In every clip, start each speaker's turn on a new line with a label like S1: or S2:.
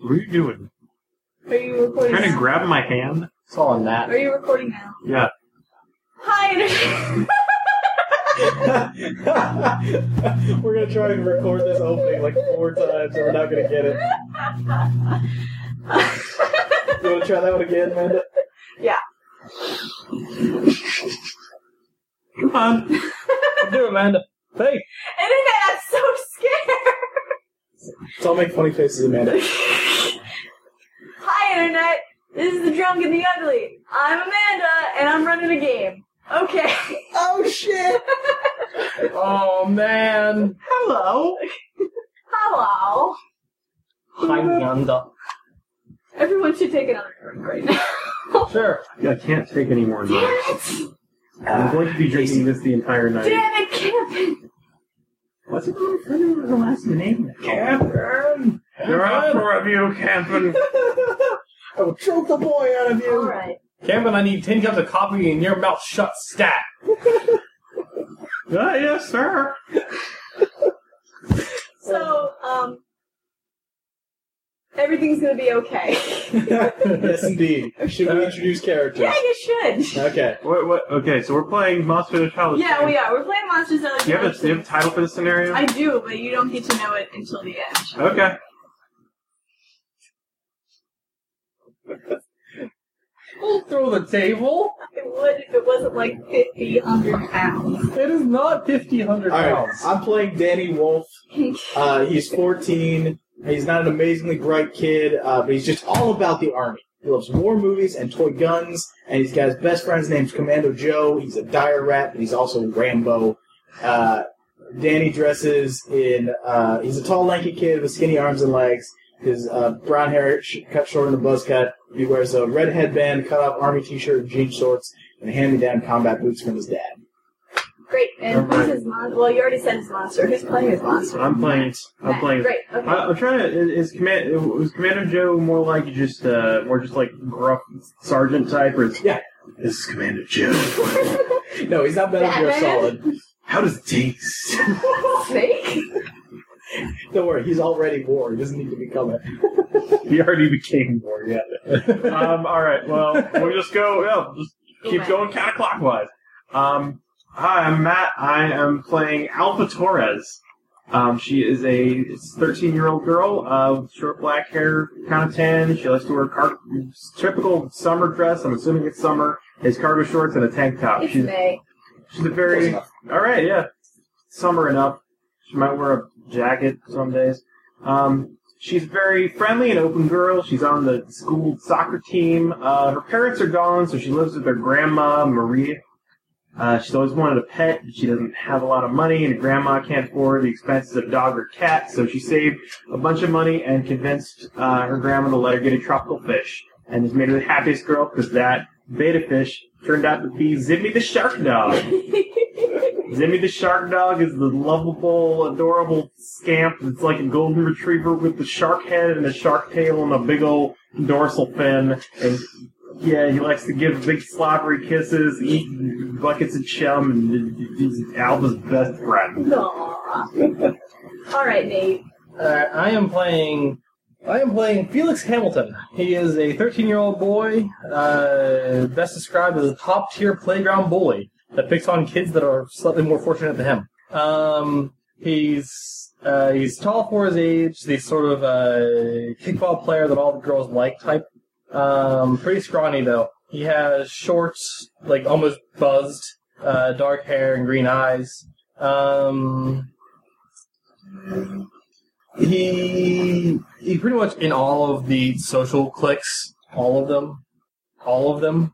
S1: What are you doing?
S2: Are you recording?
S1: Trying to
S2: Now?
S1: grab my hand?
S3: Saw in that.
S2: Are you recording now?
S1: Yeah.
S2: Hi.
S4: we're gonna try and record this opening like four times, and we're not gonna get it. You wanna try that one again, Amanda?
S1: Come on.
S4: Do it, Amanda. Hey,
S2: Internet, I'm so scared.
S4: so I'll make funny faces, Amanda.
S2: Hi, Internet. This is the drunk and the ugly. I'm Amanda, and I'm running a game. Okay.
S4: Oh shit! Oh man!
S1: Hello.
S2: Hello.
S3: Hi, yonder.
S2: Everyone should take another drink right now.
S4: Sure.
S1: I can't take any more
S2: Damn
S1: noise.
S2: it!
S1: I'm going to be drinking this the entire night.
S2: Damn it, Kevin.
S1: What's it going to with the last name? Captain! There are four of you, Captain!
S4: I will choke the boy out of
S2: All
S4: you.
S2: right.
S3: Cameron, I need 10 cups of coffee and your mouth shut stat.
S1: Ah, yes, sir!
S2: So, um, everything's gonna be okay.
S4: yes, indeed. Should
S3: Uh,
S4: we introduce
S2: yeah,
S4: characters?
S2: you should.
S4: Okay.
S1: What, what, okay, so we're playing Monster Challenge.
S2: Yeah, we are. We're playing Monsters Out of
S1: Do you, have a, do you have a title for the scenario?
S2: I do, but you don't get to know it until the end.
S1: Okay.
S3: Don't throw the table.
S2: It would if it wasn't like 50, 100 pounds.
S3: It is not 50, 100
S4: All right.
S3: pounds.
S4: I'm playing Danny Wolf. Uh, he's 14. He's not an amazingly bright kid, uh, but he's just all about the army. He loves war movies and toy guns, and he's got his best friend's name's Commando Joe. He's a dire rat, but he's also Rambo. Uh, Danny dresses in. Uh, he's a tall, lanky kid with skinny arms and legs. His uh, brown hair sh- cut short in the buzz cut. He wears a red headband, cut off army t-shirt, and jean shorts, and hand-me-down combat boots from his dad.
S2: Great. And
S1: Alright.
S2: who's his monster? Well, you already said his monster. Who's playing his monster?
S1: I'm playing. I'm
S2: Matt.
S1: playing. Uh,
S2: Great. Okay.
S1: I, I'm trying to. Is command was Commander Joe more like just uh more just like gruff sergeant type or is
S4: Yeah.
S1: This is Commander Joe.
S4: No, he's not Metal Gear
S2: Batman?
S4: Solid.
S1: How does it taste?
S2: Fake?
S4: Don't worry, he's already war. He doesn't need to become it.
S1: he already became more. Yeah. um. All right. Well, we'll just go. Yeah. Just
S2: Go
S1: keep
S2: back.
S1: going counterclockwise. Um. Hi, I'm Matt. I am playing Alpha Torres. Um, she is a 13 year old girl, uh, with short black hair, kind of tan. She likes to wear car- typical summer dress. I'm assuming it's summer. Is cargo shorts and a tank top.
S2: It's
S1: she's
S2: May.
S1: she's a very all right, yeah, summer enough. She might wear a jacket some days. Um, she's a very friendly and open girl. She's on the school soccer team. Uh, her parents are gone, so she lives with her grandma Maria. Uh, she's always wanted a pet, but she doesn't have a lot of money, and grandma can't afford the expenses of dog or cat, so she saved a bunch of money and convinced uh, her grandma to let her get a tropical fish. And this made her the happiest girl because that beta fish turned out to be Zimmy the shark dog. Zimmy the Shark Dog is the lovable, adorable scamp that's like a golden retriever with the shark head and a shark tail and a big old dorsal fin. And yeah, he likes to give big slobbery kisses, eat buckets of chum, and he's Alba's best friend.
S2: Aww. All right, Nate.
S3: Alright, Uh, I am playing. I am playing Felix Hamilton. He is a 13-year-old boy, uh, best described as a top-tier playground bully that picks on kids that are slightly more fortunate than him. Um, he's uh, he's tall for his age, the sort of uh, kickball player that all the girls like type. Um, pretty scrawny though. He has short, like almost buzzed, uh, dark hair and green eyes. Um, he he pretty much in all of the social cliques, all of them, all of them,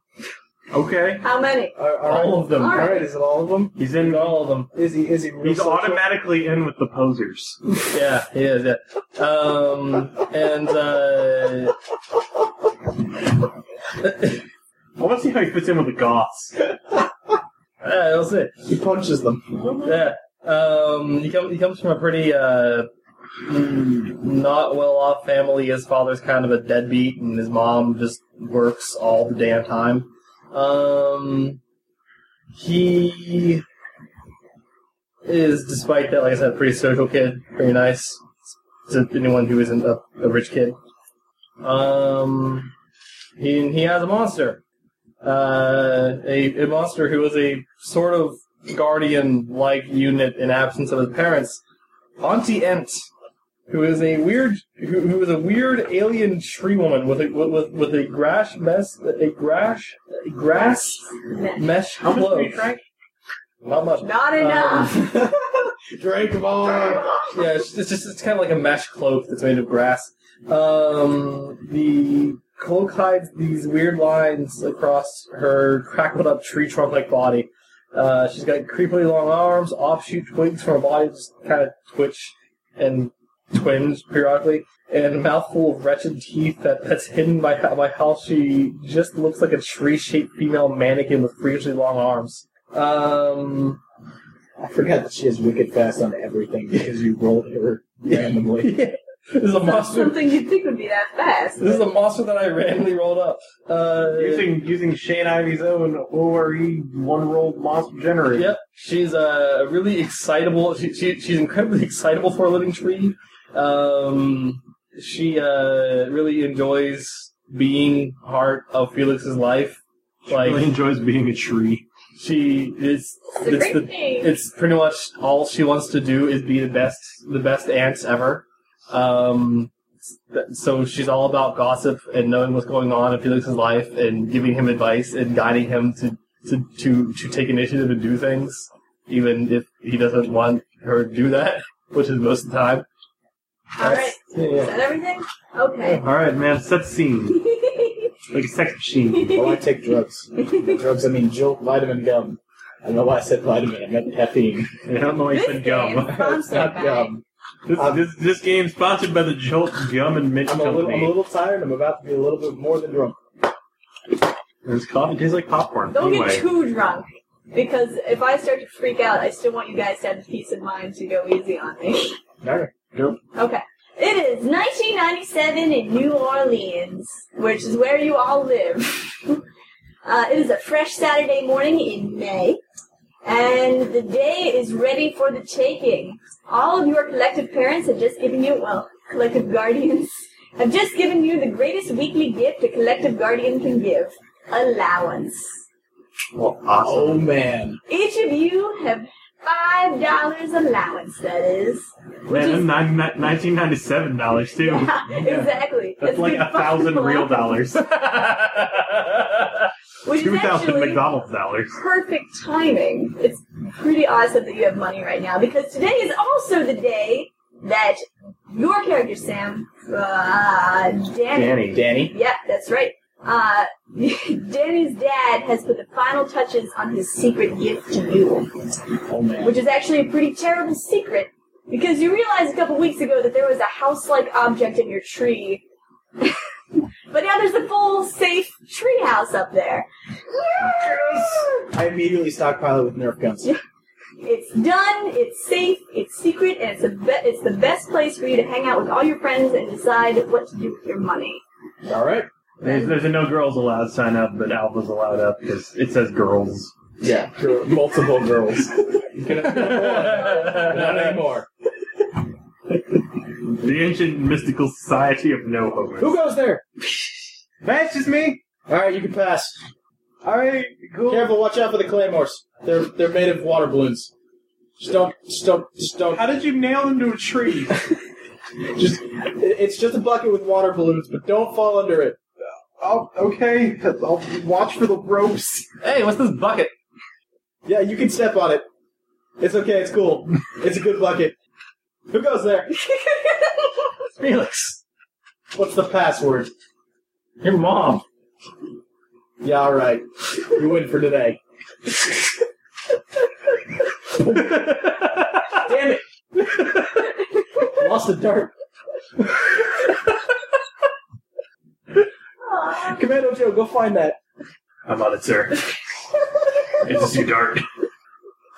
S1: Okay.
S2: How many?
S4: All right,
S3: all of them,
S2: All
S4: All
S2: right.
S4: right, is it all of them?
S1: He's in.
S3: all of them.
S4: Is he? Is he? Real
S1: He's
S4: social?
S1: automatically in with the posers.
S3: Yeah, he is. Yeah, um, and uh,
S1: I want to see how he fits in with the goths.
S3: yeah, that's it.
S4: He punches them.
S3: Yeah, um, he comes he comes from a pretty uh, not well off family. His father's kind of a deadbeat, and his mom just works all the damn time. Um, he is, despite that, like I said, a pretty social kid, pretty nice to anyone who isn't a, a rich kid. Um, he he has a monster, uh, a, a monster who is a sort of guardian-like unit in absence of his parents, Auntie Ent, who is a weird who, who is a weird alien tree woman with a with with a grass mess a grass a grass mesh
S5: How much do you
S3: cloak.
S5: drink?
S3: Not much. Um,
S2: Not enough.
S4: Drake more.
S3: Yeah, it's it's just it's kind of like a mesh cloak that's made of grass. Um, the cloak hides these weird lines across her crackled up tree trunk like body. Uh, she's got creepily long arms, offshoot twigs from her body just kind of twitch and twinge periodically, and a mouthful of wretched teeth that, that's hidden by, how- by how she just looks like a tree shaped female mannequin with freakishly long arms. Um,
S4: I forgot that she has wicked fast on everything because you rolled her randomly.
S3: yeah, this is a
S2: Not
S3: monster.
S2: something you'd think would be that fast.
S3: This is a monster that I randomly rolled up. Uh,
S5: Using using Shane Ivy's own ORE one rolled monster generator.
S3: yep, she's a really excitable. She, she, she's incredibly excitable for a living tree. Um, she uh, really enjoys being part of Felix's life.
S5: really
S3: Like
S5: enjoys being a tree.
S3: she is.
S2: It's a
S3: It's
S2: great
S3: the.
S2: thing.
S3: It's pretty much all she wants to do is be the best, the best aunt ever. Um, th- so she's all about gossip and knowing what's going on in Felix's life and giving him advice and guiding him to, to, to, to take initiative and do things, even if he doesn't want her to do that, which is most of the time.
S2: All right. Is
S3: Yeah.
S2: that everything? Okay.
S5: All right, man. Set the scene like a sex machine.
S4: Oh, I take drugs. drugs, I mean jolt vitamin gum. I don't know why I said vitamin. I meant caffeine.
S5: I don't know why you said gum.
S4: it's not gum.
S5: This, this this game sponsored by the Jolt Gum and Mint
S4: I'm a little, I'm a
S5: Company.
S4: little tired. I'm about to be a little bit more than drunk.
S5: This coffee tastes like popcorn.
S2: Don't
S5: anyway,
S2: get too drunk. Because if I start to freak out, I still want you guys to have the peace of mind to go easy on me.
S4: All right.
S2: Okay. It is 1997 in New Orleans, which is where you all live. uh, it is a fresh Saturday morning in May, and the day is ready for the taking. All of your collective parents have just given you, well, collective guardians, have just given you the greatest weekly gift a collective guardian can give allowance.
S5: well,
S4: Oh
S5: awesome.
S4: man.
S2: Each of you have five dollars allowance. That is. Which
S5: Man,
S2: is-
S5: nine- nine- 1997 dollars too.
S2: Yeah, exactly.
S5: That's
S2: It's
S5: like
S2: been
S5: a thousand
S2: fucking
S5: real
S2: allowance,
S5: dollars.
S2: Which
S5: Two
S2: is
S5: thousand
S2: actually
S5: McDonald's dollars.
S2: perfect timing. It's pretty awesome that you have money right now because today is also the day that your character Sam, uh, Danny,
S4: Danny.
S2: Yeah, that's right. Uh, Danny's dad has put the final touches on his secret gift to you,
S4: Oh man.
S2: which is actually a pretty terrible secret because you realized a couple weeks ago that there was a house-like object in your tree. but now there's a full safe tree house up there.
S4: I immediately stockpile it with Nerf guns.
S2: Yeah. It's done, it's safe, it's secret, and it's, a be- it's the best place for you to hang out with all your friends and decide what to do with your money.
S4: All right.
S5: There's, there's a no girls allowed sign up, but Alpha's allowed up because it says girls.
S4: Yeah. gir- Multiple girls. Not anymore.
S5: The ancient mystical society of no homers.
S4: Who goes there?
S5: That's just me.
S4: All right, you can pass.
S5: All right, cool.
S4: Careful, watch out for the claymores. They're they're made of water balloons. Just don't, just don't, just don't.
S5: How did you nail them to a tree?
S4: Just it- it's just a bucket with water balloons, but don't fall under it.
S5: I'll, okay, I'll watch for the ropes.
S3: hey, what's this bucket?
S4: Yeah, you can step on it. It's okay. It's cool. It's a good bucket. Who goes there?
S3: Felix.
S4: What's the password?
S3: Your mom.
S4: Yeah, all right. You win for today. Damn it! Lost the dart.
S2: Aw.
S4: Commando Joe, go find that.
S5: I'm on it, sir. it's too dark.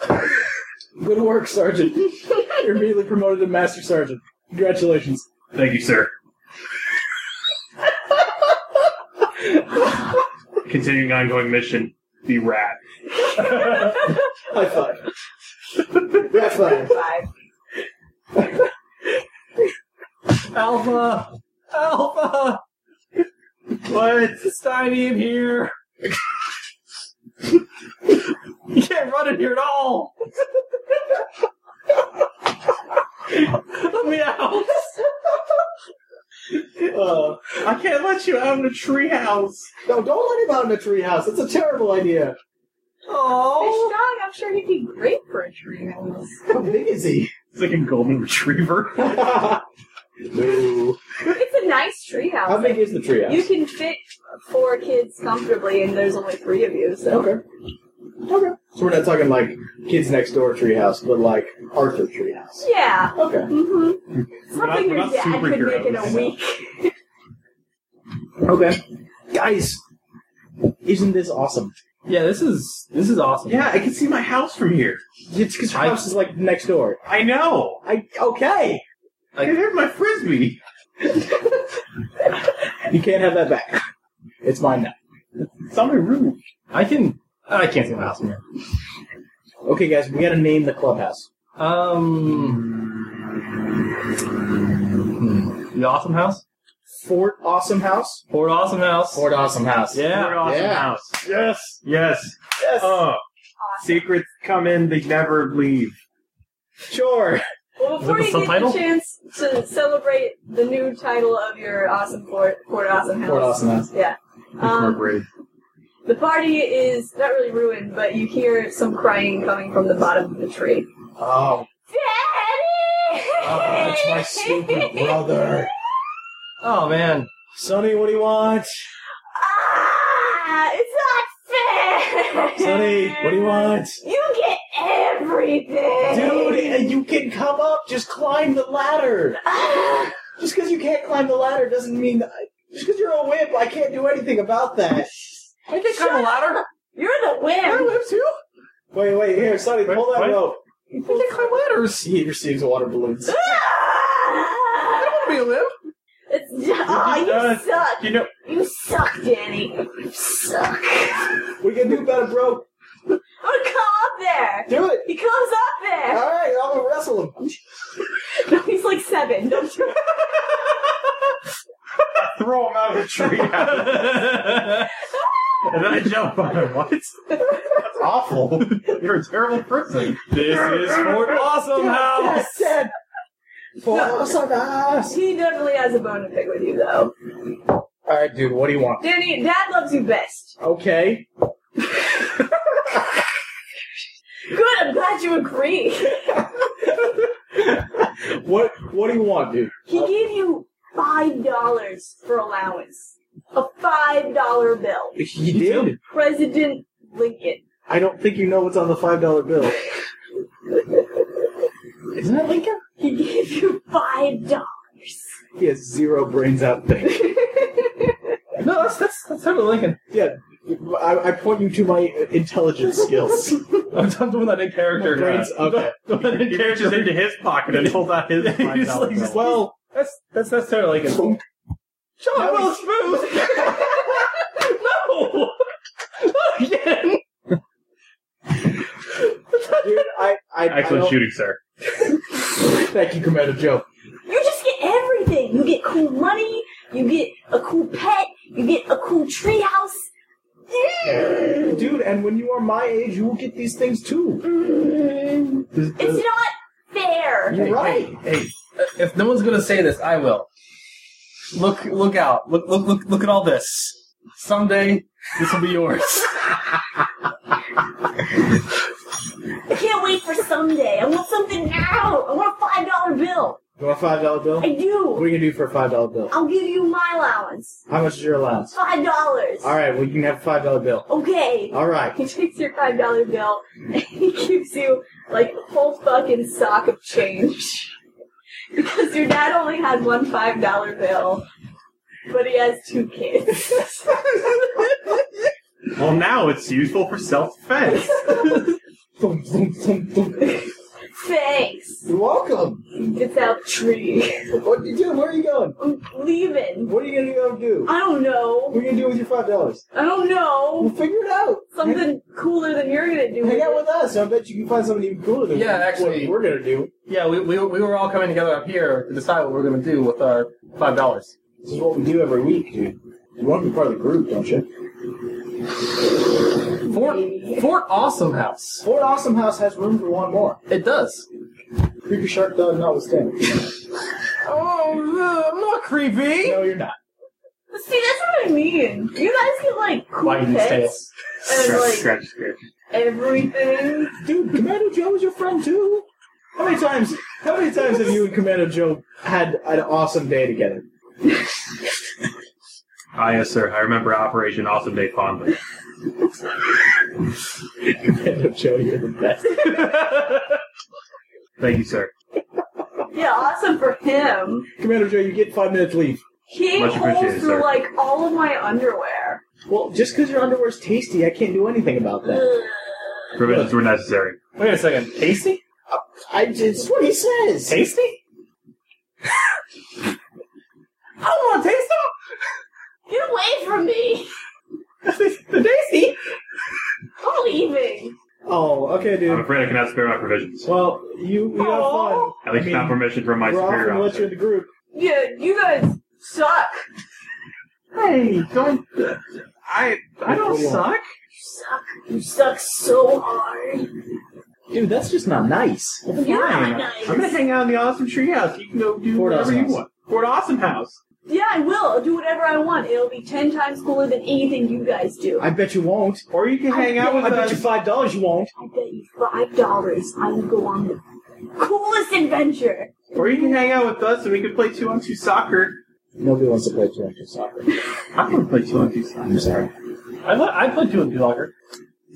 S4: Good work, Sergeant. You're immediately promoted to Master Sergeant. Congratulations.
S5: Thank you, sir. Continuing ongoing mission, the rat.
S4: High five. Rat five.
S2: Five.
S3: Alpha. Alpha. What? Steiny in here. you can't run in here at all. Let me out.
S4: Uh,
S5: I can't let you out in a treehouse.
S4: no, don't let him out in a treehouse. That's a terrible idea.
S2: Fish
S3: Oh.
S2: dog, I'm sure he'd be great for a tree house.
S4: How big is he?
S5: It's like a golden retriever.
S4: no.
S2: It's a nice tree house.
S4: How big is the
S2: You
S4: treehouse?
S2: can fit four kids comfortably, and there's only three of you, so.
S4: Okay. Okay. So we're not talking like kids next door treehouse, but like Arthur treehouse.
S2: Yeah.
S4: Okay.
S2: Mm-hmm.
S5: We're not-
S2: Something
S5: we're
S2: your
S5: not
S2: dad could make in
S5: superheroes.
S2: a week.
S4: Okay. Guys, isn't this awesome?
S3: Yeah, this is this is awesome.
S5: Yeah, I can see my house from here.
S4: It's because
S3: I-
S4: house is like next door.
S5: I know.
S4: I okay.
S5: I can have my frisbee.
S4: You can't have that back. It's mine now.
S5: It's on my roof.
S3: I can. I can't see my house from here.
S4: Okay, guys, we gotta name the clubhouse.
S3: Um. hmm. The awesome house.
S4: Fort Awesome House.
S3: Fort awesome house.
S4: Fort Awesome House.
S3: Yeah.
S5: We're an awesome
S4: Yeah.
S5: house.
S4: Yes.
S5: Yes.
S4: Yes.
S5: Oh, secrets come in, they never leave.
S4: sure.
S2: Well,
S3: Is it
S2: before you
S3: the
S2: get
S3: subtitle?
S2: the chance to celebrate the new title of your awesome Fort, Fort Awesome House.
S4: Fort Awesome House.
S2: Yeah. Um,
S5: Incorporated.
S2: the party is not really ruined, but you hear some crying coming from the bottom of the tree.
S4: Oh,
S2: Daddy!
S4: that's my stupid brother.
S3: Oh man.
S4: Sonny, what do you want?
S2: Ah, it's not fair!
S4: Sonny, what do you want?
S2: You get everything!
S4: Dude, you can come up. Just climb the ladder.
S2: Ah,
S4: Just because you can't climb the ladder doesn't mean that I, just because you're a wimp, I can't do anything about that.
S3: I think I'm a ladder.
S2: you're the wimp!
S3: web too.
S4: Wait, wait, here, Sonny,
S5: Wait,
S4: pull that
S5: what?
S4: rope.
S3: I can climb ladders.
S4: He receives water balloons.
S2: Ah,
S3: want to be a wimp.
S2: it's, aw, you
S5: done.
S2: suck!
S5: You know,
S2: You suck, Danny! You suck!
S4: We can do better, bro.
S2: I'm gonna come up there!
S4: Do it.
S2: He comes up
S4: All
S2: there!
S4: right, I'm gonna wrestle him.
S2: No, he's like seven, don't you?
S5: throw him out of the treehouse. and then I jump on him. What? That's awful. You're a terrible person.
S3: This is Fort Awesome House.
S4: Yes, Dad. For awesome house.
S2: He definitely has a bone to pick with you, though.
S4: All right, dude. What do you want?
S2: Danny, Dad loves you best.
S4: Okay.
S2: Good, I'm glad you agree.
S4: What What do you want, dude?
S2: He gave you five dollars for allowance. A five dollar bill.
S4: He did.
S2: President Lincoln.
S4: I don't think you know what's on the five dollar bill. Isn't that Lincoln?
S2: He gave you five dollars.
S4: He has zero brains out there.
S3: No, that's that's that's totally Lincoln.
S4: Yeah, I, I point you to my intelligence skills.
S3: I'm done doing that in character.
S4: Brains- okay.
S3: Doing that in
S5: He
S3: character.
S5: reaches into his pocket and pulls out his
S3: He's
S5: $5
S3: like-
S5: bill.
S4: Well,
S3: That's that's that's totally Lincoln. John Wells Booth. no. Not again.
S4: dude, I I, I
S5: Excellent
S4: don't-
S5: shooting, sir.
S4: Thank you, Commander Joe.
S2: You just get everything. You get cool money. You get a cool pet. You get a cool treehouse. Mm.
S4: Dude, and when you are my age, you will get these things too.
S2: Mm. It's not fair.
S4: You're right.
S3: Hey, uh, if no one's gonna say this, I will. Look! Look out! Look! Look! Look! Look at all this. Someday, this will be yours.
S2: I can't wait for someday. I want something now. I want a five dollar bill.
S4: You want a five dollar bill?
S2: I
S4: What are
S2: do.
S4: you gonna do for a five dollar bill?
S2: I'll give you my allowance.
S4: How much is your allowance?
S2: Five dollars.
S3: Oh.
S4: All right, well you can have a five dollar bill.
S2: Okay.
S4: All right.
S2: He takes your five dollar bill and he gives you like a whole fucking sock of change. Because your dad only had one five dollar bill, but he has two kids.
S5: Well, now it's useful for self-defense.
S4: Thump, thump, thump, thump.
S2: Thanks.
S4: You're welcome.
S2: He gets out tree.
S4: What are you doing? Where are you going?
S2: I'm leaving.
S4: What are you gonna go do?
S2: I don't
S4: What
S3: Oh.
S2: know.
S4: are you gonna do with your five dollars?
S2: I don't
S4: We'll
S2: know.
S4: figure it out.
S2: Something cooler than you're gonna do.
S4: Hang out
S2: it.
S4: with us. I bet you can find something even cooler than
S3: Yeah,
S4: what-
S3: actually-
S4: what we're gonna do.
S3: yeah, we, we we were all coming together up here to decide what we're gonna do with our five dollars.
S4: This is what we do every week, dude. You want to be part of the group, don't you?
S3: Fort Fort Awesome House.
S4: Fort Awesome House has room for one more.
S3: It does.
S4: Creepy Shark Dog notwithstanding.
S3: Oh, I'm not creepy.
S4: no, you're not.
S2: See, that's what I mean. You guys get like cool
S3: Biting his tail.
S2: pets and
S5: Scratch,
S2: like
S5: scratch, scratch.
S2: everything.
S4: Dude, Commando Joe is your friend too. How many times? How many times have you and Commando Joe had an awesome day together?
S1: Ah, yes, sir. I remember Operation Awesome Day fondly.
S4: Commando Joe, you're the best.
S1: Thank you, sir.
S2: Yeah, awesome for him.
S4: Commando Joe, you get five minutes leave.
S2: He
S1: Much
S2: pulls
S1: appreciated,
S2: through
S1: sir.
S2: like all of my underwear.
S4: Well, just because your underwear's tasty, I can't do anything about that.
S2: Ugh.
S1: Provisions were necessary.
S3: Wait a second. Tasty?
S4: I just what he says.
S3: Tasty? I don't want to taste them.
S2: Get away from me!
S3: They're tasty.
S2: I'm leaving.
S4: Oh, okay,
S1: I'm
S4: dude.
S1: afraid I cannot spare my provisions.
S4: Well, you you have fun.
S2: Aw.
S1: At least
S4: I mean,
S1: not permission from my
S4: We're off
S1: superior
S4: and let you
S1: officer.
S4: in the group.
S2: Yeah, you guys suck.
S5: Hey, don't. I I don't
S4: Go on.
S5: suck.
S2: You suck. You suck so hard.
S4: Dude, that's just not nice.
S2: You're
S5: Fine.
S2: not nice.
S5: I'm gonna hang out in the awesome treehouse. You can go do
S4: Fort
S5: whatever
S4: Awesome
S5: you
S4: House.
S5: want. Fort Awesome House.
S2: Yeah, I will. I'll do whatever I want. It'll be ten times cooler than anything you guys do. I,
S4: I bet you won't.
S5: Or you can
S2: I-
S5: hang out
S2: yeah,
S5: with
S4: I bet you
S5: us.
S4: five dollars you won't.
S2: bet you five dollars I will go on the coolest adventure.
S5: Or you can hang out with us, and we can play two on two soccer.
S4: Nobody wants to play director soccer.
S5: I want to play two on two soccer.
S4: I'm sorry.
S3: I put I put two in the locker.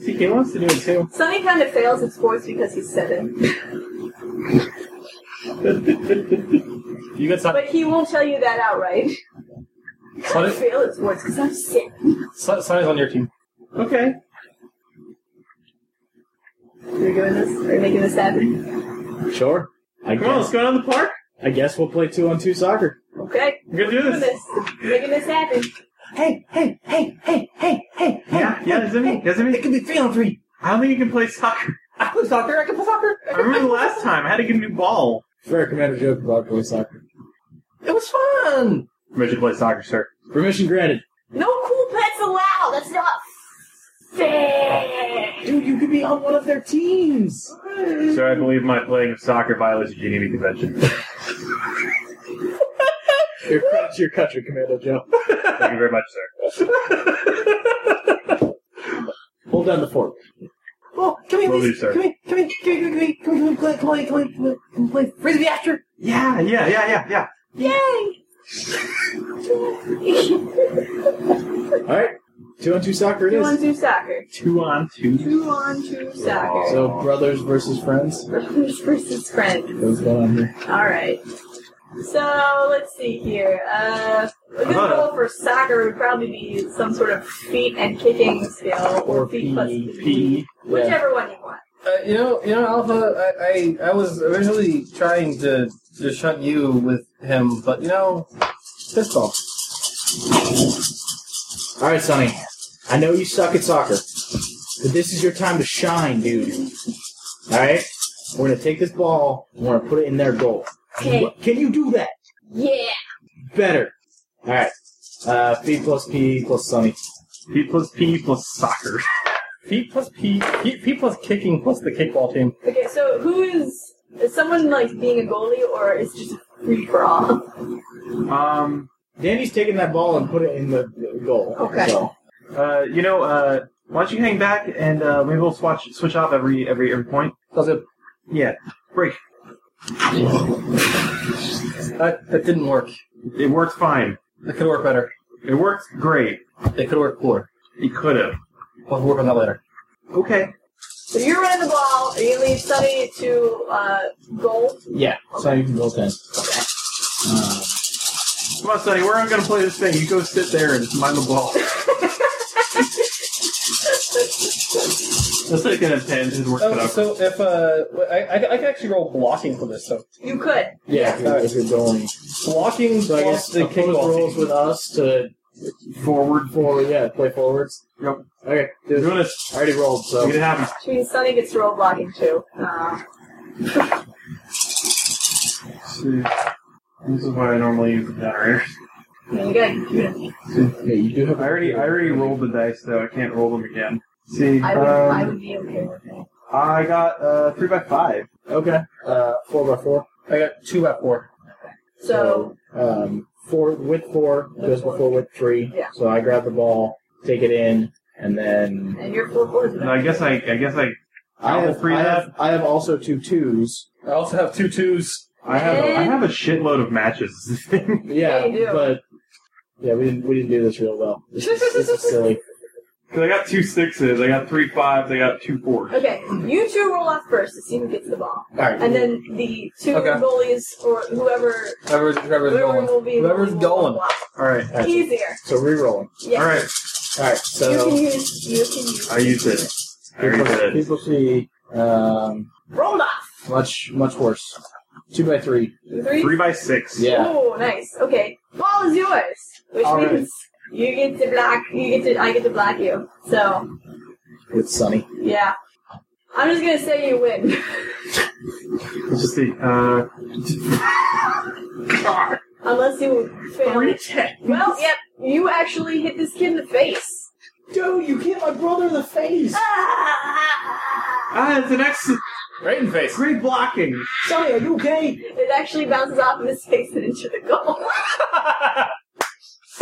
S5: CK wants to do it too.
S2: Sonny kind of fails at sports because he's seven,
S3: You got Sonny.
S2: but he won't tell you that outright. I
S3: Sonny-
S2: fail at sports because I'm sick.
S3: Son- Sonny's on your team.
S5: Okay.
S2: We're doing this. We're making this happen.
S4: Sure. I
S5: Come on, let's
S4: guess.
S5: go down to the park.
S4: I guess we'll play two on two soccer.
S2: Okay,
S5: We're gonna do
S2: doing
S5: this.
S2: this. Making this happen.
S4: Hey, hey, hey, hey, hey, hey,
S5: Yeah, yeah, doesn't it? Doesn't it?
S4: can be three on three.
S5: I don't think you can play soccer.
S4: I play soccer. I can play soccer.
S5: I remember the last time I had to get a new ball.
S4: Fair commander joke about play soccer.
S3: It was fun.
S1: Permission to play soccer, sir.
S4: Permission granted.
S2: No cool pets allowed. That's not fair.
S4: Dude, you could be on one of their teams.
S1: Sir, I believe my playing of soccer violates the Geneva Convention. Thank
S4: Your credit to your country, Commando Joe.
S1: you very much, sir.
S4: Hold down the fort.
S6: Well, come here,
S1: Will do,
S6: please.
S1: sir.
S6: Come here, come here, come here, come here, come here, come here, come here, come here, come here, come here, come here, frisbee after.
S5: Yeah, yeah, yeah, yeah, yeah.
S2: Yay!
S4: All right, two on two soccer it
S2: Two on
S4: is.
S2: two soccer.
S5: Two on two.
S2: Two on two soccer.
S4: So brothers versus friends.
S2: Who's versus friend?
S4: What's going on here?
S2: All right. So let's see here. Uh, a good
S5: Uh-huh.
S2: goal for soccer would probably be some sort of feet and kicking skill, or feet plus
S4: P. Yeah.
S2: whichever one you want.
S3: Uh, you know, you know, Alpha. I, I, I was originally trying to, to shunt you with him, but you know, pistol.
S4: All right, Sonny. I know you suck at soccer, but this is your time to shine, dude. All right, we're gonna take this ball. and We're gonna put it in their goal.
S2: Okay.
S4: Can you do that
S2: Yeah.
S4: better? All right. Uh, P plus P plus Sonny.
S5: P plus P plus soccer.
S3: P plus P, P, P plus kicking plus the kickball team.
S2: Okay. So who is is someone like being a goalie, or is it just a free for all?
S5: Um,
S4: Danny's taking that ball and put it in the the goal.
S2: Okay.
S4: So,
S5: uh, you know, uh, why don't you hang back and uh, maybe we'll swatch, switch off every every every point.
S3: Does it?
S5: Yeah, break.
S3: That, that didn't work.
S5: It worked fine.
S3: It could work better.
S5: It worked great.
S3: It could work cooler.
S5: It could have.
S3: We'll work on that later.
S5: Okay.
S2: So you're running the ball, and you leave Sonny to uh, goal.
S4: yeah, Sonny can goal ten.
S2: Okay.
S4: Um,
S5: Come on, Sonny. We're not gonna play this thing. You go sit there and mind the ball. That's like an intent. It worked
S3: Oh,
S5: out.
S3: so if uh, I, I, I can actually roll blocking for this. So
S2: You could.
S4: yeah, if you're, if you're going.
S3: blocking
S4: So I guess
S3: plus the
S4: the opposed
S3: kickball
S4: rolls
S3: team.
S4: with us to forward, forward, yeah, play forwards.
S5: Yep.
S4: Okay,
S5: You're
S4: dude,
S5: doing this.
S4: I already rolled,
S5: Make
S4: so
S5: it happen.
S2: Which means Sonny gets to roll blocking too. Uh,
S5: Let's see. This is why I normally use the generator.
S2: You got a computer.
S4: Yeah, you do have.
S1: I already, I already rolled the dice, though. I can't roll them again. See,
S2: I would, I
S1: um,
S2: would be okay with it.
S1: I got uh, three by five.
S4: Okay. Uh, four by four.
S3: I got two by four.
S2: So,
S4: um, four with four
S2: With
S4: goes
S2: four.
S4: before with three.
S2: Yeah.
S4: So I grab the ball, take it in, and then
S2: and you're four fours.
S1: No, I guess I, I guess I,
S4: I
S1: Roll
S4: have
S1: three
S4: I
S1: left.
S4: have, I have also two twos.
S3: I also have two twos.
S1: I have, I have a shitload of matches.
S4: Yeah,
S2: you do.
S4: but yeah, we didn't we didn't do this real well. This is, this is silly.
S1: Because I got two sixes, I got three fives, I got two fours.
S2: Okay, you two roll off first to see who gets the ball.
S4: All right.
S2: And then the two
S3: Okay.
S2: goalies, or whoever,
S3: Whoever's, whoever's
S2: whoever
S3: going.
S2: will be.
S3: Whoever's
S2: will
S3: going.
S2: block.
S5: All right.
S4: All right, so-
S2: Easier.
S4: so re-rolling.
S2: Yes.
S1: All right,
S4: All right.
S2: You can
S4: So
S2: use. You can use.
S1: I used it. I
S4: people,
S1: already did.
S4: people see um,
S2: Rolled off.
S4: much much worse. Two by three.
S2: Three.
S1: Three by six.
S4: Yeah.
S2: Oh, nice. Okay. Ball is yours, which
S4: All right.
S2: means you get to block. You get to. I get to block you. So
S4: With Sunny.
S2: yeah. I'm just gonna say you win.
S1: Let's just see. Uh,
S2: Unless you fail. Well, yep. You actually hit this kid in the face.
S4: Dude, you hit my brother in the face.
S2: Ah!
S1: ah, it's an excellent,
S3: Right in the face.
S1: great blocking.
S4: Sonny, are you okay?
S2: It actually bounces off of his face and into the goal.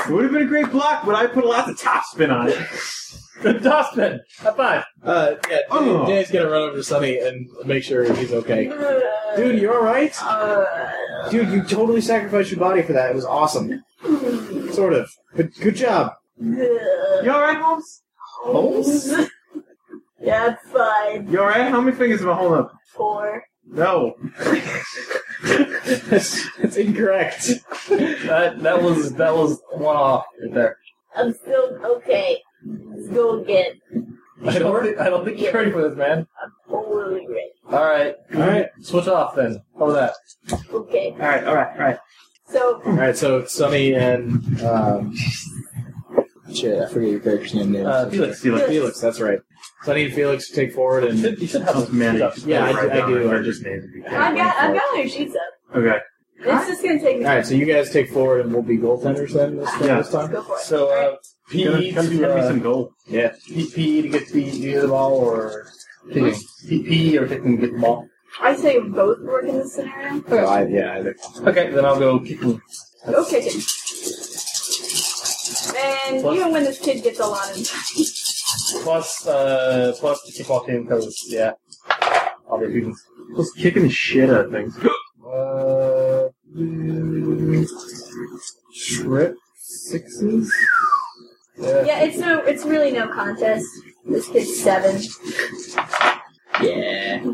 S1: It would have been a great block, but I put a lot of topspin on it.
S3: Dustbin. High five.
S4: Uh, yeah.
S1: Oh.
S4: Jay's gonna run over to Sonny and make sure he's okay. Dude,
S2: Dude.
S4: you alright?
S2: Uh,
S4: Dude, you totally sacrificed your body for that. It was awesome. Sort of. But good job.
S1: You alright, Holmes?
S4: Holes?
S2: yeah, it's fine.
S1: You alright? How many fingers am I holding up?
S2: Four.
S1: No.
S4: that's, that's incorrect.
S3: That, that was that was one off right there.
S2: I'm still okay. Let's go again.
S3: I don't, think, I don't think you're ready for this, man.
S2: Totally great.
S3: All right. All right. Switch off then. How about that?
S2: Okay.
S1: Alright, alright, alright.
S2: So
S4: Alright, so Sonny and. Um, shit, I forget your character's name. now.
S3: Uh, Felix.
S1: See, like,
S4: Felix, that's right. Sonny and Felix take forward
S3: You
S4: and.
S3: should, you should have
S1: how's Manny?
S3: stuff.
S4: Yeah, I do- I do.
S1: I just named it.
S2: I've got I've got her sheets up.
S1: Okay.
S2: It's just gonna take me.
S4: Alright, so you guys take forward and we'll be goaltenders then this,
S1: Yeah.
S4: this time?
S2: Go for it.
S3: So uh,
S1: Gonna-
S3: PE
S1: gonna
S3: to
S1: give me
S3: uh,
S1: some gold.
S4: Yeah.
S3: P- PE to get the use the ball or PE PE E or kick and get the ball.
S2: I say both work in this scenario.
S4: So I, yeah, I
S3: Okay, then I'll go kick and
S2: Go kick it. And
S3: Plus-
S2: even when this kid gets a lot of
S3: plus uh plus the kickball team because yeah, all the students.
S1: Just kicking the shit out of things.
S3: Uh, trip sixes. Yeah.
S2: Yeah, it's no it's really no contest. This kid's seven.
S4: Yeah.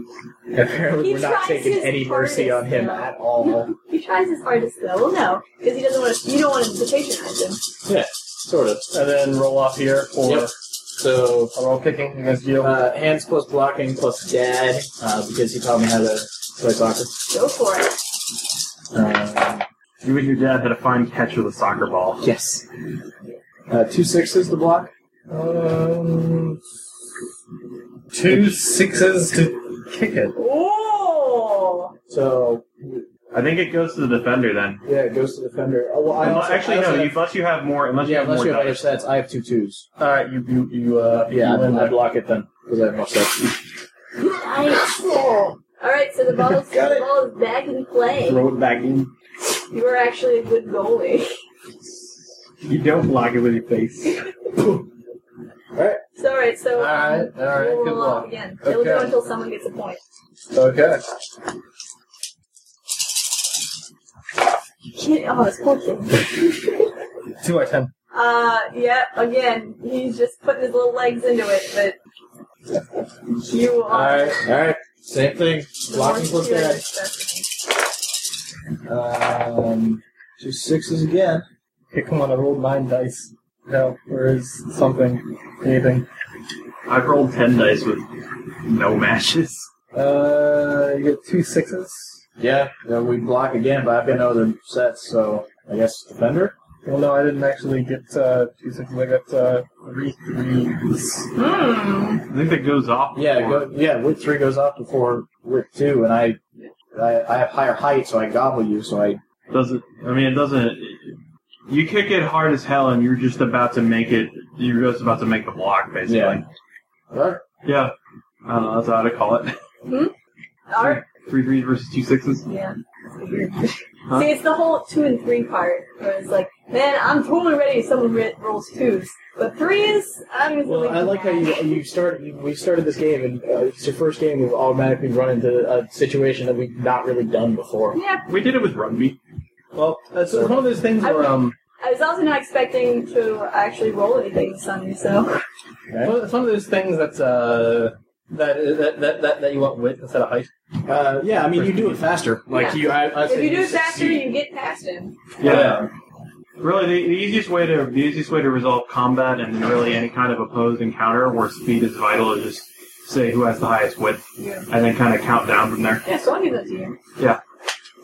S4: Apparently,
S2: He
S4: we're not
S2: tries
S4: taking
S2: his
S4: any mercy on
S2: hardest,
S4: him
S2: though.
S4: at all.
S2: He tries his hardest though. Well no, because he doesn't want to you don't want him to patronize him.
S4: Sort of.
S3: And then roll off here for
S4: Yep. So,
S3: a roll kicking against you.
S4: Uh, hands plus blocking plus dad uh, because he taught me how to play soccer.
S2: Go for it.
S4: Um,
S1: You and your dad had a fine catch with a soccer ball.
S4: yes. Uh, two sixes to block.
S3: Um, two sixes to kick it.
S2: Oh
S4: So
S1: I think it goes to the defender then.
S4: yeah, it goes to the defender. Oh, well, I
S1: Unless-
S4: also,
S1: actually,
S4: I also
S1: no.
S4: have-
S1: you- unless you have more, unless
S4: yeah,
S1: you have
S4: unless
S1: more
S4: you have other
S1: dice.
S4: sets, I have two twos.
S3: All right, you you you uh
S4: Yeah,
S3: you win
S4: I, I
S3: that.
S4: block it then because I have more sets.
S2: nice. Alright, so the ball is
S4: Got
S2: the
S4: it.
S2: ball is back in play.
S1: Throw it back in.
S2: You are actually a good goalie.
S1: You don't block it with your face.
S2: So alright, so um,
S3: All right, all right,
S2: we'll
S3: good
S2: roll off
S3: luck.
S2: again. It'll go
S3: Okay.
S2: until someone gets a point.
S3: Okay.
S2: Kid, oh, this poor kid.
S3: Two out of ten.
S2: Uh, yeah, again, he's just putting his little legs into it, but you
S3: All
S2: are.
S3: right.
S4: All right, same thing.
S2: the
S4: Blocking
S2: ones
S4: plus
S2: who are
S4: dad.
S2: disgusting.
S4: Um, two sixes again.
S3: Okay, come on, I rolled nine dice. No, where is something? Anything?
S1: I've rolled ten dice with no matches.
S3: Uh, you get two sixes.
S4: Yeah, then we block again, but I've got no other sets, so I guess defender.
S3: Well, no, I didn't actually get uh, two sixes. I got uh, three threes.
S2: Hmm.
S1: I think that goes off.
S4: Yeah,
S1: before.
S4: go, yeah. Width three goes off before width two, and I, I, I have higher height, so I gobble you. So I
S1: doesn't. I mean, it doesn't. You kick it hard as hell, and you're just about to make it. You're just about to make the block, basically.
S4: Yeah. Alright.
S1: Yeah. I don't know. That's how to call it.
S2: Art?
S1: Three threes versus two sixes.
S2: Yeah. See, it's the whole two and three part where it's like, man, I'm totally ready if someone re- rolls twos, but threes, I'm just
S4: Well,
S2: gonna
S4: I
S2: leave
S4: like how you
S2: that.
S4: you start. You, we started this game, and uh, it's your first game. We've automatically run into a situation that we've not really done before.
S2: Yeah,
S1: We did it with rugby.
S3: Well, it's, it's one of those things where um,
S2: I was also not expecting to actually roll anything this Sunday, so
S3: well, it's one of those things that's uh, that, that that that that you want width instead of height.
S4: Uh, yeah, I mean, you do it faster. Like
S2: Yeah.
S4: you, uh, I, I
S2: if
S4: say
S2: you do it faster,
S4: succeed.
S2: you get past him.
S1: Yeah. Really, the, the easiest way to the easiest way to resolve combat and really any kind of opposed encounter where speed is vital is just say who has the highest width,
S2: Yeah.
S1: and then kind of count down from there.
S2: Yeah, so I'll give that to you.
S1: So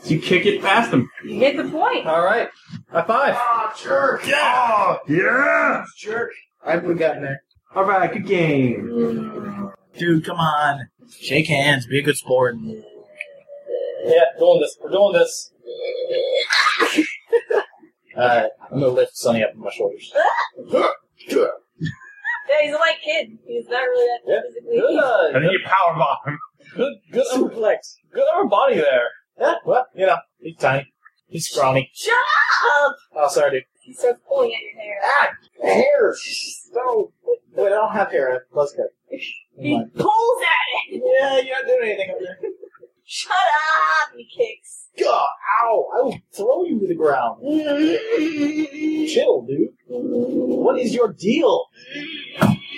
S1: you kick it past them.
S2: You get the point.
S3: All right, high five.
S4: Ah, jerk!
S1: Yeah. yeah.
S4: Jerk! I would have gotten there.
S1: All right. Good game.
S4: Hmm.
S2: Mm.
S4: Dude, come on! Shake hands. Be a good sport.
S3: Yeah, doing this. We're doing this.
S4: Uh, I'm gonna lift Sonny up on my shoulders.
S2: Yeah, he's a white kid. He's not really that
S3: Yeah.
S2: physically.
S3: Good, uh,
S1: And then you power bomb him.
S3: good, good, upper,
S4: Suplex.
S3: good upper body there.
S4: Yeah, well, you know, he's tiny. He's scrawny.
S2: Shut up!
S4: Oh, sorry, dude.
S2: He starts pulling at your hair.
S4: Ah, hair. No, wait, I don't have hair. Let's go. Oh
S2: He pulls at it.
S4: Yeah, you're not doing anything up there.
S2: Shut up! He kicks.
S4: God, ow! I will throw you to the ground. Chill, dude. What is your deal?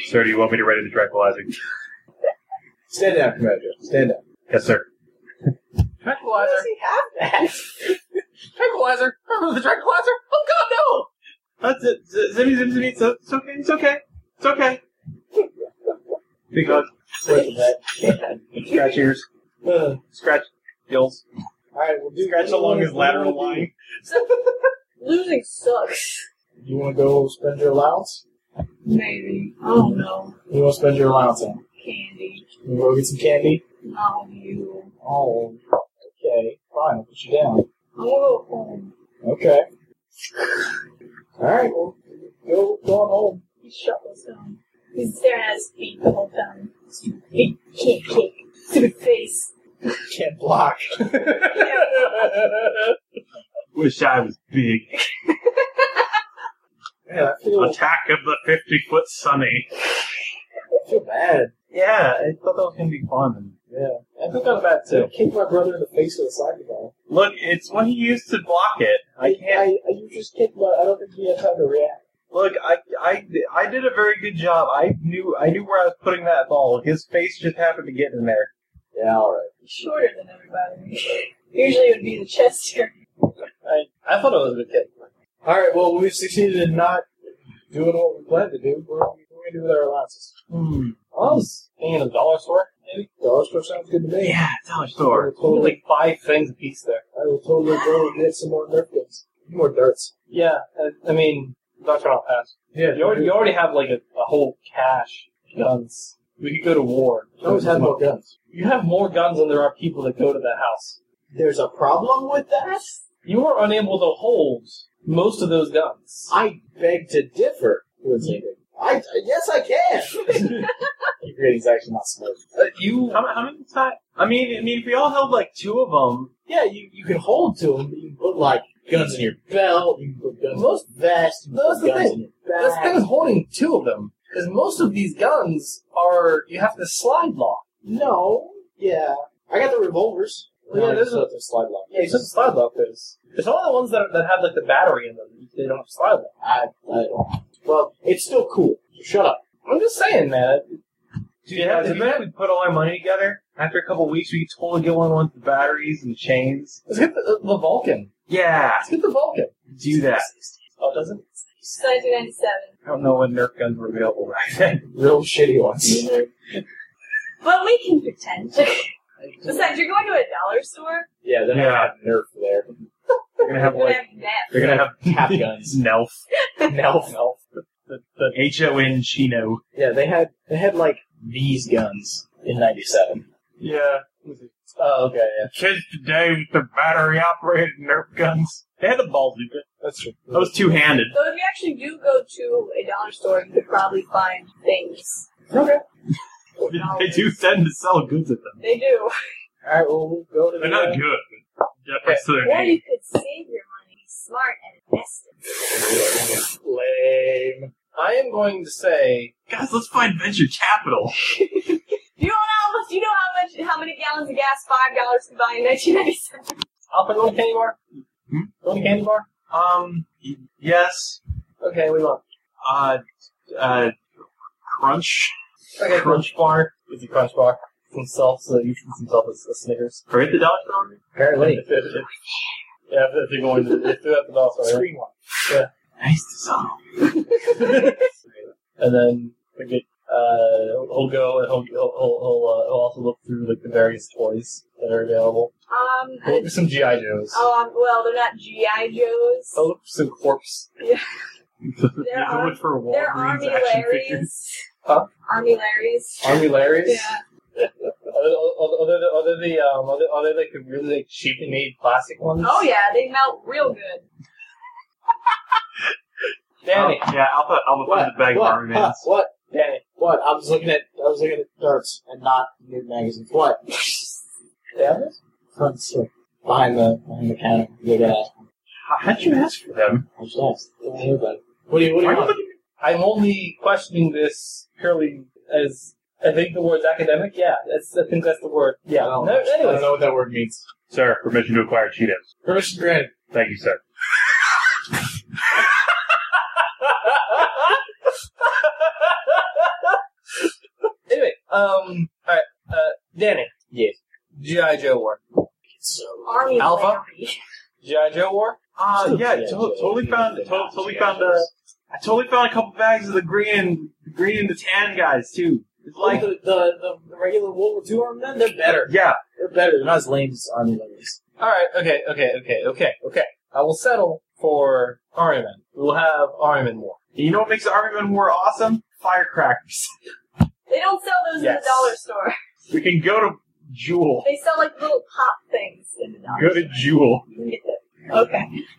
S1: Sir, do you want me to write into tranquilizing?
S4: Stand down, Commander. Stand down.
S1: Yes, sir.
S4: Why
S3: Tranquilizer.
S4: does he have that?
S3: Tranquilizer. Remember the tranquilizer? Oh God, no!
S1: That's it. Z- Zimmy, zim, zimmy. It's, it's okay. It's okay. It's okay. Because
S4: Look at that.
S1: scratch ears, Uh.
S4: Ugh.
S1: scratch gills,
S4: All right, we'll do.
S1: scratch along his lateral line.
S2: Losing sucks.
S4: You want to go spend your allowance?
S2: Maybe. Oh no.
S4: You want to spend your allowance on?
S2: Candy.
S4: You want to go get some candy?
S2: Not you.
S4: Oh, okay. Fine, I'll put you down.
S2: I'm gonna go home.
S4: Okay. All right, well, go, go on home.
S2: He shuffles home. He's staring at his feet the whole time. Stupid feet. Can't kick. Stupid face.
S4: Can't block.
S1: Wish I was big.
S4: Man, I feel, I
S1: Attack of the 50 foot Sunny.
S4: feel bad.
S1: Yeah, I thought that was going to be fun.
S4: Yeah, I feel kind of bad too. I kicked my brother in the face with a soccer ball.
S1: Look, it's what he used to block it. I
S4: I,
S1: can't.
S4: I, you just kicked my. I don't think he had time to react.
S1: Look, I, I, I did a very good job. I knew, I knew where I was putting that ball. His face just happened to get in there.
S4: Yeah, all right.
S2: He's shorter than everybody. Usually it would be the chest here.
S3: I, I thought it was a good kick.
S4: All right. Well, we succeeded in not doing what we planned to do. What are we going to do with our allowances?
S1: Hmm.
S3: I was thinking of the dollar store. Maybe.
S4: Dollar store sounds good to me.
S1: Yeah, dollar
S4: I
S1: store.
S4: will totally,
S3: Like five things a piece there.
S4: I will totally go and get some more Nerf guns. More darts.
S3: Yeah, I, I mean, Doctor I'll pass.
S4: Yeah,
S3: You already, you already have like a, a whole cache of guns. We could go to war.
S4: I always have more guns.
S3: You have more guns than there are people that go to that house.
S4: There's a problem with that.
S3: You are unable to hold most of those guns.
S4: I beg to differ. Lindsay. I yes, I can. Your grading's actually not smart.
S3: Uh, you
S1: How, how many times? I mean, I mean, if we all held like two of them,
S4: Yeah, you, you can hold to them, but you can put like guns in your belt, you can put guns in your vest, you can
S3: that's
S4: put
S3: the
S4: guns
S3: thing.
S4: in your
S3: This
S4: back.
S3: thing is holding two of them. Because most of these guns are you have to slide lock.
S4: No, yeah, I got the revolvers.
S3: Yeah,
S4: I
S3: those
S4: just
S3: are-
S4: let them slide lock.
S3: Yeah, you have to slide lock those. It's only the ones that, that have like the battery in them. They don't have slide lock.
S4: I, I well, it's still cool. So shut up.
S3: I'm just saying, man.
S1: dude, yeah, if we put all our money together, after a couple of weeks, we could totally get one with the batteries and chains.
S3: Let's get the, the Vulcan.
S1: Yeah,
S3: Let's get the Vulcan.
S1: do that.
S3: Oh, it doesn't?
S2: She's 1997.
S1: I don't know when Nerf guns were available back then.
S4: Real shitty ones.
S2: But we can pretend. Besides, you're going to a dollar store.
S4: Yeah, they're
S1: Yeah.
S4: not nerf there.
S1: They're gonna have
S2: You're gonna
S1: like
S2: have that.
S1: they're gonna have
S4: Cap guns.
S1: Nelf,
S4: Nelf.
S1: the, the H O N Chino.
S4: Yeah, they had they had like these guns in '97.
S1: Yeah,
S4: Oh, okay, yeah.
S1: kids today with the battery operated Nerf guns. They had a bazooka.
S7: That's true.
S1: That was two handed.
S2: So if you actually do go to a dollar store, you could probably find things.
S4: Okay.
S1: They do tend to sell goods at them.
S2: They do.
S4: All right. Well, we'll go to the.
S1: They're not good. But deference to their
S2: Or
S1: name.
S2: you could save your money, be smart, and invest it.
S4: Lame.
S3: I am going to say
S1: Guys, let's find venture capital.
S2: You don't know how much. You know how much? How many gallons of gas five dollars could buy in 1997?
S3: I'll put one candy bar.
S1: Hmm?
S3: One candy bar.
S1: Um, y- yes.
S3: Okay, we want.
S1: Uh, uh, crunch.
S3: Okay, Crunch Bar. Is a Crunch Bar himself, so he treats himself as a Snickers.
S1: Are we at the dollar store?
S3: Apparently, if, if, yeah, if, if you're going to if you're at the dollar store,
S4: Screen one.
S1: Nice design.
S3: right? and then we get, uh, he'll go and he'll he'll, he'll, he'll, uh, he'll also look through like the various toys that are available.
S2: Um.
S3: He'll look for some GI Joes.
S2: Oh, um, well, they're not GI Joes.
S3: He'll look for some corpse.
S2: They're,
S1: You
S2: ar-
S1: look for Walgreens
S2: they're Army
S1: action figures.
S2: Larrys.
S3: Huh?
S2: Army Larrys.
S3: Army Larrys.
S2: Yeah.
S3: Are they, are they, are they the um, are they, are they like the really like cheaply made plastic ones?
S2: Oh yeah, they melt real good.
S3: Danny,
S1: Oh, yeah, I'll put I'll put
S4: What?
S1: the bag of
S4: What?
S1: Army
S4: Huh?
S1: Mans.
S4: What?
S3: Danny,
S4: What? I was looking at I was looking at darts and not new magazines. What?
S3: they have this?
S4: Front slip. Behind the behind the counter. You gotta ask.
S1: How'd you ask for them?
S4: I should ask. Don't worry about it. What do you what do you want?
S3: I'm only questioning this purely as I think the word's academic. Yeah, that's, I think that's the word. Yeah.
S4: I don't,
S3: No,
S4: I don't
S3: anyways,
S4: know what that word means.
S8: Sir, permission to acquire Cheetos.
S4: Permission granted.
S8: Thank you, sir.
S3: anyway, um, all right, uh, Danny.
S4: Yes.
S3: GI Joe War.
S2: Army
S3: Alpha?
S2: Larry.
S3: GI Joe War.
S1: Uh,
S4: Still
S1: yeah,
S4: GI
S1: to-
S4: Joe.
S1: totally found to- totally
S4: GI
S1: found uh,
S4: Joes.
S1: I totally found a couple bags of the green and the green and the tan guys too. It's
S4: Like
S1: like
S4: Oh, the, the, the, the regular World War II armed men, they're better.
S1: yeah,
S4: They're better. They're not as lame as army ladies.
S3: All right. Okay. Okay. Okay. Okay. Okay. I will settle for Army Men. We will have Army Men War.
S1: And you know what makes the Army Man War awesome? Firecrackers.
S2: They don't sell those in
S3: Yes.
S2: the dollar store.
S1: We can go to Jewel.
S2: They sell like little pop things in the dollar
S1: Go to Jewel.
S2: store. You can get them.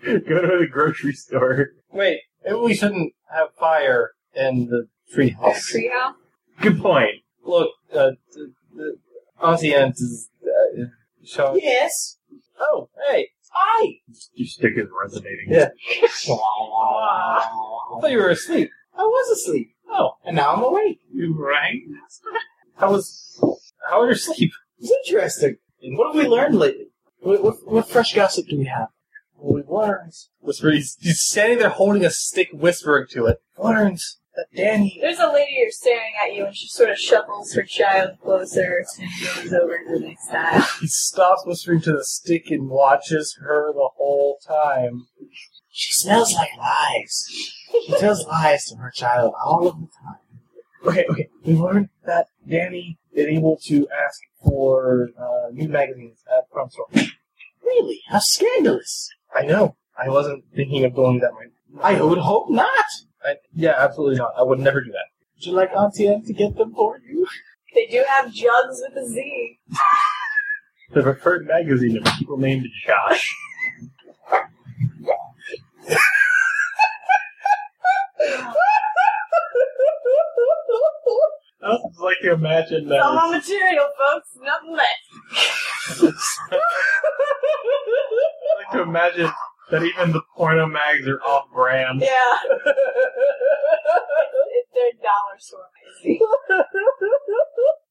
S2: Okay.
S1: Go to the grocery store.
S3: Wait, maybe we shouldn't have fire in the treehouse.
S2: Trio.
S1: Good point.
S3: Look, uh, the, the Auntie Aunt is. Uh, shall-
S4: Yes.
S3: Oh, hey!
S4: Hi.
S8: Your stick is resonating.
S4: Yeah.
S3: I thought you were asleep.
S4: I was asleep.
S3: Oh,
S4: And now I'm awake.
S1: You rang?
S3: how was how was your sleep?
S4: It's interesting. What have we learned lately? What, what, what fresh gossip do we have? Well, we've learned.
S3: Whisper. He's, he's standing there holding a stick, whispering to it. uh,
S4: Learned that Danny.
S2: There's a lady who's staring at you, and she sort of shuffles her child closer and goes over to the next aisle.
S3: He stops whispering to the stick and watches her the whole time.
S4: She smells like lies. She tells lies to her child all of the time.
S7: Okay, okay. We learned that Danny is able to ask for uh, new magazines at front store.
S4: Really? How scandalous.
S3: I know. I wasn't thinking of going that way.
S4: I would hope not.
S3: I, yeah, absolutely not. I would never do that.
S4: Would you like Auntie Anne to get them for you?
S2: They do have jugs with a Z.
S1: The preferred magazine of people named Josh. I would just like to imagine
S2: It's all
S1: that.
S2: my material, folks. Nothing left.
S1: I like to imagine that even the porno mags are off brand.
S2: Yeah. it's their dollar store magazine.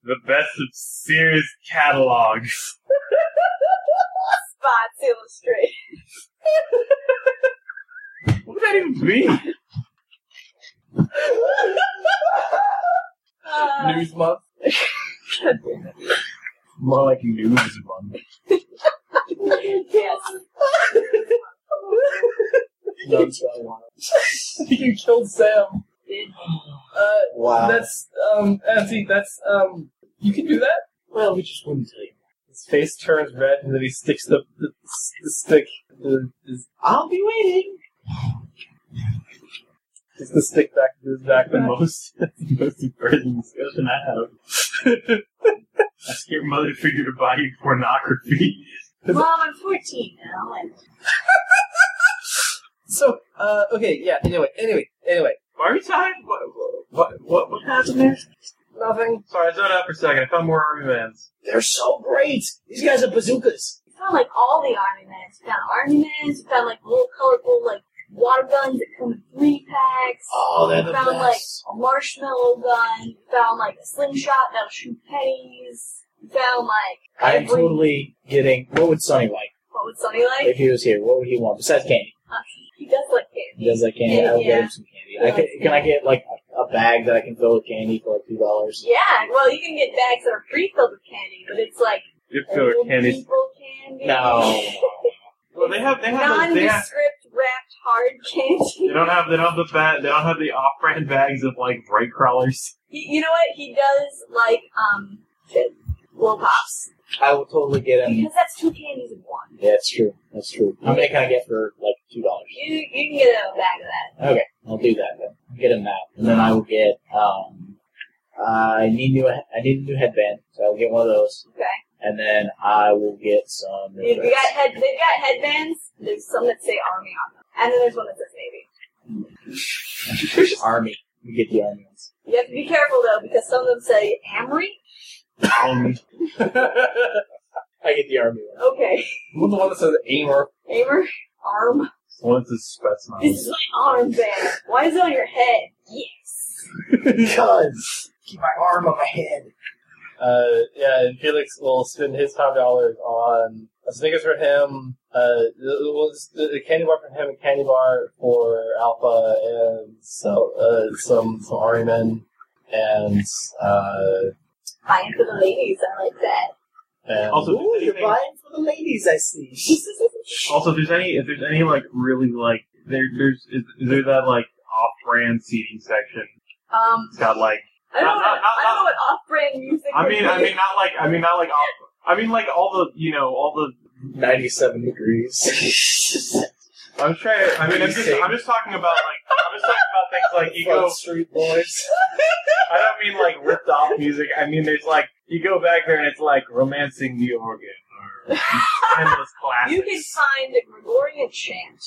S1: The best of Sears catalogs.
S2: Spots illustrated.
S1: What would that even mean?
S2: Uh,
S3: News month.
S1: More like news month.
S2: yes.
S4: No, it's really wild.
S3: you killed Sam.
S2: Did-
S3: Uh,
S4: Wow.
S3: That's um, Auntie. That's um, you can do that.
S4: well, we just wouldn't tell you.
S3: His face turns red, and then he sticks the the, the stick. The, his,
S4: I'll be waiting.
S3: sticks the stick back to his back.
S1: the most the most important discussion I have. Ask your mother figure to buy you pornography.
S2: Mom, I'm 14 now, and
S7: So, uh, okay, yeah. Anyway, anyway, anyway.
S1: Why are you tired? What, what, what, what happened there?
S7: Nothing.
S1: Sorry, I zoned out for a second. I found more army bands.
S7: They're so great. These guys are bazookas.
S2: We found like all the army mans. We found army mans. We found like little colorful like water guns that come in three packs.
S7: Oh, they're
S2: we
S7: the
S2: found like
S7: best.
S2: a marshmallow gun. We found like a slingshot that'll shoot pennies. We found like
S4: I am
S2: every-
S4: totally getting. What would Sonny like
S2: what would Sonny like?
S4: if he was here? What would he want besides candy?
S2: Uh, he does like candy.
S4: He does like candy. I'll
S2: Yeah.
S4: get him some candy. I can, can I get like a a bag that I can fill with candy for like two dollars?
S2: Yeah, well, you can get bags that are pre-filled with candy, but it's like
S8: If
S2: old
S8: uh, candy
S2: people candy.
S4: No.
S1: Well, they have they have those, they have
S2: nondescript wrapped hard
S1: they
S2: candy.
S1: don't have they don't have the bad they don't have the off brand bags of like bright crawlers.
S2: He, you know what? He does like um shit, blow pops
S4: I will totally get him.
S2: because that's two candies in one.
S4: Yeah, that's true. That's true. How many can I get for like two dollars?
S2: You you can get a bag of that.
S4: Okay, I'll do that then. I'll Get him that, and then I will get. Um, I need new. I need a new headband, so I'll get one of those,
S2: Okay.
S4: and then I will get some.
S2: You, you got head. They've got headbands. There's some that say army on them, and then there's one that says navy.
S4: army. You get the army ones.
S2: You have to be careful though because some of them say Amory.
S1: Um,
S4: I get the army ones.
S2: Okay,
S3: What's the one that says Amor?
S2: Amer arm.
S1: once it's specimen.
S2: This is my arm band. Why is it on your head? Yes.
S4: Because keep my arm on my head.
S3: Uh, yeah, and Felix will spend his five dollars on a Snickers for him, uh, we'll just, a candy bar for him, a candy bar for Alpha, and so uh, some some Ari men, and uh,
S2: Fine for the ladies. I like that.
S3: and
S1: Also, if
S4: Ooh,
S1: there's
S4: you're
S1: anything-
S4: buying for the ladies, I see.
S1: also if there's any if there's any like really like there there's is, is there that like off brand seating section.
S2: Um,
S1: It's got like
S2: I don't know.
S1: Not- not-
S2: What, I don't
S1: not-
S2: know what off-brand music.
S1: I
S2: would
S1: mean I
S2: be.
S1: mean not like I mean not like off I mean like all the you know all the
S4: 97 degrees.
S1: I'm trying. I mean, I'm just, I'm just talking about like I'm just talking about things like you go.
S4: Front Street Boys.
S1: I don't mean like ripped off music. I mean, there's like you go back there and it's like romancing the organ or timeless
S2: you can
S1: classics.
S2: find a Gregorian chant.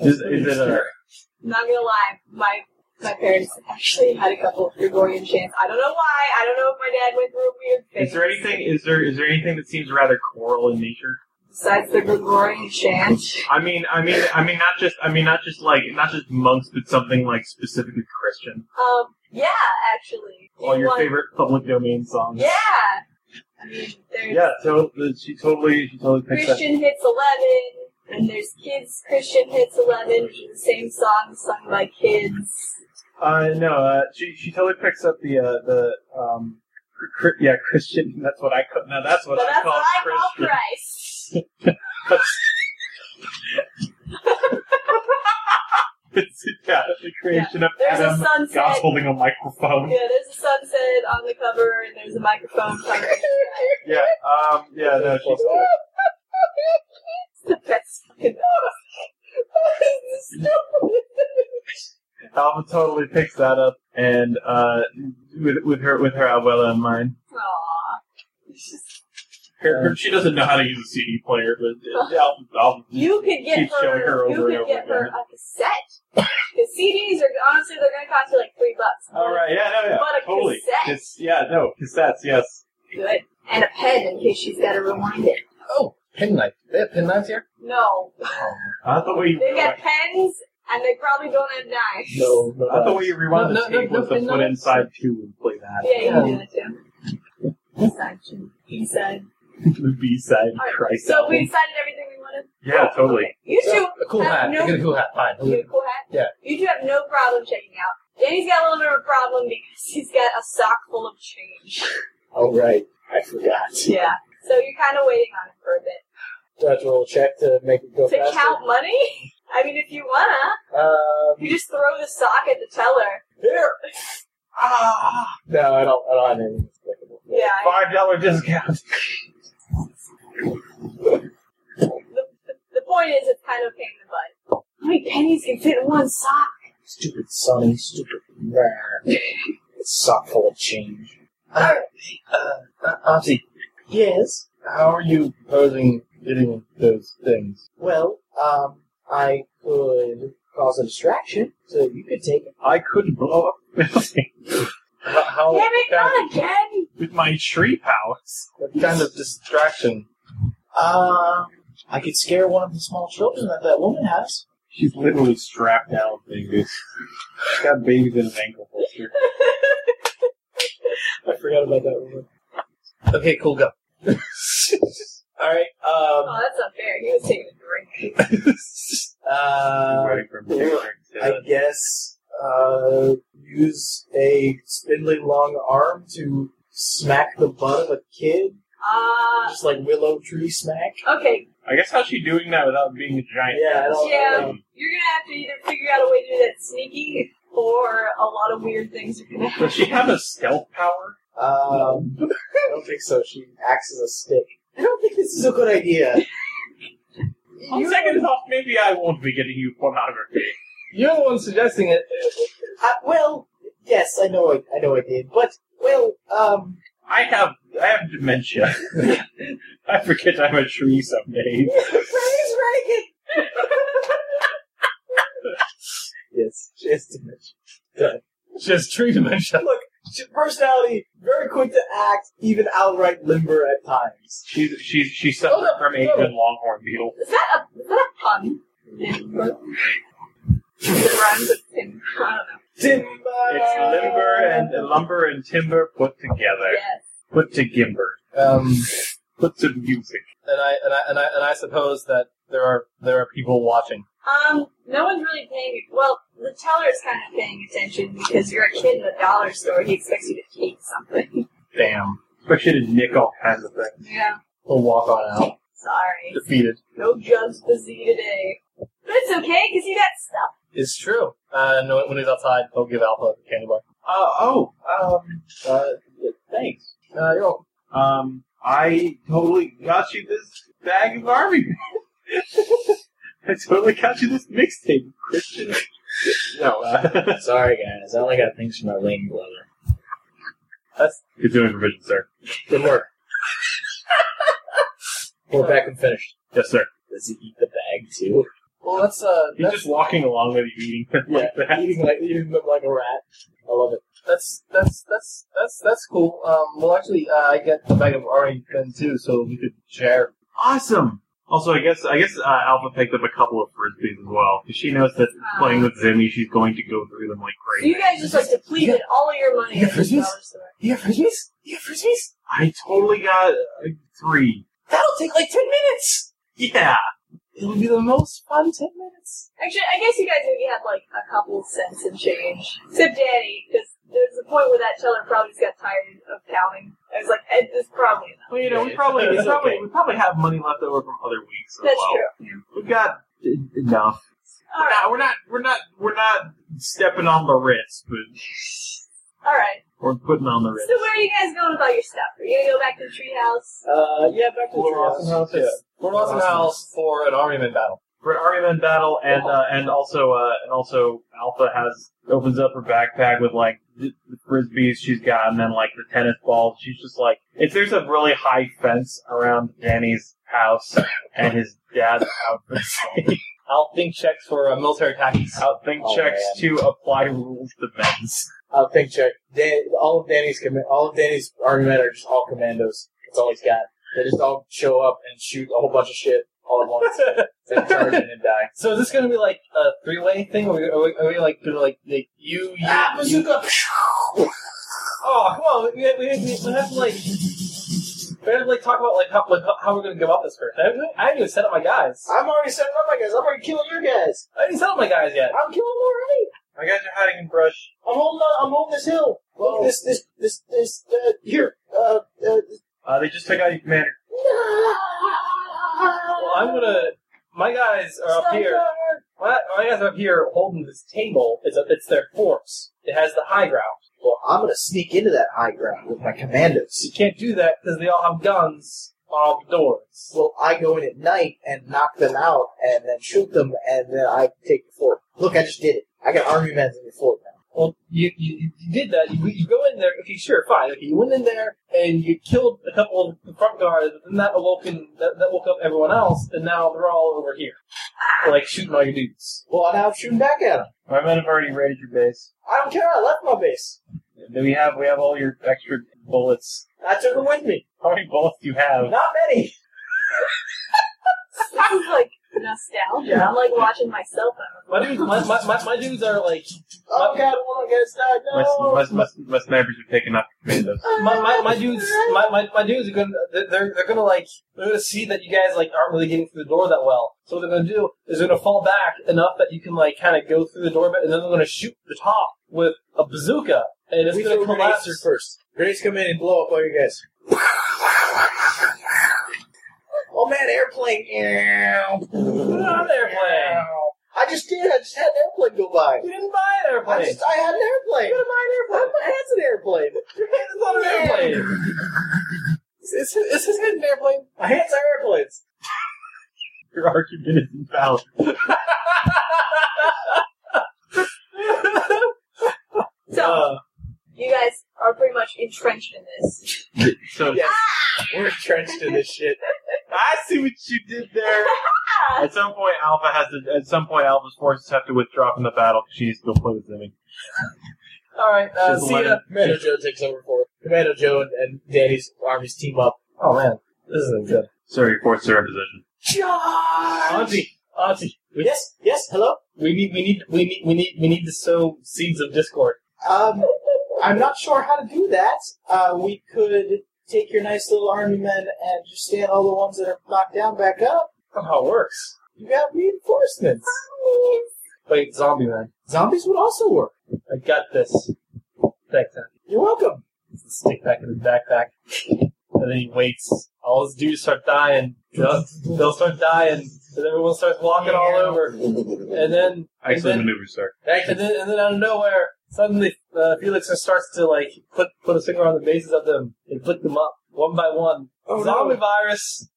S1: Is, is it a
S2: Not gonna lie, my my parents actually had a couple of Gregorian chants. I don't know why. I don't know if my dad went through a weird thing.
S1: is there anything is there is there anything that seems rather choral in nature?
S2: besides the Gregorian chant?
S1: I mean, I mean, I mean, not just I mean, not just like not just monks, but something like specifically Christian.
S2: Um, yeah, actually. Do
S1: All
S2: you
S1: your
S2: want-
S1: favorite public domain songs.
S2: Yeah. I mean, there's
S1: Yeah, so the- she totally, she totally picks that.
S2: Christian hits 11, and there's kids Christian hits 11, which is the same song sung by kids.
S1: Uh, no, uh, she she totally picks up the uh, the um, cr- cr- yeah Christian. That's what I call. Now that's what
S2: so
S1: I
S2: that's
S1: call
S2: what I call
S1: Christian.
S2: Christ.
S1: it's, yeah, the creation of
S2: There's a
S1: Adam.
S2: sunset.
S8: God's holding a microphone.
S2: Yeah, there's a sunset on the cover, and there's a microphone cover. it's
S1: Yeah, um, yeah, no, she's
S2: the best fucking
S1: Alva totally picks that up, and uh, with with her with her abuela in mind.
S2: Aww. It's just-
S1: Her, her, she doesn't know how to use a CD player, but uh, Alva, Alva
S2: You could get
S1: Keep showing
S2: her,
S1: her
S2: you
S1: over
S2: could
S1: and
S2: get
S1: over
S2: her
S1: again.
S2: a cassette. The CDs are honestly they're gonna cost you like three bucks.
S1: All right, yeah, no, yeah,
S2: But a
S1: totally.
S2: cassette.
S1: It's, yeah, no, cassettes, yes.
S2: Good. And a pen in case she's gotta rewind it.
S3: oh, pen knife. They have pen knives here.
S2: No.
S1: I thought we.
S2: They got pens, and they probably don't have knives.
S4: No, no.
S1: I thought we rewound
S3: No,
S1: the
S3: no,
S1: tape
S3: no,
S1: with
S3: no,
S1: the
S3: no,
S1: foot
S3: no.
S1: inside too and play that.
S2: Yeah, you can do that too. Inside, too. Inside.
S1: the B side
S2: All right,
S1: Christ
S2: So we
S1: album.
S2: decided everything we wanted.
S1: Yeah, totally.
S2: Okay. You two
S3: A cool
S2: have
S3: hat.
S2: no.
S3: They get a cool hat. Fine.
S2: You get a cool hat.
S3: Yeah.
S2: You two have no problem checking out. Danny's got a little bit of a problem because he's got a sock full of change.
S4: Oh, right. I forgot. Do
S2: Yeah. So you're kind of waiting on him for a bit.
S4: I have to roll a check to make it go
S2: to
S4: faster?
S2: count money? I mean, if you wanna,
S4: Um,
S2: you just throw the sock at the teller.
S4: here! Ah! No, I don't, I don't have anything despicable.
S2: Yeah. I-
S1: Five dollar discount.
S2: The, the, the point is, it's kind of a pain in the butt. How many pennies can fit in one sock?
S4: Stupid Sonny, stupid man. Sock full of change.
S7: Uh, uh, Opsy,
S4: Yes?
S3: How are you proposing getting those things?
S4: Well, um, I could cause a distraction, so you could take it.
S7: I could blow up the building
S3: How,
S2: Damn
S3: how
S2: it, not again!
S7: with my tree powers.
S3: what kind of distraction?
S4: Um, I could scare one of the small children that that woman has.
S7: She's literally strapped down with babies. She's got babies in an ankle holster.
S2: Oh,
S4: I forgot about that woman. Okay, cool, go. All right. Um,
S2: Oh, that's not fair. He was taking a drink.
S4: uh,
S7: Waiting for him to take a drink. Yeah.
S4: I guess uh, use a spindly long arm to smack the butt of a kid,
S2: Uh,
S4: just like willow tree smack.
S2: okay.
S7: I guess how's she doing that without being a giant? Um,
S4: Yeah, I don't, I don't know.
S2: You're gonna have to either figure out a way to do that sneaky, or a lot of weird things are gonna happen.
S7: Does she have a stealth power?
S4: Um, I don't think so. She acts as a stick. I don't think this is a good idea.
S7: On second thought, maybe I won't be getting you pornography.
S3: You're the one suggesting it.
S4: Uh, well, yes, I know, I, I know, I did, but well, um,
S7: I have I have dementia. I forget I'm a tree someday.
S4: praise Reagan. yes, she has dementia.
S3: Just tree dementia.
S4: She- Personality very quick to act, even outright limber at times.
S7: She's she's she suffered
S3: Hold up,
S7: from
S3: hold up.
S7: avian longhorn beetle.
S2: Is that a is that a pun? It rhymes with pin. I don't know.
S4: Timber.
S7: It's limber and lumber and timber put together.
S2: Yes.
S7: Put to gimber.
S3: Um,
S7: Put to music.
S3: and I and I and I and I suppose that there are there are people watching.
S2: Um, no one's really paying. Well, the teller is kind of paying attention because you're a kid in a dollar store. He expects you to take something.
S3: Damn,
S7: Especially to nick all kinds of things.
S2: Yeah.
S3: they'll walk on out
S2: Sorry.
S3: defeated.
S2: No judge the Z today. But it's okay because you got stuff.
S3: It's true. Uh, and when he's outside, he'll give Alpha a candy bar.
S1: Uh, oh,
S4: Um,
S1: uh, thanks.
S3: Uh, you're welcome.
S1: Um, I totally got you this bag of army. I totally got you this mixtape, Christian. No, uh,
S9: Sorry, guys. I only got things from my lame brother.
S7: You're doing provision, sir.
S9: Good work. We're back and finished.
S7: Yes, sir.
S9: Does he eat the bag too?
S4: well, that's uh,
S7: He's
S4: that's,
S7: just walking along with you eating them like that.
S4: eating like eating them like a rat. I love it.
S3: That's that's that's that's that's cool. Um, well, actually, uh, I get the bag of orange pen too, so we could share.
S1: awesome. Also, I guess I guess uh, Alpha picked up a couple of frisbees as well because she knows that playing with Zimmy, she's going to go through them like
S2: So you
S1: crazy.
S2: guys just like depleted all of your money
S4: Yeah,
S2: at this
S4: Christmas?
S2: dollar store.
S4: You got frisbees? You got frisbees?
S1: I totally got uh, three.
S4: That'll take like ten minutes.
S1: Yeah,
S4: It'll be the most fun ten minutes.
S2: Actually, I guess you guys maybe had like a couple cents in change. Except Danny, because there's a point where that teller probably just got tired of counting. I was like, eh, this is probably enough.
S1: well, you know, we probably we
S9: It's
S1: probably
S9: okay.
S1: we probably have money left over from other weeks. As
S2: That's
S1: well.
S2: true.
S1: We've got uh, enough.
S2: All right.
S1: We're not we're not we're not stepping on the wrist, but
S2: All right.
S1: we're putting on the wrist.
S2: So where are you guys going with all your stuff? Are you gonna go back to the treehouse?
S4: Uh, yeah, back to the treehouse.
S3: Yeah. We're lost in the house for an army man battle.
S1: For Army battle, and uh, and also uh, and also Alpha has opens up her backpack with like the, the frisbees she's got, and then like the tennis balls. She's just like, if there's a really high fence around Danny's house and his dad's outfits,
S3: Outthink checks for uh, military tactics.
S1: outthink
S4: Oh,
S1: checks to apply rules to men's.
S4: I'll think check. Dan, all of Danny's comm- all of Danny's army men are just all commandos. That's all he's got. They just all show up and shoot a whole bunch of shit all at once, then charge in and die.
S3: So is this going to be like a three-way thing? Are we, are we, are we like gonna like, like you, you,
S4: Ah,
S3: you?
S4: bazooka!
S3: Oh come on! We, we, we, we have to like we have to like talk about like how like, how we're going to give up this person. I haven't, I haven't even set up my guys.
S4: I'm already setting up my guys. I'm already killing your guys.
S3: I didn't set up my guys yet.
S4: I'm killing already.
S7: My guys are hiding in brush.
S4: I'm holding. On, I'm holding this hill. Look at this. This. This. This. Uh, here. Uh. uh
S7: Uh, they just took out your commander.
S3: Well, I'm gonna. My guys are up here. My, my guys are up here holding this table. It's a, it's their force. It has the high ground.
S4: well, I'm gonna sneak into that high ground with my commandos.
S3: You can't do that because they all have guns on all the doors.
S4: Well, I go in at night and knock them out and then shoot them and then I take the fort. Look, I just did it. I got army men in the fort now.
S3: Well, you, you, you did that. You, you go in there. Okay, sure, fine. Okay, you went in there and you killed a couple of the front guards, and that awoke in, that, that woke up everyone else, and now they're all over here, like shooting all your dudes.
S4: Well, now I'm shooting back at him.
S1: My men have already raided your base.
S4: I don't care. I left my base.
S1: We have we have all your extra bullets.
S4: I took him with me.
S1: How many bullets do you have?
S4: Not many.
S2: This is like nostalgia. I'm like watching myself.
S3: My dudes, my, my, my, my dudes are like
S4: Oh God, one guy died.
S1: My,
S4: No.
S1: my, my, my snipers have taken up commandos.
S3: my, my, my dudes my, my, my dudes are gonna they're, they're they're gonna like they're gonna see that you guys like aren't really getting through the door that well. So what they're gonna do is they're gonna fall back enough that you can like kind of go through the door, but and then they're gonna shoot the top with a bazooka, and it's
S4: we
S3: gonna
S4: throw grenades
S3: collapse.
S4: through first. Grenades come in and blow up all you guys. oh man, airplane!
S3: Put it on an airplane.
S4: I just did. I just had an airplane go by.
S3: You didn't buy an airplane.
S4: I just I had an airplane.
S3: You didn't buy an
S4: My
S3: airplane.
S4: hand's an airplane.
S3: Your hand is on an airplane.
S4: Is, is his head an airplane? My hands are airplanes.
S1: Your argument is invalid.
S2: So
S3: Uh,
S2: you guys are pretty much entrenched in this.
S1: So
S4: Yes. We're entrenched in this shit.
S1: I see what you did there.
S2: Ah,
S1: At some point, Alpha has to. At some point, Alpha's forces have to withdraw from the battle because she needs to go play with Zimmy.
S3: all right. Uh, see ya.
S7: Commander Joe takes over for Commander Joe and, and Danny's armies team up.
S3: Oh man, this isn't good.
S1: Sir, your forces are in position.
S3: Auntie, auntie, we,
S4: Yes. Yes. Hello.
S3: we need we need we need we need we need to sow seeds of discord.
S4: Um, I'm not sure how to do that. Uh, we could take your nice little army men and just stand all the ones that are knocked down back up.
S3: That's how it works.
S4: You got reinforcements.
S3: Wait, zombie man.
S4: Zombies would also work.
S3: I got this. Thanks, man.
S4: You're welcome.
S3: Stick back in his backpack. And then he waits. All his dudes start dying. They'll, they'll start dying. And everyone starts walking all over. And then, and
S1: Excellent
S3: then,
S1: maneuvers, sir.
S3: and then, and then out of nowhere, suddenly uh, Felix just starts to like put put his finger on the bases of them and flick them up one by one.
S4: Oh,
S3: zombie virus.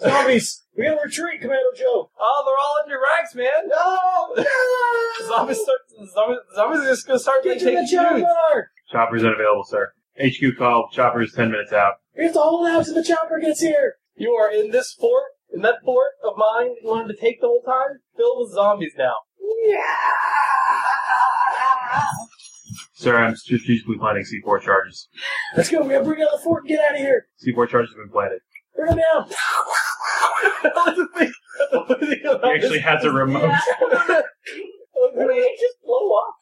S4: Zombies! We gotta retreat, Commando Joe!
S3: Oh, they're all in your ranks, man.
S4: No!
S3: Zombies start. Zombies, zombies are just gonna start
S4: Get
S3: like,
S4: to the
S3: taking dudes.
S4: chopper!
S1: Chopper's unavailable, sir. HQ called. Chopper's ten minutes out.
S4: We have to hold out till the chopper gets here!
S3: You are in this fort, in that fort of mine that you wanted to take the whole time, filled with zombies now.
S1: Sir, I'm strategically planting C4 charges.
S4: Let's go, we gotta bring out the fort and get out of here!
S1: C4 charges have been planted.
S4: Bring them down!
S3: That's the thing- that's the funny thing about
S1: He actually
S3: this.
S1: has a remote.
S2: yeah.
S3: They just blow up.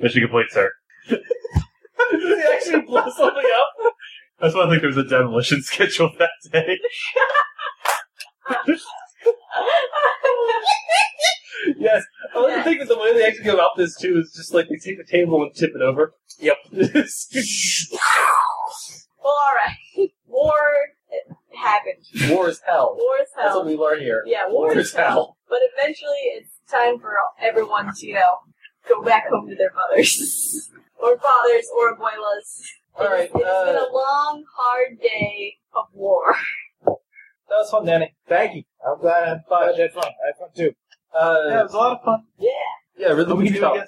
S1: Mission complete, sir.
S3: They actually blow something up.
S1: That's why I think there was a demolition scheduled that day.
S3: Yes. I like to think that the way they actually go about this too is just like they take the table and tip it over. Yep.
S2: Well, all right. War uh, happened.
S3: War is hell.
S2: War is
S3: That's
S2: hell.
S3: what we learn here.
S2: Yeah, war is hell. But eventually, it's time for everyone to, you know, go back home to their mothers or fathers or abuelas.
S3: All right.
S2: It's been
S3: Uh,
S2: a long, hard day of war.
S3: that was fun, Danny.
S4: Thank you. I'm glad I thought I had fun. I had fun too.
S3: Uh,
S1: was a lot of fun.
S2: Yeah.
S3: yeah, really we can talk.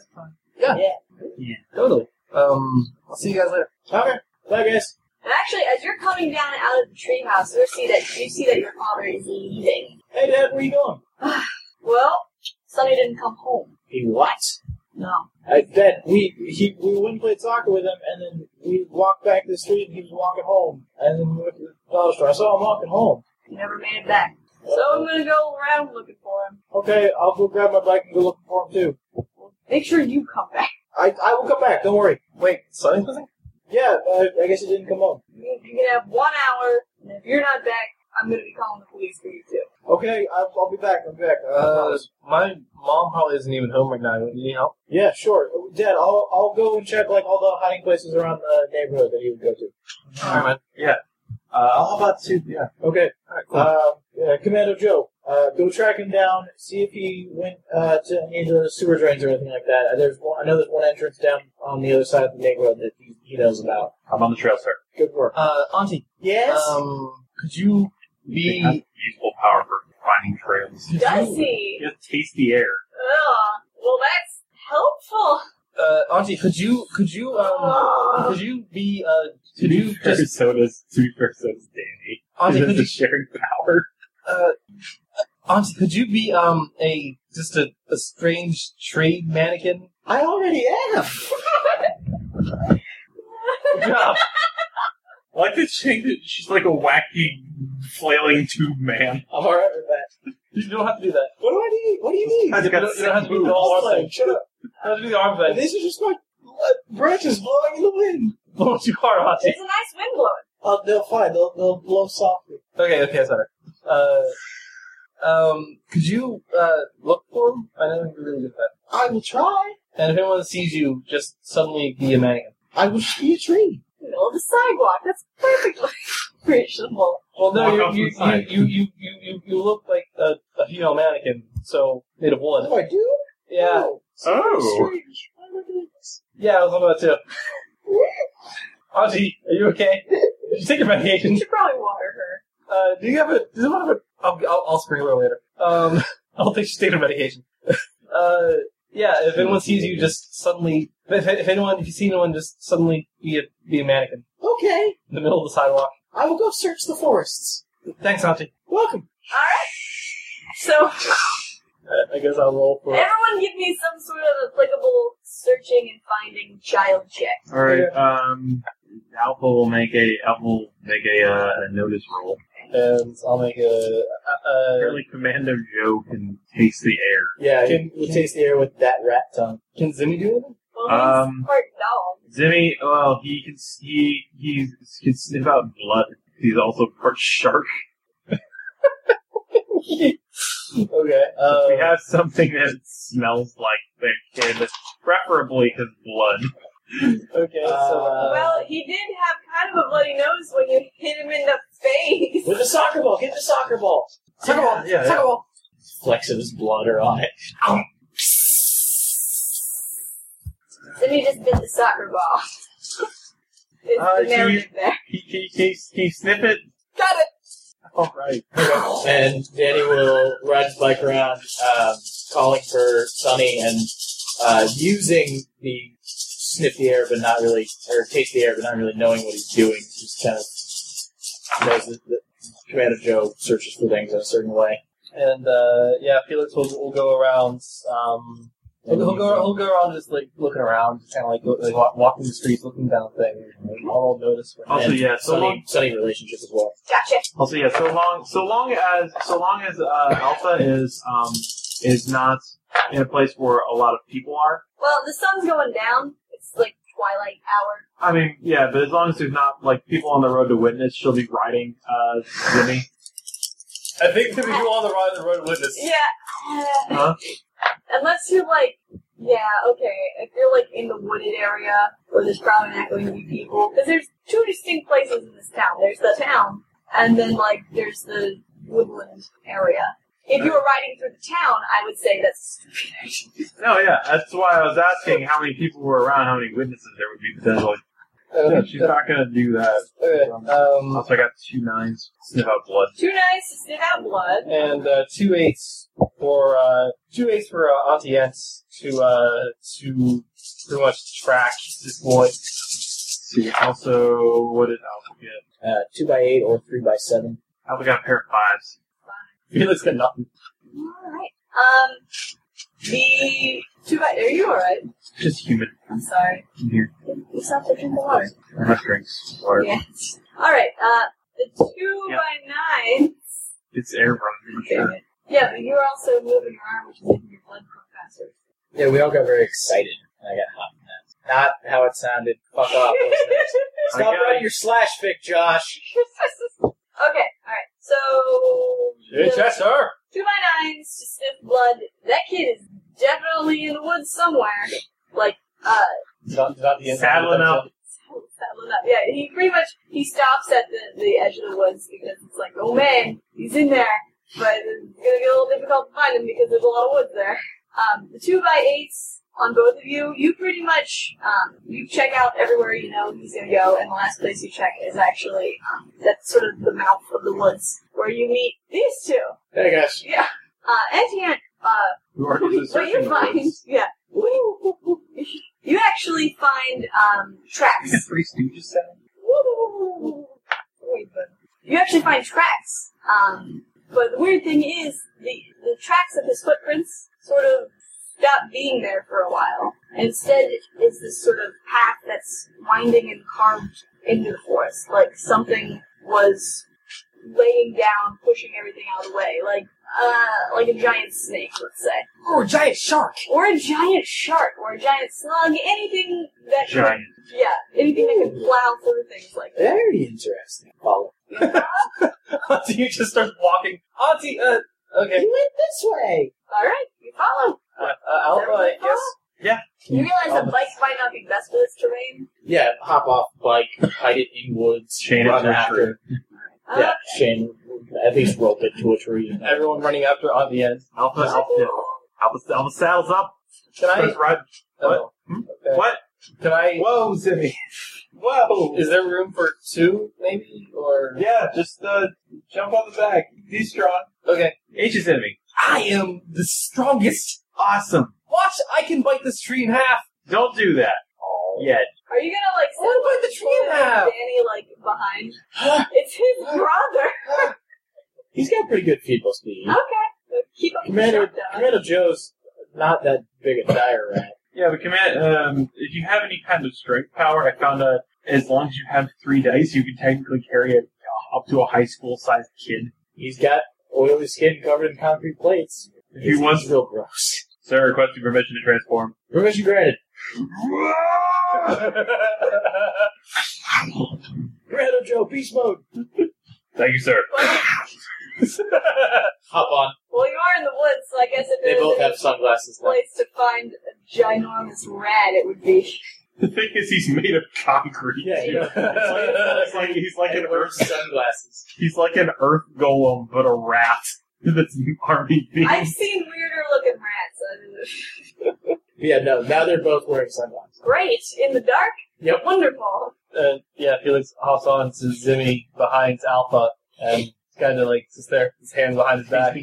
S3: Totally. Um, I'll see you guys later.
S4: Okay. Bye, guys.
S2: And actually, as you're coming down out of the treehouse, you see that you see that your father is leaving.
S4: Hey, Dad, where you going?
S2: Well, Sonny didn't come home.
S4: He what?
S2: No.
S4: I bet we he we went and played soccer with him, and then we walked back the street, and he was walking home, and then we went to the dollar store. I saw him walking home.
S2: He never made it back. So I'm gonna go around looking for him.
S4: Okay, I'll go grab my bike and go looking for him too.
S2: Make sure you come back.
S4: I I will come back. Don't worry.
S3: Wait, Sonny wasn't
S4: Yeah, I, I guess he didn't come home.
S2: You you can have one hour, and if you're not back, I'm gonna be calling the police for you too.
S4: Okay, I, I'll be back. I'll be back. I
S3: Uh,
S4: promise.
S3: my mom probably isn't even home right now. You need help?
S4: yeah, sure, Dad. I'll I'll go and check like all the hiding places around the neighborhood that he would go to.
S3: All right, man.
S1: Uh, how about two? Yeah.
S4: Okay.
S3: All right, cool.
S4: Uh, uh, Commando Joe, uh, go track him down. See if he went uh, to any of the sewer drains or anything like that. Uh, There's one, I know there's one entrance down on the other side of the neighborhood that he, he knows about.
S1: I'm on the trail, sir.
S4: Good work.
S3: Uh, Auntie,
S4: Yes.
S3: um, could you be?
S1: Useful power for finding trails.
S2: Does he?
S1: Just taste the air.
S2: Ugh. Well,
S3: uh, Auntie, could you could you um, could you be uh,
S1: To
S3: could
S1: be
S3: you
S1: fair,
S3: just
S1: so does to be fair, so does Danny.
S3: Auntie could
S1: This
S3: you,
S1: is sharing power.
S3: uh, Auntie could you be um a just a, a strange trade mannequin?
S4: I already am.
S1: Good job. I like that she, that she's like a wacky, flailing tube man.
S4: I'm alright with that.
S3: You don't have to do that.
S4: What do I need? What do you need?
S1: That's
S3: You
S1: got
S3: don't, you don't have to do
S1: boobs.
S3: the
S4: Ball
S3: arm
S4: slam,
S3: thing.
S4: Shut up.
S3: You don't have to do the arm thing.
S4: This is just my branches blowing in the wind.
S3: Blow too hard, Auntie.
S2: There's a nice wind blowing.
S4: Oh, they'll fine. They'll, they'll blow softly.
S3: Okay, okay, that's better. Uh, um, could you uh, look for him? I know you really good at that.
S4: I will try.
S3: And if anyone sees you, just suddenly be a mannequin.
S4: I will be a tree.
S2: Middle of the sidewalk. That's perfectly reasonable.
S3: Well,
S1: Walk
S3: no,
S1: off
S3: you
S1: the
S3: you,
S1: side.
S3: you, you, you, you, you, you look like a, a female mannequin, so made of
S4: What
S3: wood.
S4: do I do?
S3: Yeah,
S4: Oh,
S1: Oh,
S4: strange. Why am I doing this?
S3: yeah, I was on that too. Auntie, are you okay? Did you take your medication?
S2: You should probably water her.
S3: Uh, do you have a? Does anyone have a? I'll, I'll, I'll sprinkle her later. Um, I don't think she's taking her medication. uh, yeah. If anyone sees you, just suddenly. If, if anyone, if you see anyone, just suddenly be a be a mannequin
S4: Okay.
S3: in the middle of the sidewalk.
S4: I will go search the forests.
S3: Thanks, Auntie.
S4: Welcome.
S2: Alright. So
S3: Uh, I guess I'll roll for. it.
S2: everyone give me some sort of applicable searching and finding child check.
S1: all right. Um, Alpha will make a Alpha will make a, uh, a notice roll.
S3: And I'll make a. Uh, uh,
S1: Apparently, Commando Joe can taste the air.
S4: Yeah,
S3: Can-
S4: you
S3: can-
S4: taste the air with that rat tongue.
S3: can Zimmy do anything?
S2: Well he's
S1: Um,
S2: part dog.
S1: Zimmy, well, he can s- he he can sniff out blood. He's also part shark.
S3: okay. Uh,
S1: we have something that smells like their kid, but preferably his blood.
S3: okay. so, uh,
S2: well, he did have kind of a bloody nose when you hit him in the face.
S4: With the soccer ball. Get the soccer ball. Soccer ball.
S3: yeah,
S4: soccer ball. Flecks of his blood are on it.
S2: Then he just bit the soccer ball. it's
S1: Uh,
S2: the
S1: he-
S2: narrative there.
S1: He he he, he sniff it.
S2: Got it.
S1: All right.
S4: And Danny will ride his bike around, um, calling for Sunny and uh, using the sniff the air, but not really, or taste the air, but not really knowing what he's doing. Just kind of knows that, that Commander Joe searches for things in a certain way.
S3: and uh, yeah, Felix will, will go around. Um, he'll, he'll go. He'll go around just like looking around, kind of like, go- like wa- walking the streets, looking down things. and I'll notice. when-
S1: Also,
S4: And
S1: yeah. So long.
S4: Sunny, Sunny relationship as well.
S2: Gotcha.
S1: Also, yeah. So long. So long as so long as uh, Alpha is um is not in a place where a lot of people are.
S2: Well, the sun's going down. It's like twilight hour.
S1: I mean, yeah, but as long as there's not like people on the road to witness, she'll be riding uh Zimmy.
S3: I think the people on the ride the road witness.
S2: Yeah.
S1: Huh?
S2: Unless you're like, yeah, okay. If you're like in the wooded area where there's probably not going to be people, because there's two distinct places in this town. There's the town, and then like there's the woodland area. If you were riding through the town, I would say that's stupid.
S1: No, yeah. That's why I was asking how many people were around, how many witnesses there would be potentially. Yeah, she's not gonna do that.
S3: Okay. Um,
S1: Also, I got two nines. Sniff out blood.
S2: Too nice to sniff out blood.
S3: and uh, two eights for uh, two eights for uh, Auntie Ents to uh, to pretty much track this boy.
S1: See, also, what did Alpha get?
S4: Uh, two by eight or three by seven.
S1: Alpha got a pair of fives.
S3: Felix got nothing.
S2: All right. Um, the too bad. Are you all right?
S1: Just human.
S2: I'm sorry.
S1: in here.
S2: You stopped to drink the water.
S1: I have drinks. Water.
S2: Yes. All right. Uh, the two
S1: Yeah.
S2: by nine.
S1: It's air running. Sure.
S2: Yeah, but you're also moving your arm, which is making your blood flow faster.
S4: Yeah, we all got very excited. and I got hot. in that. Not how it sounded. Fuck off. listeners.
S1: I
S4: Stop
S1: got
S4: writing
S1: it.
S4: your slash fic, Josh.
S2: okay. All right. So the
S3: her.
S2: two by nines to sniff blood. That kid is definitely in the woods somewhere. Like uh.
S3: Not, not the
S1: Saddling up.
S2: Saddling up. Yeah, he pretty much he stops at the, the edge of the woods because it's like, oh man, he's in there, but it's gonna get a little difficult to find him because there's a lot of woods there. Um, the two by eights on both of you, you pretty much um, you check out everywhere you know he's gonna go, and the last place you check is actually um, that's sort of the mouth of the woods where you meet these two.
S4: Hey guys.
S2: Yeah, uh, Etienne. Uh,
S1: Who are
S2: what
S1: just
S2: you
S1: searching the
S2: find?
S1: woods.
S2: Yeah. You actually find um, tracks.
S1: Three Stooges sound.
S2: Woo! Wait, but- you actually find tracks. Um, but the weird thing is, the, the tracks of his footprints sort of stop being there for a while. And instead, it's this sort of path that's winding and carved into the forest. Like something was laying down, pushing everything out of the way. Like, uh, like a giant snake, let's say.
S7: oh,
S6: Or a giant shark.
S2: Or a giant shark, or a giant slug, anything that could-
S1: Giant.
S2: yeah, anything that can plow through things like that.
S4: Very interesting. Follow.
S3: Auntie just starts walking. Auntie, uh, okay.
S4: He went this way.
S2: All right, you follow.
S3: Uh, uh, Alpha, I guess.
S2: You realize a bike might not be best for this terrain.
S7: Yeah, hop off bike, hide it in woods,
S1: Chain it
S7: run
S1: to a
S7: after.
S2: Uh,
S7: Yeah, chain. At least rope it to a tree.
S3: Everyone running after Auntie Ed.
S1: Alpha, Alpha, Alpha, Alpha saddles up.
S3: Can I?
S1: First ride.
S3: Oh, okay.
S1: What?
S3: Can I?
S4: Whoa, Zimmy.
S1: Whoa!
S3: Is there room for two, maybe? Or
S1: yeah, just uh, jump on the back. He's strong.
S3: okay,
S1: H is enemy.
S3: I am the strongest.
S1: Awesome.
S3: Watch, I can bite this tree in half.
S1: Don't do that yet.
S2: are you gonna like
S3: What
S2: send,
S3: about
S2: like,
S3: Oh, the tree
S2: Floyd and
S3: now?
S2: Danny like behind? it's his brother.
S7: He's got pretty good feeble speed.
S2: Okay, so keep up the
S7: Commander,
S2: shot down.
S7: Commander Joe's not that big a dire rat.
S1: Yeah, but command. Um, if you have any kind of strength power, I found out as long as you have three dice, you can technically carry it up to a high school sized kid.
S7: He's got oily skin covered in concrete plates.
S1: If he wants,
S7: real gross.
S1: sir, requesting permission to transform.
S7: Permission granted. Commander Joe, beast mode.
S1: Thank you, sir.
S2: Well,
S7: Hop on.
S2: well, you are in the woods, so I guess if
S7: They
S2: there was
S7: both
S2: any
S7: have sunglasses now.
S2: place to find a ginormous rat, it would be.
S1: The thing is, he's made of concrete.
S7: Yeah,
S1: dude.
S7: yeah.
S1: It's like, he's like an
S7: And wears
S1: earth.
S7: sunglasses.
S1: He's like an earth golem, but a rat. That's an army being.
S2: I've seen weirder looking rats. I mean,
S7: Yeah, no, now they're both wearing sunglasses.
S2: Great in the dark.
S7: Yep.
S2: Wonderful.
S3: Uh, yeah, Felix hops on to Zimmy behind Alpha and kind of like sits there, his hands behind his back.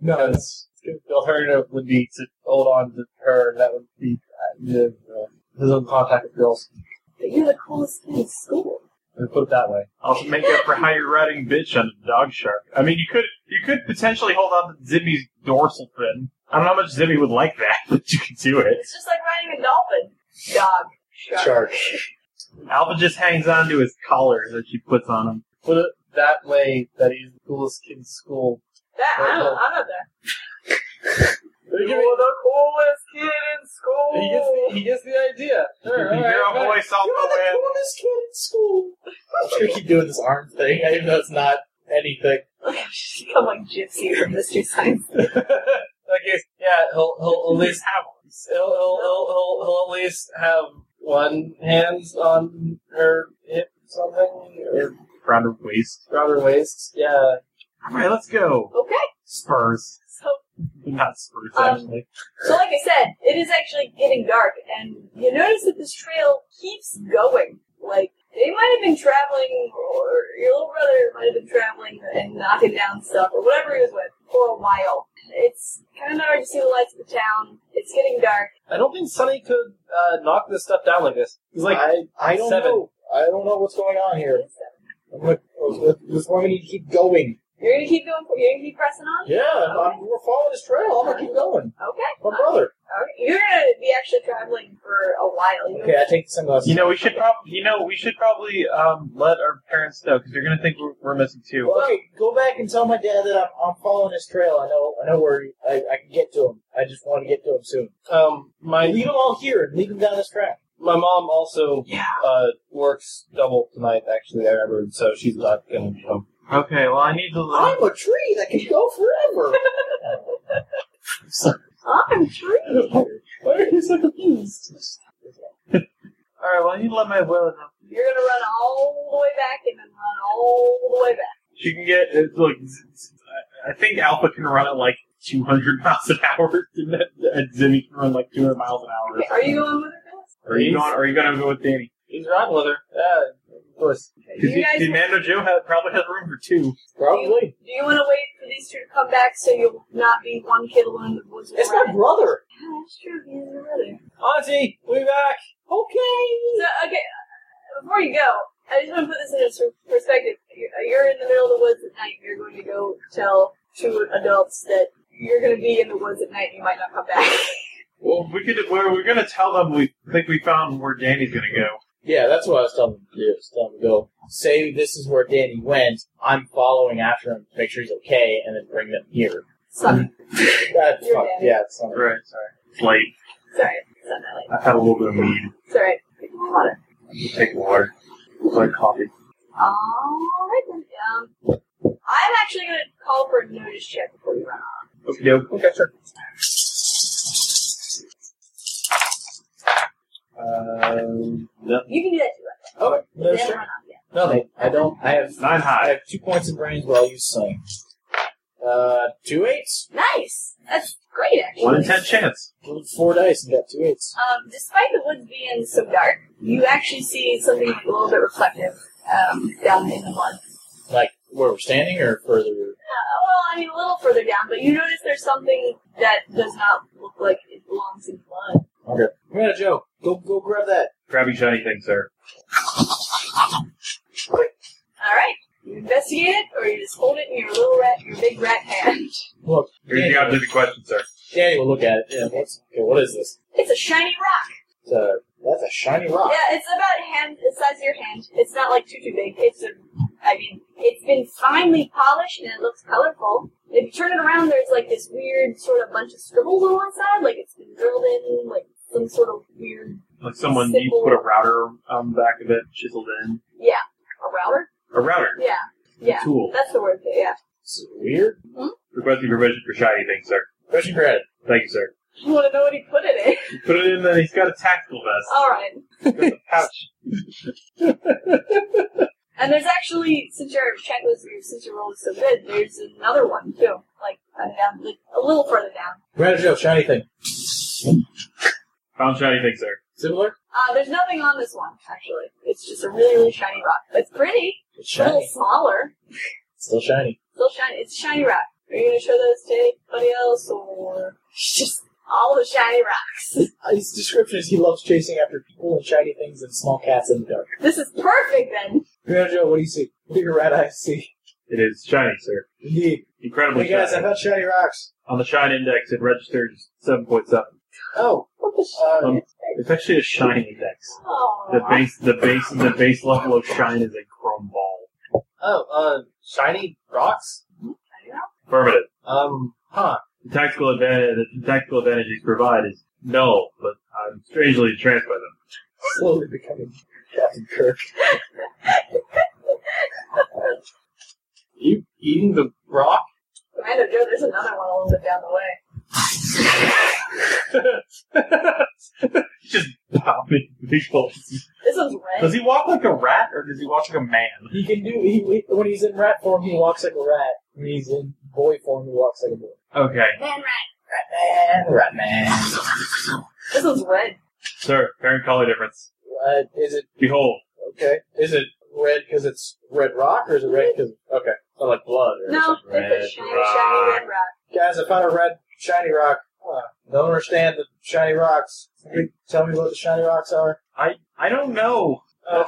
S3: No, it's, the alternative would be to hold on to her, and that would be uh, the, uh, his own contact with girls.
S2: But you're the coolest kid in school.
S3: And put it that way.
S1: I'll make up for how you're riding bitch on a dog shark. I mean, you could you could potentially hold on to Zimmy's dorsal fin. I don't know how much Zimmy would like that, but you could do it.
S2: It's just like riding a dolphin. Dog. Shark.
S7: Shark.
S1: Alpha just hangs on to his collar that she puts on him.
S3: Put it that way that he's the coolest kid in school.
S2: That, I don't, I'm not that. the coolest kid in
S3: He gets the, he gets the idea.
S1: you
S3: Sure, all
S1: hear
S3: right,
S1: a
S3: fine.
S1: voice all the way.
S7: coolest kid in school. I'm gonna keep doing this arm thing, even though it's not anything.
S2: She's become like Gypsy from Mystery Science.
S3: okay, yeah, he'll, he'll at least have he'll, he'll, he'll, he'll, he'll at least have one hand on her hip or something, or
S1: Around her waist.
S3: around her waist. Yeah.
S1: All right, let's go.
S2: Okay,
S1: Spurs,
S2: so
S1: not spurs
S2: Um,
S1: actually.
S2: so like I said, it is actually getting dark, and you notice that this trail keeps going. Like they might have been traveling, or your little brother might have been traveling and knocking down stuff or whatever he was with for a while. It's kind of hard to see the lights of the town. It's getting dark.
S3: I don't think Sonny could uh, knock this stuff down like this. He's like,
S7: I, I don't
S3: seven.
S7: know. I don't know what's going on here. I'm like, this why we need to keep going.
S2: You're gonna keep going. You're gonna keep pressing on.
S7: Yeah, I'm, we're following this trail. I'm gonna keep going.
S2: Okay.
S7: My brother.
S2: Okay. You're gonna be actually traveling for a while. You
S7: Okay, I take the sunglasses.
S1: You know, we should probably you know we should probably um, let our parents know because they're gonna think we're, we're missing too.
S7: Well, okay, go back and tell my dad that I'm, I'm following his trail. I know I know where he- I, I can get to him. I just want to get to him soon.
S3: um, my
S7: leave him all here and leave him down this track.
S3: my mom also
S1: Yeah.
S3: uh, works double tonight. Actually, I remember, so she's not gonna be home.
S1: Okay, well I need to.
S7: I'm a tree that can go forever.
S2: Ah, I'm true.
S7: Why are you so confused?
S1: All right, well I need to let my will know.
S2: You're gonna run all the way back and then run all the way back.
S1: She can get it's like z- z- I I think Alpha can run at like 200 miles an hour, and then- and Zimmy can run like 200 miles an hour.
S2: Okay, are you going with her, Phyllis?
S1: Are you going? Are you going to go with Danny?
S3: He's riding with her. Yeah, of course.
S2: Do
S1: Because
S2: you guys do
S1: Mando Joe ha probably has room for two.
S7: Probably.
S2: you want to wait for these two to come back so you'll not be one kid alone in the woods? with
S7: It's
S2: Red?
S7: my brother.
S2: Yeah, that's true. He's your brother.
S3: Auntie, we back. Okay.
S2: So, okay, uh, before you go, I just want to put this in its perspective. You- uh, You're in the middle of the woods at night. You're going to go tell two adults that you're going to be in the woods at night. and You might not come back.
S1: Well, we could. We're, we're gonna tell them we think we found where Danny's gonna go.
S7: Yeah, that's what I was telling him to do. I was telling him to go say this is where Danny went. I'm following after him to make sure he's okay, and then bring them here.
S2: Sorry,
S7: That's
S2: You're
S7: fuck,
S2: Danny.
S7: yeah, it's not
S1: Right. Sorry. It's late.
S2: sorry, it's not that late.
S1: I've had a little bit of mead.
S2: It's all right. Hold on.
S1: Take water. Like coffee.
S2: All right then. Um, I'm actually going to call for a notice check before you run off.
S1: Okay. Dope.
S7: Okay, sure.
S1: Um, no.
S2: You can do that too.
S7: Okay,
S2: Right?
S7: no,
S2: They haven't
S7: sure.
S2: run off yet.
S7: Nothing. I don't. I have.
S1: Nine
S7: I
S1: high.
S7: have two points of brains, but I'll use sling. Uh, two eights.
S2: Nice. That's great, actually.
S1: One in ten chance.
S7: Rolled Four dice and got two eights.
S2: Um, despite the woods being so dark, you actually see something a little bit reflective um, down in the mud.
S7: Like where we're standing, or further.
S2: Uh, well, I mean, a little further down, but you notice there's something that does not look like it belongs in blood.
S7: Come here, Joe. Go, go grab that.
S1: Grabby shiny thing, sir.
S2: All right, you investigate it, or you just hold it in your little rat, your big rat hand.
S7: Look,
S1: Here's
S7: Danny,
S1: the object of question, sir.
S7: Danny will look at it. Yeah, what's, okay, what is this?
S2: It's a shiny rock.
S7: It's a, that's a shiny rock.
S2: Yeah, it's about a hand the size of your hand. It's not like too too big. It's a, I mean, it's been finely polished and it looks colorful. If you turn it around, there's like this weird sort of bunch of scribbles on one side, like it's been drilled in, like some sort of weird
S1: Like someone you put a router um back of it, chiseled in.
S2: Yeah. A router?
S1: A router.
S2: Yeah. Yeah.
S1: Tool.
S2: That's the word. Yeah.
S7: It's weird.
S1: Requesting permission for shiny thing, sir.
S7: Question granted.
S1: Thank you, sir.
S2: You want to know what he put it in?
S1: Put it in. Then he's got a tactical vest.
S2: All right.
S1: He's got a pouch.
S2: And there's actually, since your checklist, since your roll is so good, there's another one too. Like, uh, down, like a little further down.
S7: Granted, Joe, shiny thing.
S1: Found shiny thing, sir.
S7: Similar?
S2: Uh, there's nothing on this one actually. It's just a really, really shiny rock. It's pretty.
S7: It's
S2: It's a little
S7: shiny.
S2: smaller.
S7: Still shiny.
S2: Still shiny. It's a shiny rock. Are you gonna show those to anybody else, or it's just all the shiny rocks?
S7: Uh, His description is he loves chasing after people and shiny things and small cats in the dark.
S2: this is perfect then.
S7: Granted, Joe, what do you see? What do your rat eyes see?
S1: It is shiny, sir.
S7: Indeed.
S1: Incredibly
S7: Hey guys, I
S1: shiny.
S7: found shiny rocks.
S1: On the shine index, it registers seven point seven.
S7: Oh. What the uh,
S1: Um, It's actually a shine index. The
S2: Oh,
S1: base, the base, the base level of shine is a chrome ball.
S3: Oh, uh, shiny rocks.
S1: Affirmative.
S3: Um, huh.
S1: The tactical advantage, the tactical advantage these provide is null, but I'm strangely entranced by them.
S7: slowly becoming Captain Kirk.
S3: You eating the rock?
S2: Commander Joe, there's another one a little bit down the way.
S1: He's just popping people.
S2: This one's
S1: Does
S2: red.
S1: he walk like a rat or does he walk like a man?
S7: He can do. He he- when he's in rat form, he walks like a rat. When he's in boy form, he walks like a boy.
S1: Okay,
S2: Man, red.
S7: Rat man, rat man.
S2: This one's red.
S1: sir. Parent color difference.
S7: Uh, is it
S1: Behold,
S7: okay? Is it red because it's red rock, or is it red because okay, not like blood? Or
S2: No,
S7: something?
S2: it's a
S1: Red
S2: shiny,
S1: rock.
S2: shiny red rock.
S7: Guys, I found a red shiny rock. Huh. Don't understand the shiny rocks. Can you tell me what the shiny rocks are.
S1: I I don't know.
S7: Um,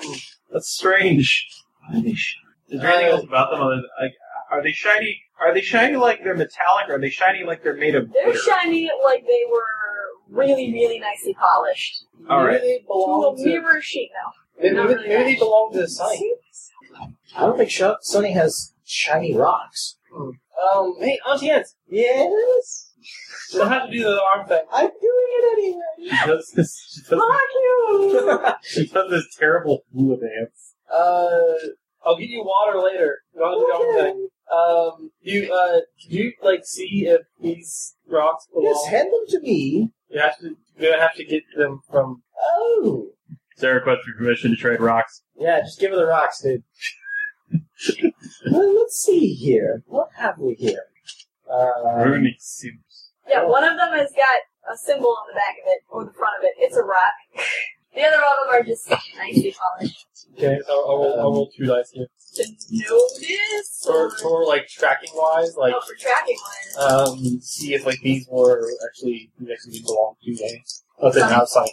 S1: That's strange. Why are they sh- Uh, Is there anything else about them other than, like, are they shiny? Are they shiny like they're metallic? Or are they shiny like they're made of
S2: They're
S1: glitter?
S2: shiny like they were really, really nicely polished.
S1: All right.
S7: Maybe they
S2: To a
S7: belong to.
S2: mirror sheet, though.
S7: Maybe,
S2: not
S7: maybe,
S2: really
S7: maybe they
S2: that.
S7: belong to Sunny. I don't think Sh- Sunny has shiny rocks.
S3: Um, hey, Auntie Anne's.
S7: Yes.
S3: You don't have to do the arm thing.
S7: I'm doing it anyway.
S1: She does this. She does,
S7: Fuck
S1: she does this terrible hula dance.
S3: Uh, I'll give you water later. You don't have to do the arm thing.
S7: you.
S3: Um, you, uh, do you, like, see if these rocks belong?
S7: Just hand them to me.
S3: You have to, you're gonna have to get them from,
S7: Oh.
S1: Sarah requests for permission to trade rocks.
S7: Yeah, just give her the rocks, dude. well, let's see here. What have we here? Uh,
S1: Ruining Sims.
S2: Yeah, one of them has got a symbol on the back of it, or the front of it. It's a rock. The other all of them are just nicely polished.
S3: Okay, I'll, I'll, roll, I'll roll two dice here.
S2: Notice.
S3: For, for like tracking wise, like
S2: oh, for tracking wise.
S3: um, see if like these were actually these actually belong to a of an outside.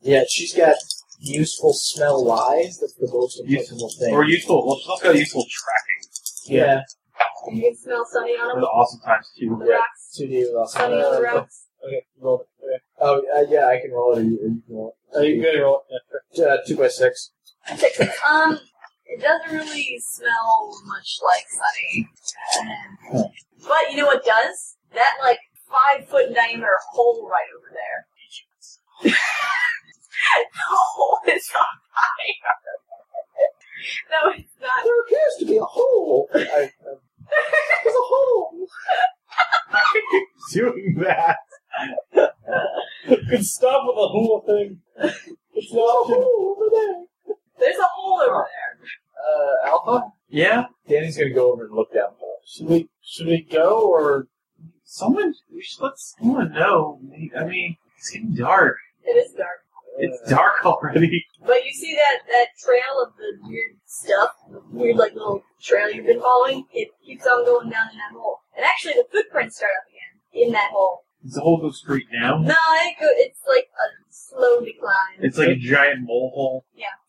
S4: Yeah, she's got useful smell lies. That's the most applicable thing.
S1: Or useful. Well, she's also got useful tracking.
S4: yeah,
S2: You can smell sunny on
S1: For
S2: them.
S1: the awesome times too.
S2: The rocks.
S4: two D with awesome.
S2: Sunny on the rocks.
S3: Okay, roll. it. Okay,
S4: Oh uh, yeah, I can roll it. Or you, or you can roll
S3: oh, you good? Roll. it. Yeah,
S4: it. Uh, two by six.
S2: Six. Um, it doesn't really smell much like sunny. But you know what does? That like five foot in diameter hole right over there. the hole is on fire. no, it's not.
S4: There appears to be a hole. I, I, there's a hole.
S1: Doing that. Good stuff with the hula thing.
S4: There's a hole over there.
S2: There's a hole over there.
S7: Uh, Alpha?
S1: Yeah.
S7: Danny's gonna go over and look down hole.
S1: Should we? Should we go or someone? We should let someone know. I mean, it's getting dark.
S2: It is dark.
S1: It's dark already.
S2: But you see that that trail of the weird stuff, the weird like little trail you've been following. It keeps on going down in that hole, and actually the footprints start up again in that hole.
S1: Does the whole go straight down?
S2: No, it go, it's like a slow decline.
S1: It's like a giant mole hole.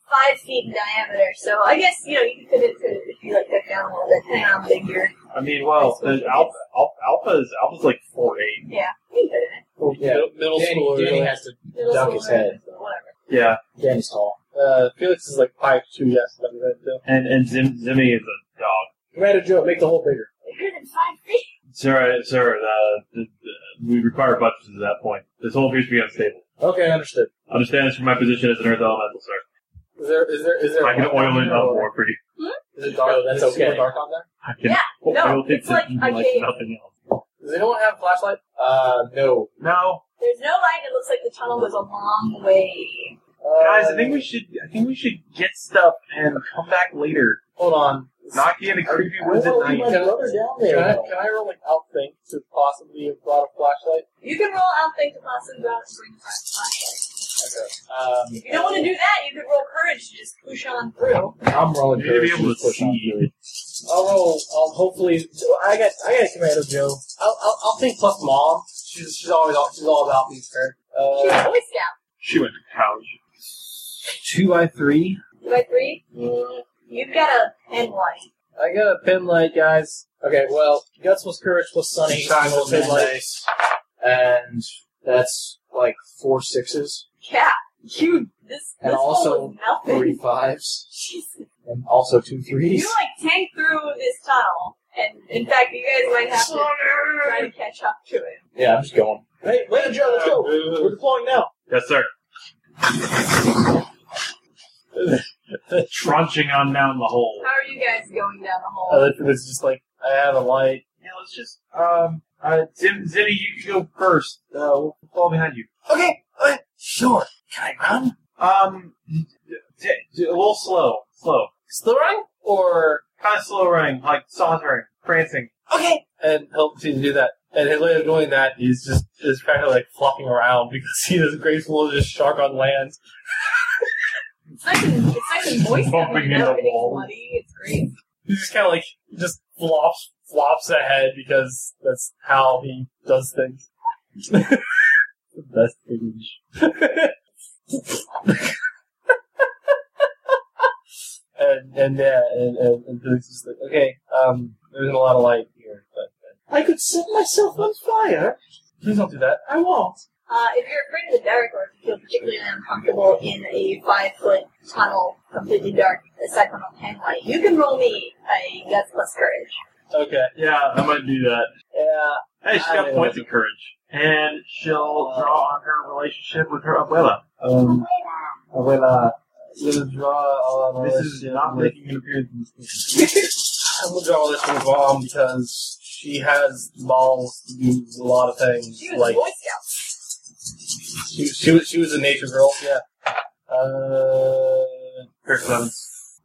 S2: five feet in diameter, so I guess you know you could fit it could if you like duck down a little bit, depending on how big you're.
S1: I mean, well,
S2: That's what
S1: the
S2: it
S1: alpha, alpha, alpha is alpha's like four eight.
S2: Yeah, you can fit it.
S4: Oh, Yeah,
S3: middle
S7: Danny,
S3: school.
S7: Danny has to.
S2: in. Middle
S7: Duck
S2: school
S7: his head.
S2: or Whatever.
S1: Yeah,
S7: Danny's tall.
S3: Uh, Felix is like five two. Yes, that that too.
S1: and and Zim, Zimmy is a dog.
S7: Commander Joe, make the hole bigger.
S2: Bigger than five feet.
S1: Sir, uh, sir, uh, th- th- we require buttresses at that point. This whole appears to be unstable.
S7: Okay, understood.
S1: Understand this from my position as an Earth Elemental, sir.
S7: Is there is there is there
S1: I can
S7: light
S1: oil it
S7: there,
S1: up
S7: or-
S1: more for you.
S7: Is it dark?
S3: Oh,
S4: No,
S7: is
S4: that's
S7: it super
S4: okay.
S7: dark on there?
S1: I can
S2: Yeah,
S1: oil
S2: no,
S1: it
S2: it's like I gave-
S1: nothing else.
S7: Does anyone have a flashlight? Uh no.
S1: No,
S2: There's no light. It looks like the tunnel was a long way.
S7: Uh,
S1: guys, I think we should. I think we should get stuff and come back later.
S7: hold on.
S1: Not get into creepy woods at
S7: Well,
S1: night.
S7: my brother down there.
S3: Can I,
S7: though.
S3: can I roll an outthink to possibly have brought a flashlight?
S2: You can roll out things to possibly go out and bring front flashlight.
S7: Um,
S2: If you don't want to do that, you could roll courage to just push on through.
S7: I'm rolling.
S1: You need to be
S7: courage
S1: able to
S7: push on
S1: see.
S7: through it. I'll roll. I'll Oh, hopefully. I got. I got a commando Joe. I'll. I'll, I'll think plus mom. She's. She's always. all- She's all about these her.
S2: She's
S7: Uh,
S2: a boy scout.
S1: She went to college.
S3: Two by three.
S2: By three, mm, you've got a pen light.
S3: I got a pin light, guys.
S7: okay. Well, guts plus courage plus sunny
S4: Times
S7: equals
S4: the
S7: midlight.
S4: midnight.
S7: and that's like four sixes,
S2: Yeah, you. This
S7: And
S2: this
S7: also
S2: hole was nothing.
S7: three fives,
S2: Jesus.
S7: and also two threes.
S2: You like tank through this tunnel, and in fact, you guys might have to try to catch up to it.
S7: Yeah, I'm just going.
S4: Hey, wait, Joe, let's go. We're deploying now.
S1: Yes, sir. Trunching on down the hole.
S2: How are you guys going down the
S3: I
S2: hole?
S4: Uh,
S3: looked at this just like I have a light.
S1: Yeah, let's just um uh Zim Zimmy, you can go first. Uh we'll follow behind you.
S6: Okay, uh, sure. Can I run?
S1: Um d- d- d- a little slow. Slow.
S3: Slow running or
S1: Kinda slow running, like sauntering, prancing.
S6: Okay,
S3: and helps you to do that. And his way of doing that is just is practically like flopping around because he is graceful as just shark on land.
S2: It's nice and it's nice and moist. up
S1: Bumping
S2: here,
S1: into
S2: not getting
S1: walls.
S2: muddy. It's great.
S3: He just kind of like just flops flops ahead because that's how he does things. the best image. and and yeah, and and, and Felix is just like, okay, um, there's a lot of light here, but but
S4: I could set myself on fire.
S3: please don't do that.
S4: I won't.
S2: Uh, if you're afraid of the dark, or if you feel particularly uncomfortable in a five foot tunnel, completely dark, aside from a pen light, you can roll me a guts plus courage.
S3: Okay.
S1: Yeah, I might do that.
S7: Yeah,
S1: Hey, she's got points of courage. And she'll draw on her relationship with her abuela.
S3: Um, I will uh, little draw all of
S1: This is not
S3: with,
S1: making an appearance in this game.
S3: I will draw all this with mom because she has balls to do a lot of things.
S2: She was
S3: like
S2: a boy scout.
S3: she, she was she was a nature girl. Yeah. Uh,
S1: Fair seven.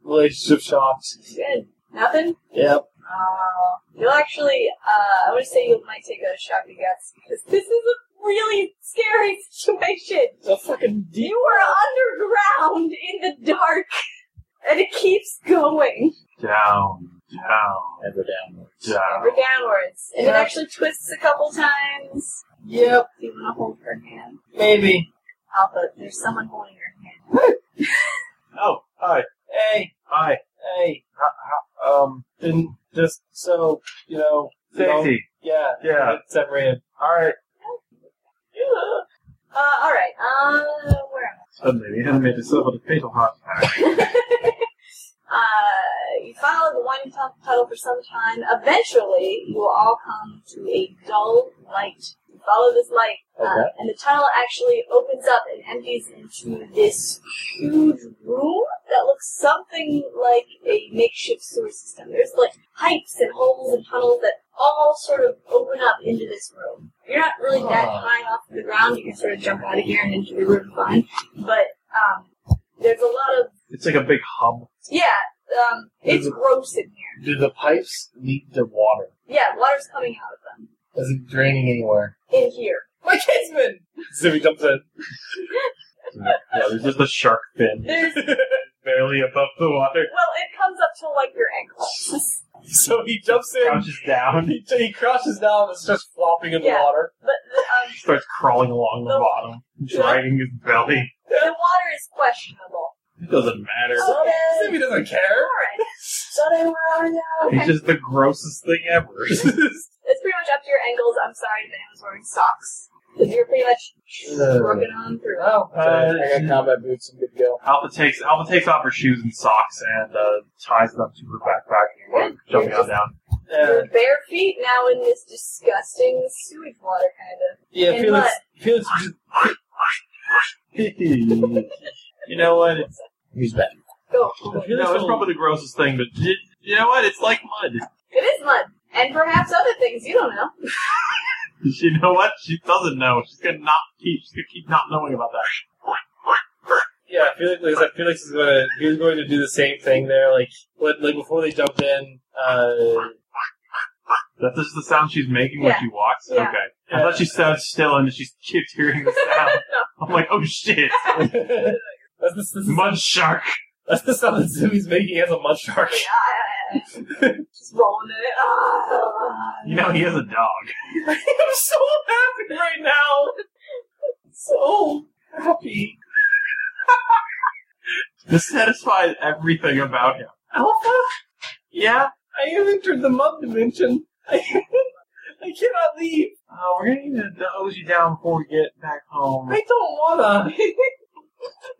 S3: relationship shocked.
S2: Good. Nothing.
S3: Yep.
S2: Uh, you'll actually, uh, I would say you might take a shock to guts because this is a really scary situation.
S7: the fucking
S2: You were under
S7: Yep,
S2: Do you want to hold her hand?
S7: maybe.
S2: Alpha, there's someone holding her hand.
S1: Oh, hi,
S7: Hey,
S1: hi.
S7: hey.
S1: Um,
S7: And just so you know, you know,
S1: safety.
S7: yeah,
S1: Yeah.
S7: get separated.
S1: All right.
S2: Uh, all right. Uh, where am
S1: Suddenly, the enemy discovered a fatal heart attack.
S2: I? Uh, you follow the winding tu- tunnel for some time. Eventually, you will all come to a dull light. You follow this light, uh,
S7: Okay.
S2: and the tunnel actually opens up and empties into this huge room that looks something like a makeshift sewer system. There's like pipes and holes and tunnels that all sort of open up into this room. You're not really that
S7: Ah.
S2: high off the ground. You can sort of jump out of here and into the room fine. But um, there's a lot of
S1: It's like a big hub.
S2: yeah. Um, it's gross in here.
S7: Do the pipes lead to water?
S2: Yeah, water's coming out of them
S7: Isn't draining anywhere?
S2: in here.
S7: My kidsman. Zimmy jumps in.
S1: Yeah, there's just a shark fin
S2: There's well,
S1: barely above the water.
S2: it comes up to like your ankles.
S7: So he jumps in.
S1: Crouches down.
S7: He, he crouches down and starts flopping in the
S2: Yeah.
S7: water.
S2: But um,
S1: Starts crawling along the bottom, dragging his belly.
S2: the water is questionable.
S1: It doesn't matter.
S2: Okay.
S7: Zimmy doesn't
S2: All
S7: care.
S2: right. So then where are you?
S1: It's just the grossest thing ever.
S2: It's pretty much up to your ankles. I'm sorry that I was wearing socks. 'Cause You're pretty much
S7: Uh,
S2: working on through.
S7: Oh,
S1: Uh,
S7: I got combat boots. I'm good to go.
S1: Alpha takes Alpha takes off her shoes and socks and uh, ties them to her backpack, and jumping on down.
S2: Your bare feet now in this disgusting sewage water, kind of.
S3: Yeah,
S2: And
S3: Felix.
S2: what?
S3: Felix.
S1: You know what? It's,
S7: He's back.
S2: Go.
S1: no, it's probably the grossest thing, but y- you know what? It's like mud.
S2: It is mud. And perhaps other things, you don't know.
S1: You know what? She doesn't know. She's gonna not keep. She's gonna keep not knowing about that.
S3: Yeah, Felix. Like I said, Felix is gonna. He was going to do the same thing there. Like, what? Like before they jumped in. Uh,
S1: That's just the sound she's making
S2: Yeah.
S1: when she walks.
S2: Yeah.
S1: Okay. I thought she stood still and she kept hearing the sound. I'm like, oh shit,
S3: that's the, that's, the,
S1: mud shark.
S3: that's the sound that Zimmy's making as a mud shark.
S2: Just rolling in it. Ah.
S1: You know he has a dog.
S3: I'm so happy right now.
S7: So happy.
S1: This satisfies everything about him.
S7: Alpha,
S1: Yeah.
S7: I have entered the mud dimension. I, I cannot leave.
S1: Uh, we're gonna need to hose you down before we get back home.
S7: I don't wanna.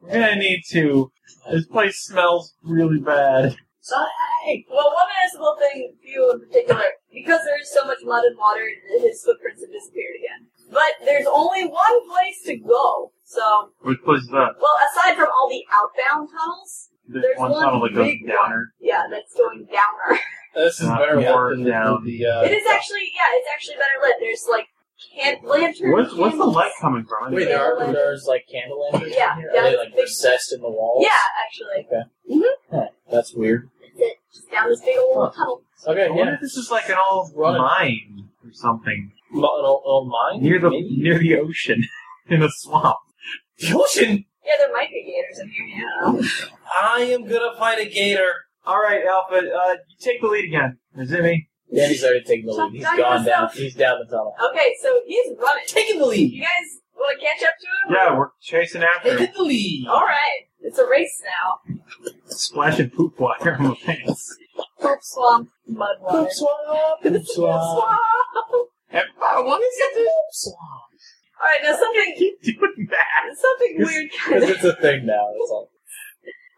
S1: We're gonna need to. This place smells really bad.
S2: Sorry. Well, one noticeable thing for you in particular, because there is so much mud and water, his footprints have disappeared again. But there's only one place to go. So,
S1: Which place is that?
S2: well, aside from all the outbound tunnels,
S1: There's,
S2: There's
S1: one
S2: one
S1: tunnel that goes
S2: big
S1: downer.
S2: yeah, that's going downer.
S7: This is
S1: Not
S7: better
S1: more
S7: lit than the,
S1: down.
S7: the uh,
S2: it is actually, yeah, it's actually better lit. There's like can- lantern
S1: What's what's the
S2: candles.
S1: light coming from? I
S7: Wait,
S1: didn't-
S7: there are there's like candle lanterns
S2: Yeah,
S7: in here.
S2: yeah,
S7: are they
S2: it's
S7: like
S2: big-
S7: recessed in the walls?
S2: Yeah, actually.
S7: Huh, that's weird.
S2: That's it. Just down this big old tunnel.
S7: Okay,
S1: I wonder
S7: yeah.
S1: if this is like an old
S7: Right.
S1: mine or something
S7: An old, old mine?
S1: near the
S7: Maybe.
S1: near the ocean in a swamp.
S7: The ocean!
S2: Yeah, there might be gators in here, yeah.
S7: I am gonna fight a gator.
S1: All right, Alpha, uh, you take the lead again, Zimmy.
S7: Danny's already taking the lead. He's
S2: Stop
S7: gone down.
S2: yourself.
S7: He's down the tunnel.
S2: Okay, so he's running.
S7: Taking the lead!
S2: You guys want to catch up to him?
S1: Yeah, we're chasing after him,
S7: Taking the lead!
S2: All right, it's a race now.
S1: splashing poop water on my pants.
S2: Poop swamp, mud water.
S7: Poop swap! Poop swap!
S2: swamp.
S1: Everybody wants to do
S2: All right, now something
S1: keep doing that.
S2: something
S7: Yes.
S2: weird. kind
S7: Because
S2: of-
S7: it's a thing now, that's all.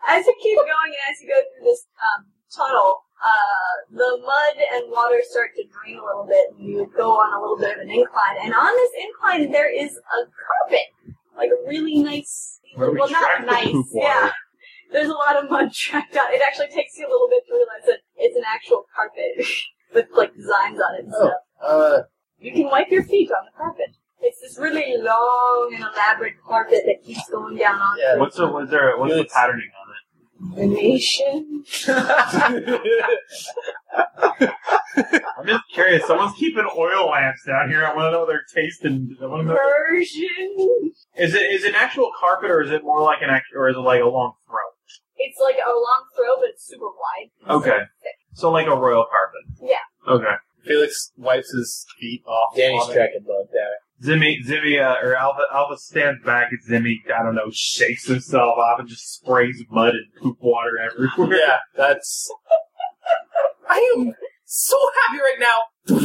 S2: as you keep going and as you go through this um, tunnel, uh, the mud and water start to drain a little bit, and you go on a little bit of an incline. And on this incline, there is a carpet, like a really nice.
S1: Where we
S2: well, not
S1: track the
S2: nice.
S1: poop water.
S2: Yeah. There's a lot of mud tracked out. It actually takes you a little bit to realize that it's an actual carpet with like designs on it and
S1: Oh.
S2: stuff.
S7: Uh,
S2: You can wipe your feet on the carpet. It's this really long and elaborate carpet that keeps going down on
S7: Yeah,
S1: What's the what's there what's the
S7: Yes.
S1: patterning on it?
S2: the nation.
S1: I'm just curious. Someone's keeping oil lamps down here. I want to know their taste and I want to know.
S2: Version.
S1: Is it is it an actual carpet or is it more like an act or is it like a long throw?
S2: It's like a long throw, but it's super wide.
S1: Okay, so like a royal carpet.
S2: Yeah.
S1: Okay.
S3: Felix wipes his feet off.
S7: Danny's
S3: on it.
S7: tracking blood, damn it.
S1: Zimmy, Zimmy, uh, or Alpha, Alpha stands back and Zimmy, I don't know, shakes himself off and just sprays mud and poop water everywhere.
S3: Yeah, that's. I am so happy right now.
S2: So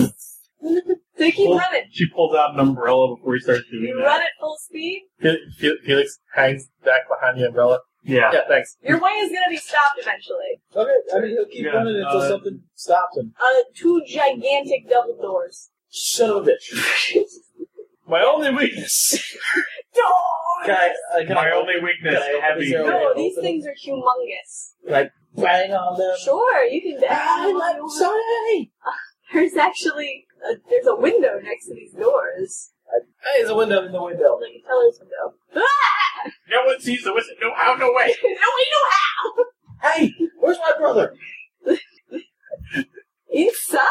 S2: keep
S1: Well-
S2: running.
S1: She pulls out an umbrella before he starts doing
S2: You
S1: that.
S2: run at full speed.
S3: Fe- Fe- Felix hangs back behind the umbrella.
S1: Yeah.
S3: Yeah, thanks.
S2: Your way is gonna be stopped eventually.
S7: Okay, I mean, he'll keep
S1: Yeah,
S7: running until
S1: uh,
S7: something stops him.
S2: Uh, two gigantic double doors.
S7: Son of a bitch.
S1: My only weakness.
S2: Doors.
S7: Can I, uh, can
S1: My
S7: I
S1: only weakness,
S7: Can I-
S1: heavy.
S7: is there a-
S2: No, these things are humongous.
S7: bang on them?
S2: Sure, you can.
S7: Ah, like, sorry!
S2: There's actually a, there's a window next to these doors,
S7: Hey, there's a window in the window.
S2: like a teller's window.
S1: No one sees the wizard. No how, no way.
S2: no, we don't have
S7: Hey, where's my brother?
S2: inside.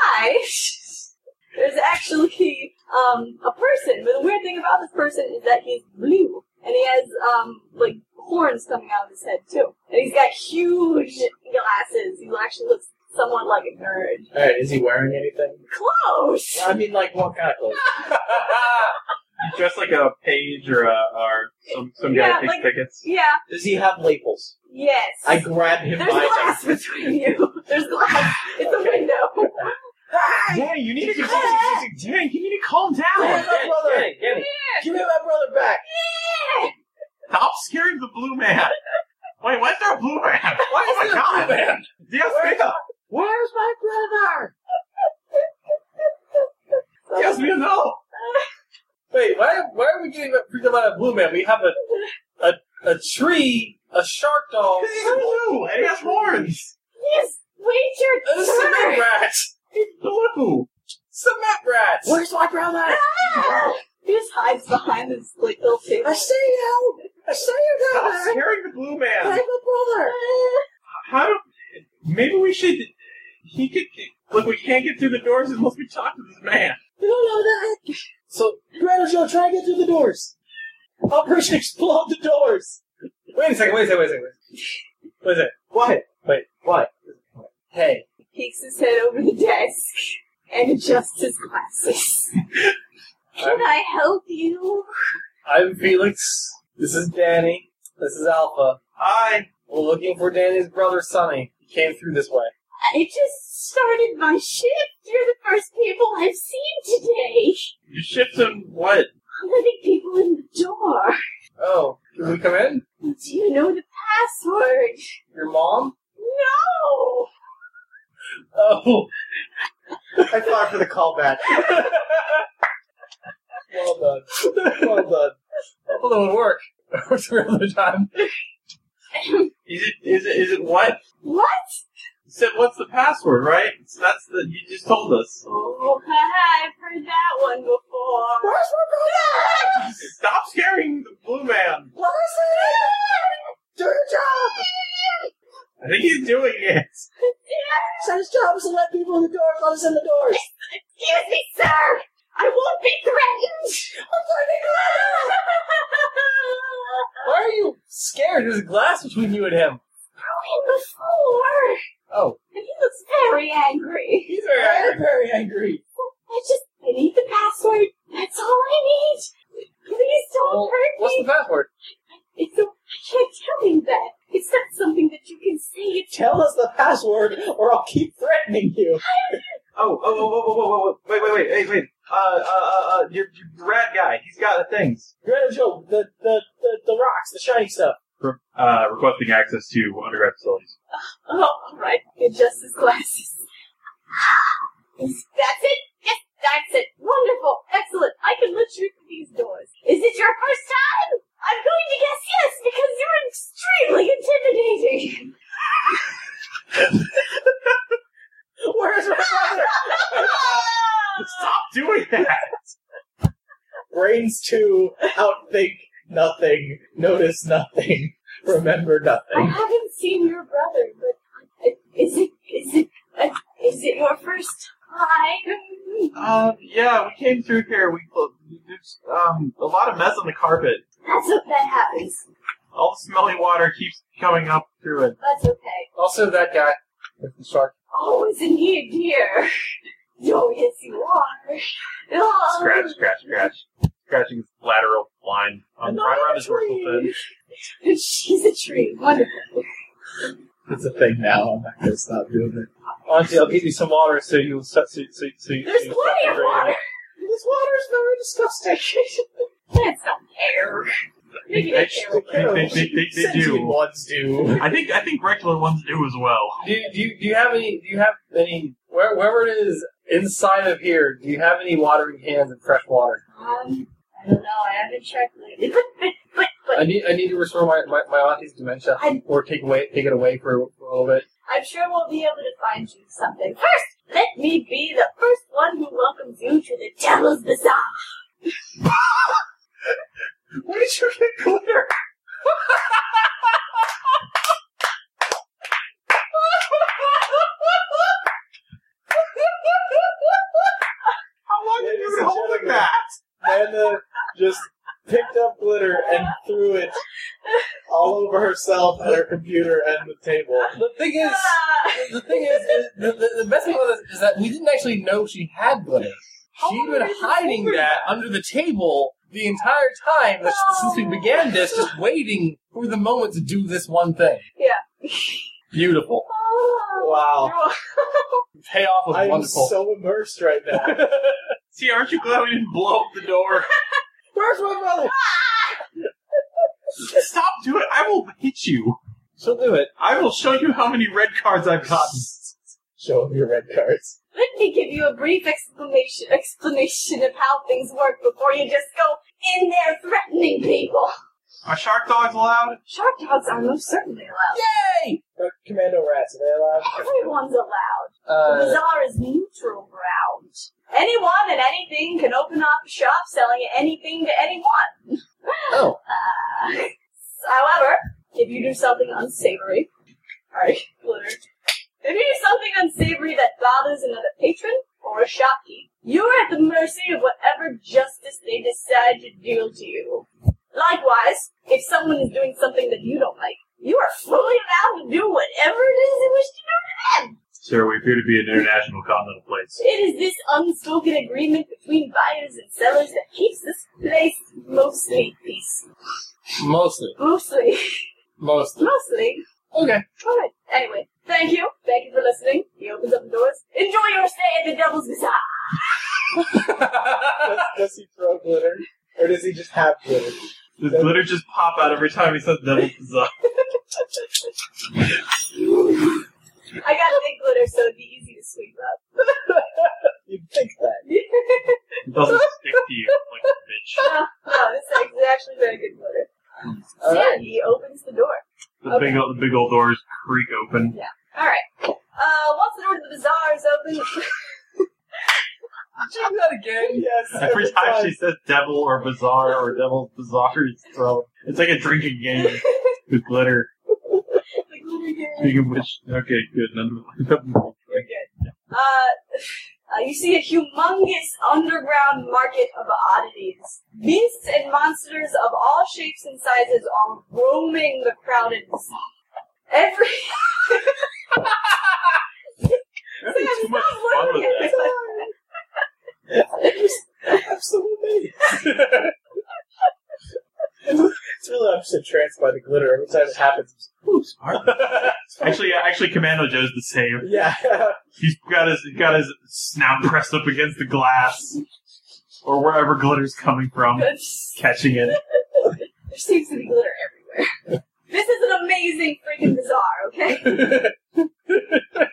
S2: There's actually um, a person, but the weird thing about this person is that he's blue, and he has um, like horns coming out of his head too, and he's got huge glasses. He actually looks somewhat like a nerd.
S3: Alright, is he wearing anything?
S2: Close.
S3: I mean, like, what kind of clothes?
S1: Dressed like a page or a, or some, some guy
S2: Yeah,
S1: that takes
S2: like-
S1: tickets.
S2: Yeah.
S7: Does he have labels?
S2: Yes.
S7: I grab him
S2: There's
S7: by
S2: glass between you. There's glass. It's a window. Ah,
S1: Danny, you need
S2: to-
S1: Danny, you need to calm
S7: Give me my brother! Give me my brother back!
S1: Stop scaring the blue man. Wait, why is there a blue man? Oh
S3: Oh
S1: Why is there a blue man? Dios mío.
S7: Where's my brother?
S1: Dios mío, no.
S3: Wait, why, why are we getting freaked out about a blue man? We have a, a, a tree, a shark doll.
S1: Because he's blue and he has horns.
S2: Yes. Wait
S3: A
S2: your
S3: cement
S2: turn.
S3: rat!
S1: Blue.
S3: Cement rat!
S7: Where's my brother?
S2: He just hides behind this like little table.
S7: I see you! I see you down
S1: Stop
S7: there!
S1: scaring the blue
S7: Hey,
S1: man.
S7: my brother!
S1: How do... Maybe we should... He could... Look, we can't get through the doors unless we talk to this man.
S7: You don't know that! So, Grandma Joe, try and get through the doors! Operation Explode the Doors!
S3: Wait a second, wait a second, wait a second. Wait a second.
S7: What?
S3: Wait,
S7: what? Hey.
S2: peeks his head over the desk and adjusts his glasses. Can I help you?
S3: I'm Felix. This is Danny. This is Alpha. Hi. We're looking for Danny's brother, Sonny. He came through this way.
S2: I just started my shift. You're the first people I've seen today.
S1: You shift him what?
S2: I'm letting people in the door.
S3: Oh, can we come in?
S2: Do you know the password?
S3: Your mom?
S2: No!
S3: Oh.
S7: I thought for the callback.
S3: Well done. Well done. Although it worked. It worked for another time.
S1: Is it... Is it... Is it what?
S2: What?
S1: You said what's the password, right? So that's the... You just told us.
S2: Oh, I've heard that one before.
S7: Where's my brother?
S1: Stop scaring the blue man.
S7: What is it? Do your job!
S1: I think he's doing it.
S7: Set his job is to let people in the doors, let us in the doors!
S2: Excuse me, sir! I won't be threatened!
S3: Why are you scared? There's a glass between you and him.
S2: Throw him before!
S3: Oh.
S2: And he looks very angry.
S3: He's very
S7: I am
S3: angry.
S7: very angry.
S2: I just, I need the password. That's all I need. Please don't
S3: Well,
S2: hurt
S3: What's
S2: me.
S3: the password?
S2: It's a, I can't tell you that. It's not something that you can say. It's
S7: Tell us the password or I'll keep threatening you.
S1: Oh, oh, oh, oh, oh, oh, oh, wait, wait, wait, wait, wait. Uh, uh, uh, uh, your, your rat guy, he's got the things.
S7: Grandma Joe, the, the, the, the rocks, the shiny stuff.
S1: Uh, requesting access to undergrad facilities.
S2: oh, all right. He adjusts his glasses. That's it. Yes, that's it. Wonderful. Excellent. I can let you through these doors. Is it your first time? I'm going to guess yes because you're extremely intimidating.
S7: Where's my brother?
S1: Stop doing that!
S7: Brains two, outthink nothing, notice nothing, remember
S2: I
S7: nothing.
S2: haven't seen your brother, but uh, is it is it uh, is it your first time?
S1: Um, yeah, we came through here, we, there's, um, a lot of mess on the carpet.
S2: That's what that happens.
S1: All the smelly water keeps coming up through it.
S2: That's okay.
S3: Also, that guy with the shark.
S2: Oh, isn't he a dear? Oh, yes, you are. Oh,
S1: Scratch, scratch, scratch. scratching his lateral line on right around his dorsal fin.
S2: She's a tree. Wonderful.
S7: It's a thing now. I'm not gonna stop doing it.
S1: Auntie, I'll get you some water so you'll start. So, so, so, you-
S2: There's
S1: so you
S2: plenty
S1: stop
S2: of water.
S1: degrading.
S7: This water is very disgusting.
S2: That's not fair. Maybe
S1: They-
S2: they care.
S1: They, they, they, they, they do.
S7: Ones do.
S1: I think I think regular ones do as well.
S3: Do you, do you do you have any do you have any where, wherever it is inside of here? Do you have any watering cans and fresh water?
S2: Um, I don't know. I haven't checked lately. But, but, but,
S3: I
S2: but
S3: need I need to restore my, my, my auntie's dementia
S2: I-
S3: or take away take it away for, a little bit.
S2: I'm sure we'll be able to find you something. First, let me be the first one who welcomes you to the Devil's Bazaar.
S1: Where did you get glitter? How long have you
S7: Ladies
S1: been
S7: and
S1: holding
S7: gentlemen.
S1: that?
S7: Amanda just picked up glitter and threw it all over herself and her computer and the table.
S3: The thing is,
S2: Ah.
S3: the thing is, is- the, the, the best thing about this is that we didn't actually know she had glitter. She'd been hiding that under the table the entire time that- since we began this, just waiting for the moment to do this one thing.
S2: Yeah.
S3: Beautiful.
S7: Wow.
S3: Payoff was
S7: I'm
S3: wonderful.
S7: so immersed right now.
S1: See, aren't you glad we didn't blow up the door?
S7: Where's my brother?
S1: Stop doing it. I will hit you.
S3: She'll do it.
S1: I will show you how many red cards I've gotten.
S7: Show him your red cards.
S2: Let me give you a brief exclamation explanation of how things work before you just go in there threatening people.
S1: Are shark dogs allowed?
S2: Shark dogs are most certainly allowed.
S3: Yay!
S7: Uh, Commando rats, are they allowed?
S2: Everyone's allowed. The
S3: Uh,
S2: bazaar is neutral ground. Anyone and anything can open up a shop selling anything to anyone.
S3: oh,
S2: Uh, however, if you do something unsavory, alright, glitter. If you do something unsavory that bothers another patron or a shopkeep, you are at the mercy of whatever justice they decide to deal to you. Likewise, if someone is doing something that you don't like, you are fully allowed to do whatever it is you wish to do to them.
S1: Sir, we appear to be an international continental place.
S2: It is this unspoken agreement between buyers and sellers that keeps this place mostly peace.
S3: mostly.
S2: Mostly.
S3: Mostly.
S2: Mostly.
S3: Okay.
S2: Alright, anyway, thank you. Thank you for listening. He opens up the doors. Enjoy your stay at the Devil's Bazaar.
S7: Does, does he throw glitter? Or does he just have glitter?
S1: Does glitter just pop out every time he says devil's bizarre?
S2: I got big glitter, so it'd be easy to sweep up.
S7: You'd think that.
S1: It doesn't stick to you like a bitch.
S2: no, Oh, this is actually very good glitter. So yeah,
S3: Alright.
S2: he opens the door.
S1: The big old, the big old doors creak open.
S2: Alright. Uh, once the door to the bazaar is open,
S3: Do that again.
S7: Yes,
S1: Every time she says devil or bizarre or devil's bizarre, it's thrown. It's like a drinking game with glitter.
S2: the glitter game.
S1: Speaking of which, okay, good. None of
S2: You're good. Uh, uh, you see a humongous underground market of oddities. Beasts and monsters of all shapes and sizes are roaming the crowded bazaar. Every
S1: You're
S2: See,
S1: having
S2: I'm
S1: too much
S2: not
S1: fun with
S2: looking at
S1: that.
S2: this.
S7: Absolutely. it's really I'm just entranced by the glitter every time it happens. Ooh, smart.
S1: Actually, yeah, actually, Commando Joe's the same.
S7: yeah.
S1: He's got his he's got his snout pressed up against the glass or wherever glitter's coming from,
S2: There
S1: catching it.
S2: seems to be glitter everywhere. This is an amazing freaking bazaar, okay?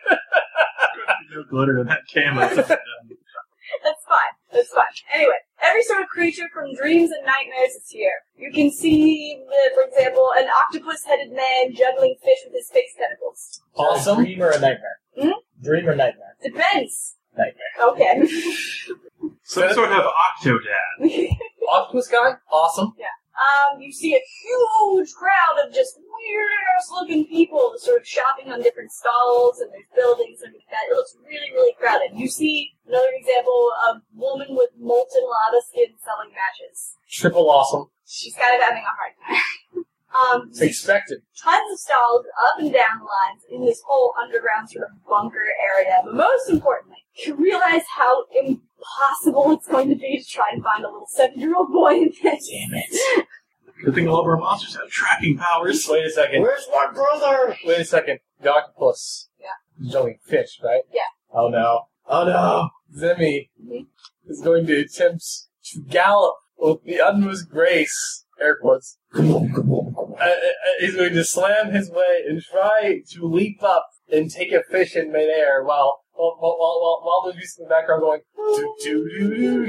S1: No glitter in that camera.
S2: That's fine. That's fine. Anyway, every sort of creature from dreams and nightmares is here. You can see, uh, for example, an octopus-headed man juggling fish with his face tentacles.
S3: Awesome.
S7: Dream or a nightmare?
S2: Mm-hmm.
S7: Dream or nightmare?
S2: Depends.
S7: Nightmare.
S2: Okay.
S1: Some sort of octodad.
S3: Octopus guy. Awesome.
S2: um, you see a huge crowd of just weird-ass-looking people sort of shopping on different stalls and there's buildings and like that. It looks really, really crowded. You see another example of woman with molten lava skin selling matches.
S3: Triple awesome.
S2: She's kind of having a hard time. um,
S3: Expected.
S2: tons of stalls up and down the lines in this whole underground sort of bunker area. But most importantly, realize how impossible it's going to be to try and find a little seven-year-old boy in this.
S3: Damn it.
S1: Good thing all of our monsters have tracking powers.
S10: Wait a second.
S3: Where's my brother? Wait a second. The octopus.
S2: Yeah.
S3: There's only fish, right?
S2: Yeah.
S3: Oh no. Oh no. Zemi
S2: Mhm.
S3: is going to attempt to gallop with the utmost grace. Air quotes. Uh, uh, uh, he's going to slam his way and try to leap up and take a fish in midair while while while while, while, while the music in the background going do do do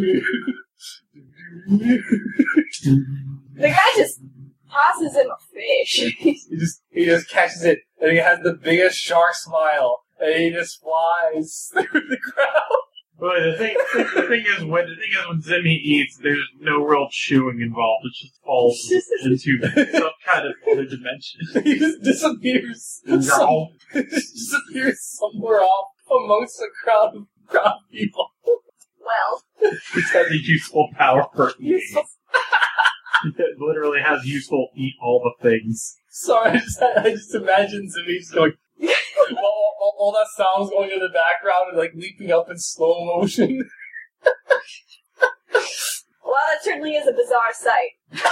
S3: do do do do
S2: The guy just tosses him a fish.
S3: He just he just catches it and he has the biggest shark smile and he just flies through the crowd.
S1: But the thing, the thing is, when the thing is, when Zimmy eats, there's no real chewing involved. It just falls into some kind of other dimension.
S3: he just disappears. Some, disappears somewhere off amongst the crowd of crowd of people.
S2: well,
S1: It has a useful power for eating.
S3: Useful.
S1: It literally has useful eat all the things.
S3: Sorry, I just I just imagine Zimmy just going all, all, all that sounds going in the background and like leaping up in slow motion.
S2: well, that certainly is a bizarre sight.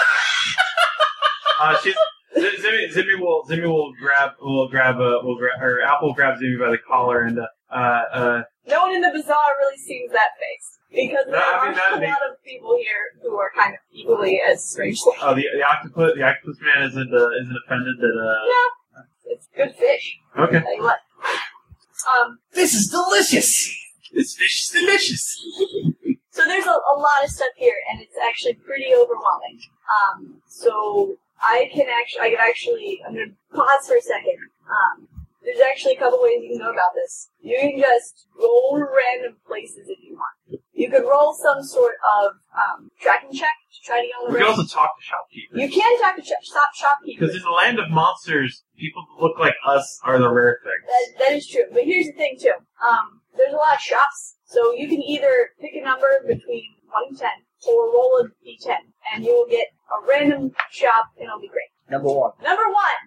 S1: Uh, she's Z- Zimmy, Zimmy will Zimmy will grab will grab uh, will grab or Apple grabs Zimmy by the collar and uh, uh
S2: No one in the bazaar really sees that face because there
S1: No, I mean,
S2: are
S1: that'd
S2: a
S1: be-
S2: lot of people here who are kind of equally as strange. looking.
S1: oh the the octopus the octopus man isn't uh, isn't offended that
S2: It's good fish.
S1: uh okay
S2: Tell you what. Um,
S3: This is delicious.
S1: this fish is delicious.
S2: so there's a, a lot of stuff here, and it's actually pretty overwhelming. Um, so I can actually, I can actually, I'm gonna pause for a second. Um, there's actually a couple ways you can go about this. You can just roll random places if you want. You could roll some sort of um, tracking check to try to get on
S1: We
S2: the
S1: can
S2: road.
S1: also talk to shopkeepers
S2: You can talk to shop, shop
S1: because
S2: shopkeepers.
S1: in the land of monsters, people that look like us are the rare things.
S2: That, that is true. But here's the thing too. Um, there's a lot of shops, so you can either pick a number between one and ten, or roll a d10, and you will get a random shop, and it'll be great.
S3: Number one.
S2: Number one,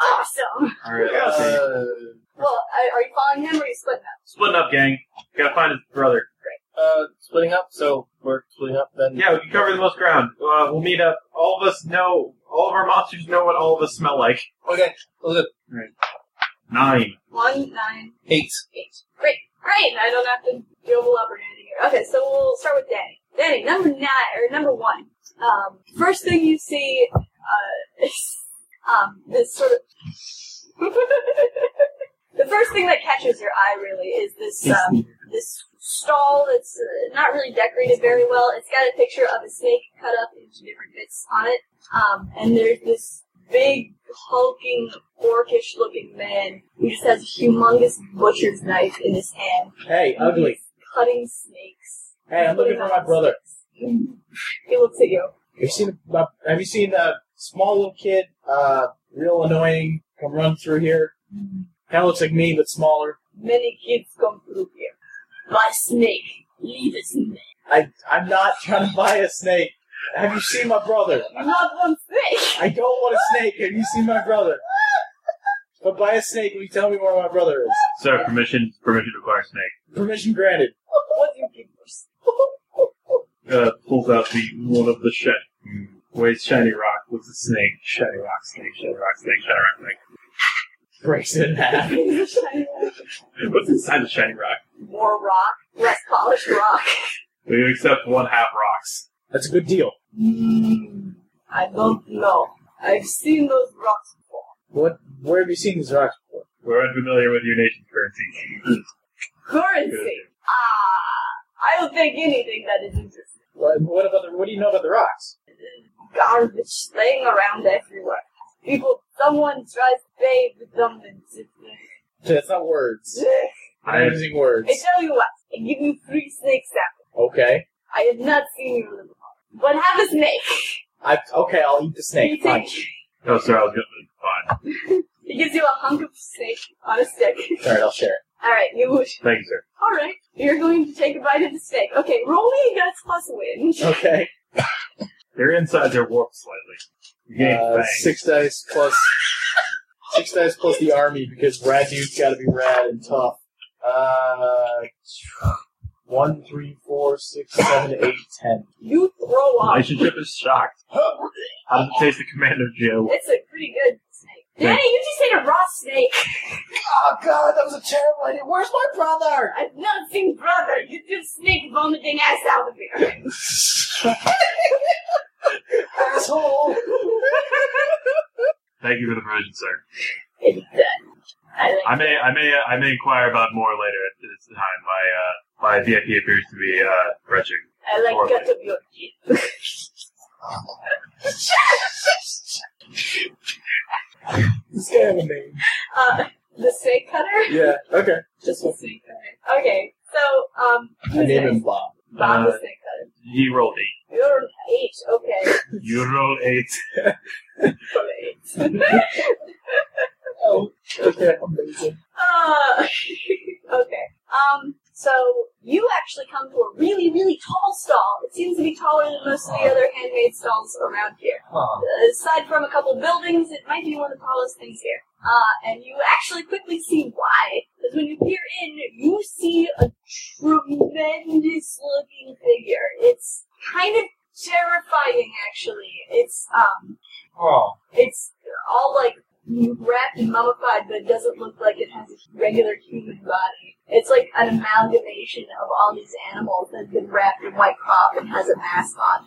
S2: awesome.
S1: All right, let's see.
S3: Uh,
S2: Well, are- are you following him or are you splitting up?
S1: splitting up, gang. Gotta find his brother.
S3: uh, splitting up. So we're splitting up then.
S1: Yeah, we can cover the most ground. Uh, we'll meet up. All of us know. All of our monsters know what all of us smell like.
S3: Okay. Look at
S1: Nine.
S2: One, nine,
S3: eight.
S2: eight. Great, great. I don't have to double up or anything here. Okay, so we'll start with Danny. Danny, number nine or number one. Um, first thing you see uh, is um, this sort of. the first thing that catches your eye really is this um, this stall that's uh, not really decorated very well. It's got a picture of a snake cut up into different bits on it, um, and there's this big hulking orcish looking man who just has a humongous butcher's knife in his hand.
S7: Hey, ugly.
S2: He's cutting snakes.
S7: Hey, I'm looking for my brother.
S2: he looks at you.
S7: Have you seen? Uh, have you seen a small little kid? Uh, real annoying. Come run through here. Kind of looks like me, but smaller.
S2: Many kids come through here. My snake, leave his man.
S7: I I'm not trying to buy a snake. Have you seen my brother?
S2: You not one snake.
S7: I don't want a snake. Have you seen my brother? But buy a snake. Will you tell me where my brother is?
S1: So permission, permission to acquire snake.
S7: Permission granted.
S2: What do you give for
S1: Uh, pulls out the one of the shed. Weighs shiny rock with the snake. Shiny rock, snake, shiny rock, snake, shiny rock, snake.
S7: Breaks it in half.
S2: snake?
S1: What's inside the shiny rock?
S2: More rock, less polished rock.
S1: We accept one half rocks.
S7: That's a good deal.
S2: Hmm. I don't know. I've seen those rocks before.
S7: What? Where have you seen these rocks before?
S1: We're unfamiliar with your nation's currency.
S2: Currency. Ah, I don't think anything that is interesting.
S7: What, what about the? What do you know about the rocks?
S2: garbage laying around everywhere. People, someone tries to bathe them and
S7: That's not words.
S1: I-
S7: I'm using words.
S2: I tell you what, I give you three snake samples.
S7: Okay.
S2: I have not seen you live before. But have a snake.
S7: I okay. I'll eat the
S2: You
S7: snake. Fine.
S2: take-
S1: Oh, sorry, I was gonna. Fine.
S2: He gives you a hunk of snake on a stick.
S7: All right. I'll share. it.
S2: Alright, you wish.
S1: Thank you, sir.
S2: Alright, you're going to take a bite of the snake. Okay, roll me against plus win.
S7: Okay.
S1: Their insides are warped slightly. You gain
S7: Uh,
S1: fangs.
S7: six dice plus. Six dice plus the army because rad dude's got to be rad and tough. Uh, one, three, four, six, seven, eight, ten.
S2: You throw up.
S1: Relationship is shocked. How does it taste the Commander Joe?
S2: It's a pretty good snake. Danny, you just ate a raw snake.
S7: Oh god, that was a terrible idea. Where's my brother?
S2: I've not seen brother. You do snake vomiting ass out of here.
S7: Asshole.
S1: Thank you for the provision, sir.
S2: It's good. I like
S1: I may, I may, uh, I may inquire about more later at this time. My, uh, my VIP appears to be uh, retching.
S2: I like
S1: Or-
S2: gut of your
S7: This guy had a name.
S2: Uh, the snake cutter?
S7: Yeah, okay.
S2: Just the snake cutter. Okay, so, um,
S7: I
S2: who's
S7: named him
S2: next?
S7: Bob.
S2: Bob
S1: Uh,
S2: the snake cutter.
S1: You rolled eight.
S2: You're an eight, okay.
S1: You rolled eight.
S2: From eight.
S7: Oh, okay, amazing.
S2: Uh, okay. Um, so you actually come to a really, really tall stall. It seems to be taller than most of the other handmade stalls around here.
S7: Huh.
S2: Uh, aside from a couple buildings, it might be one of the tallest things here. Uh, and you actually quickly see why. Because when you peer in, you see a tremendous looking figure. It's kind of terrifying, actually. It's, um,
S7: Oh.
S2: it's all like wrapped and mummified, but it doesn't look like it has a regular human body. It's like an amalgamation of all these animals that's been wrapped in white cloth and has a mask on.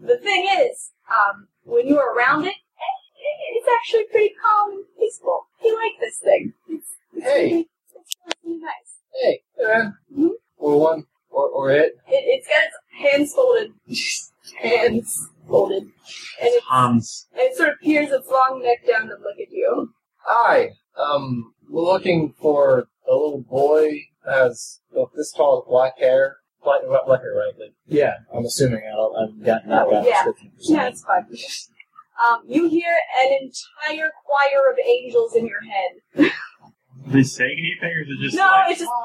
S2: The thing is, um, when you are around it, eh, eh, it's actually pretty calm and peaceful. You like this thing. It's, it's
S3: Hey.
S2: really, it's really nice.
S3: Hey, yeah.
S2: Mhm.
S3: Or one, or, or it.
S2: It, it's got its hands folded, hands folded, and it's,
S1: Hans.
S2: and it sort of peers its long neck down to look at you.
S3: Hi. Um, we're looking for a little boy that has about this tall black hair. Black, black black hair, right? Like,
S7: Yeah, I'm assuming I don't, I've gotten that
S2: Yeah.
S7: description.
S2: Yeah, it's fine. Um, you hear an entire choir of angels in your head.
S1: Did they say anything, or is it just
S2: no,
S1: like
S2: it's just. "Ah!"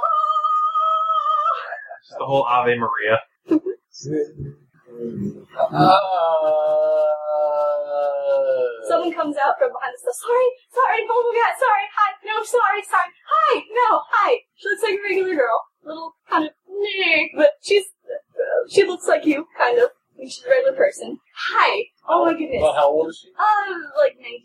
S1: just the whole Ave Maria?
S3: Uh,
S2: Someone comes out from behind the stuff. Sorry, sorry, oh my god, sorry, hi, no, sorry, sorry, hi, no, hi. She looks like a regular girl, little kind of, meh, but she's uh, she looks like you, kind of. I mean, She's a regular person. Hi. Oh my goodness.
S3: well, how old is she?
S2: Um, like 19.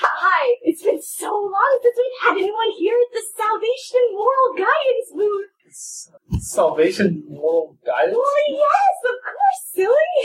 S2: Hi, it's been so long since we've had anyone here at the Salvation Moral Guidance Booth.
S3: Salvation moral guidance?
S2: Well, yes, of course, silly.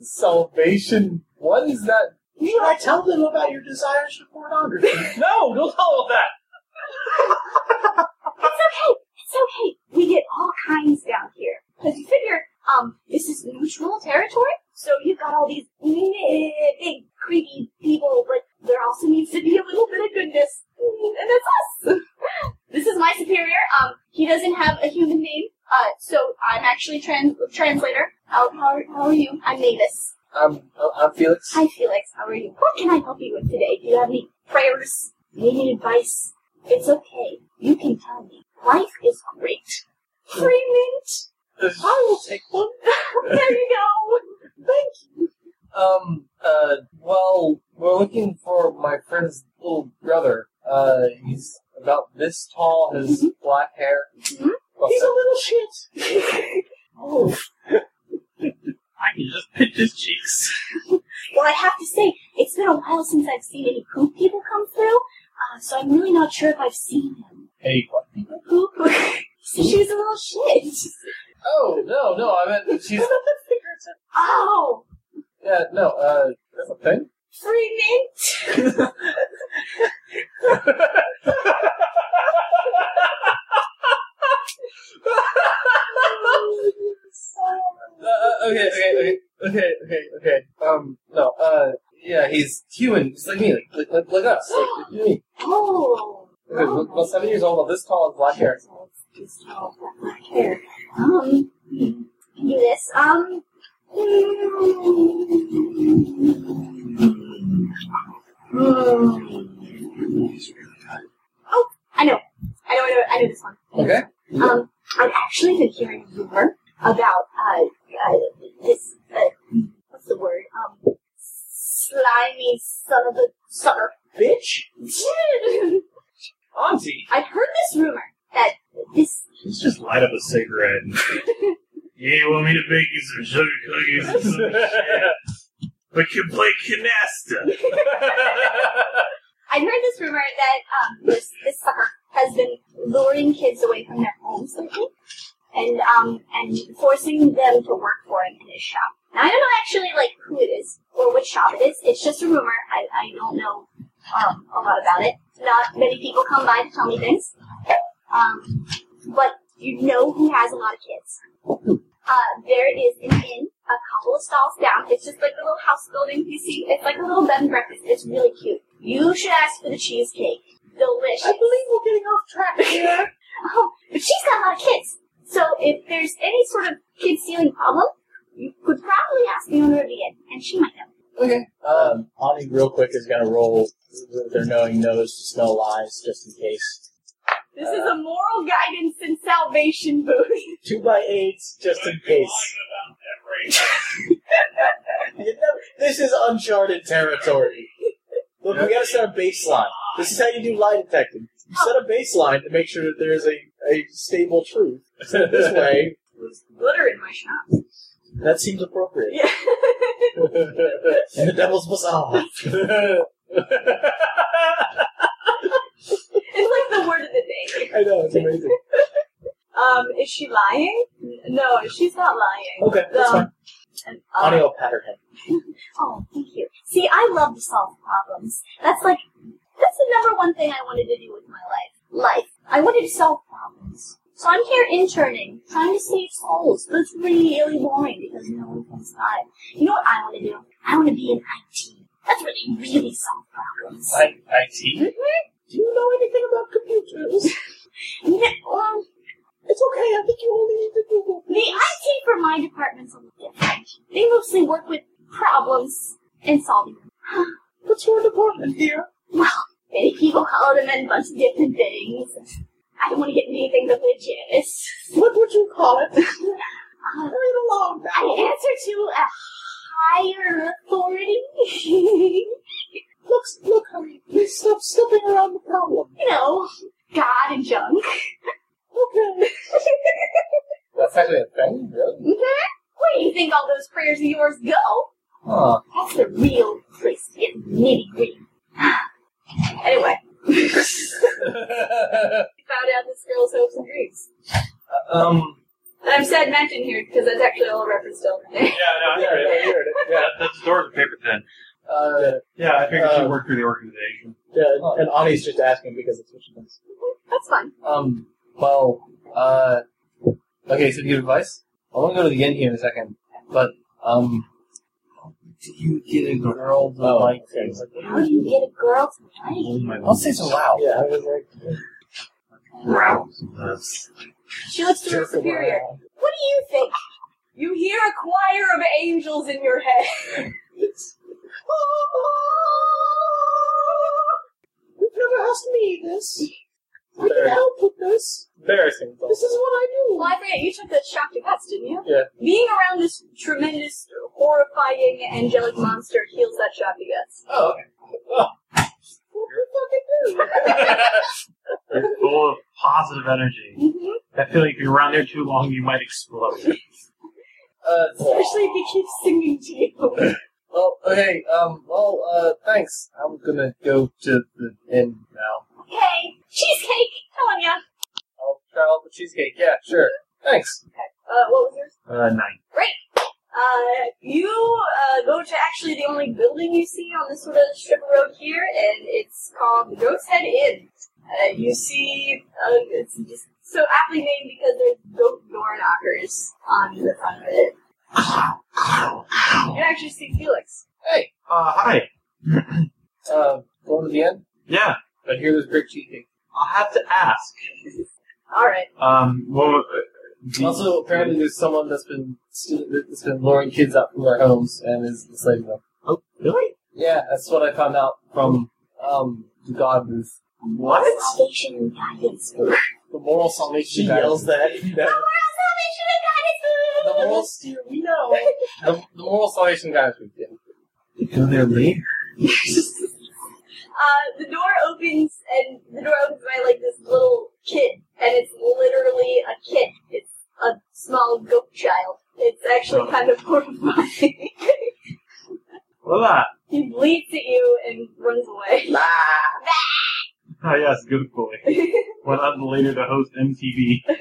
S3: Salvation? What is that?
S7: Should I tell them about your desires for pornography?
S3: No, don't tell about that.
S2: It's okay. It's okay. We get all kinds down here. Because you figure, um, this is neutral territory, so you've got all these eh, big, creepy people, but there also needs to be a little bit of goodness. Mm, And that's us. this is my superior. Um, he doesn't have a human name, uh, so I'm actually trans- translator. How, how, how are you? I'm Mavis.
S3: I'm, I'm Felix.
S2: Hi, Felix. How are you? What can I help you with today? Do you have any prayers? Any advice? It's okay. You can tell me. Life is great. Free mint. I will take one. there you go. Thank
S3: Um, uh, well, we're looking for my friend's little brother. Uh, he's about this tall, has black hair.
S2: Mhm. Mm-hmm.
S3: Well,
S2: He's a little shit. oh.
S1: I can just pinch his cheeks.
S2: Well, I have to say, it's been a while since I've seen any poop people come through, uh, so I'm really not sure if I've seen him.
S3: Hey, what?
S2: Poop? so she's a little shit.
S3: Oh, no, no, I meant that she's.
S2: Oh,
S3: Yeah, no, uh, that's a thing?
S2: free mint. Oh,
S3: Uh, okay, okay, okay, okay, okay, okay. Um, no, uh, yeah, he's human. He's like me, like, like, like, like us. Like, like me.
S2: Oh.
S3: Okay, well, well, seven years old, well, this tall, and black hair.
S2: Just all that black hair. Um, do this. Um. Oh, I know. I know. I know. I know this one.
S3: Okay.
S2: Um, I've actually been hearing rumor about uh, uh this uh, what's the word? Um, slimy son of a son of a bitch.
S7: Auntie.
S2: I heard this rumor that This
S11: Let's just light up a cigarette. And, yeah, you want me to bake you some sugar cookies and some shit? But you play canasta.
S2: I heard this rumor that um, this this sucker has been luring kids away from their homes lately, and um, and forcing them to work for him in his shop. Now, I don't know actually like who it is or which shop it is. It's just a rumor. I, I don't know um, a lot about it. Not many people come by to tell me things. Um, but you know who has a lot of kids. Uh, there is an inn a couple of stalls down. It's just like a little house building. You see, it's like a little bed and breakfast. It's really cute. You should ask for the cheesecake. Delicious. I believe we're getting off track here. oh, but she's got a lot of kids. So if there's any sort of kid stealing problem, you could probably ask the owner of the inn, and she might know.
S7: Um, Ani real quick is gonna roll with their knowing nose to smell lies just in case.
S2: This is a moral guidance and salvation booth.
S7: Two by eights just in case. You never- this is uncharted territory. Look, we gotta set a baseline. This is how you do lie detecting. You set a baseline to make sure that there is a, a stable truth. Set it this way,
S2: There's glitter in my shop.
S7: that seems appropriate.
S2: Yeah.
S7: And the devil's bizarre.
S2: it's like the word of the day.
S7: I know, it's amazing.
S2: Um, is she lying? N- No, she's not lying. Um,
S7: Okay, that's fine.
S2: and, um,
S7: Ani will patter him.
S2: Oh, thank you. See, I love to solve problems. That's like, that's the number one thing I wanted to do with my life. Life. I wanted to solve problems. So I'm here interning, trying to save souls, but it's really boring because no one comes by. You know what I want to do? I want to be in IT. That's where they really solve problems.
S3: Like IT?
S7: Do you know anything about computers?
S2: You know, um,
S7: It's okay, I think you only need to Google.
S2: The IT for my department's a little different. They mostly work with problems and solving them.
S7: What's your department here?
S2: Well, many people call them in a bunch of different things. I don't want to get anything religious.
S7: What would you call it?
S2: Uh,
S7: Hurry along
S2: I
S7: now.
S2: answer to a higher authority. you
S7: Look, look, honey, please stop slipping around the problem.
S2: know, God and junk.
S7: Okay.
S3: That's actually a thing, really?
S2: Mhm. Where do you think all those prayers of yours go?
S3: Huh.
S2: That's the real place to get nitty gritty. anyway, found out this girl's hopes and dreams.
S3: um,
S2: And I'm sad mentioned here because that's actually all referenced over there.
S1: no, I heard it. That, that's the doors of paper thin.
S3: uh,
S1: Yeah, I figured
S7: Um,
S1: you worked through the organization.
S7: Yeah, and Ani's just asking because it's what she does.
S2: That's fun.
S3: um, well, uh, okay, so do you have advice? I want to go to the end here in a second, but, um, do you get a girl to
S7: Oh,
S3: like
S7: okay.
S2: How do you get a girl to like?
S11: Oh my
S3: I'll say so loud.
S7: Yeah, I was like,
S11: Rouse.
S2: She looks to her
S7: jerk
S2: superior.
S7: around.
S2: What do you think? You hear a choir of angels in your head.
S7: You've never asked me this. I can help with this.
S3: Embarrassing.
S7: This is what I do.
S2: well, I forget, you took the shock to guts, didn't you?
S3: Yeah.
S2: Being around this tremendous, horrifying, angelic monster heals that shock to guts.
S3: Oh, okay.
S7: What do you fucking
S1: You're full of positive energy.
S2: Mm-hmm.
S1: I feel like if you're around there too long, you might explode.
S3: Uh,
S2: Especially if he keeps singing to you.
S3: Well, okay, um, well, uh, thanks. I'm gonna go to the inn now.
S2: okay, cheesecake, telling ya.
S3: I'll try out the cheesecake. Yeah, sure. Thanks.
S2: Uh, what was yours?
S1: Uh, nine.
S2: Uh, you uh, go to actually the only building you see on this sort of strip of road here, and it's called the Goat's Head Inn. Uh, you see, uh, it's just so aptly named because there's goat door knockers on the front of it. You actually see Felix.
S3: Hey,
S1: Uh, hi.
S3: uh, going to the inn?
S1: Yeah,
S3: I hear there's great cheesecake.
S1: I'll have to ask.
S2: All right.
S1: Um, well, uh, do you-
S3: Also, apparently there's someone that's been, stealing- that's been luring kids out from their homes and is enslaving them.
S1: Oh, really?
S3: Yeah, that's what I found out from, um, the God Booth.
S1: What?
S2: Salvation and guidance. Where else
S3: The moral salvation
S7: She
S3: guy.
S7: yells that. that
S2: salvation and guidance?
S3: The moral,
S7: steer, we know.
S3: the, the moral salvation guy. Yeah.
S11: Go there later.
S2: Uh, the door opens, and the door opens by like this little kid, and it's literally a kid. It's a small goat child. It's
S7: Oh.
S2: actually kind of horrifying.
S1: Hola.
S2: he bleats at you and runs away. Uh,
S1: Ah, yes, good boy. Went on later to host MTV.
S2: uh,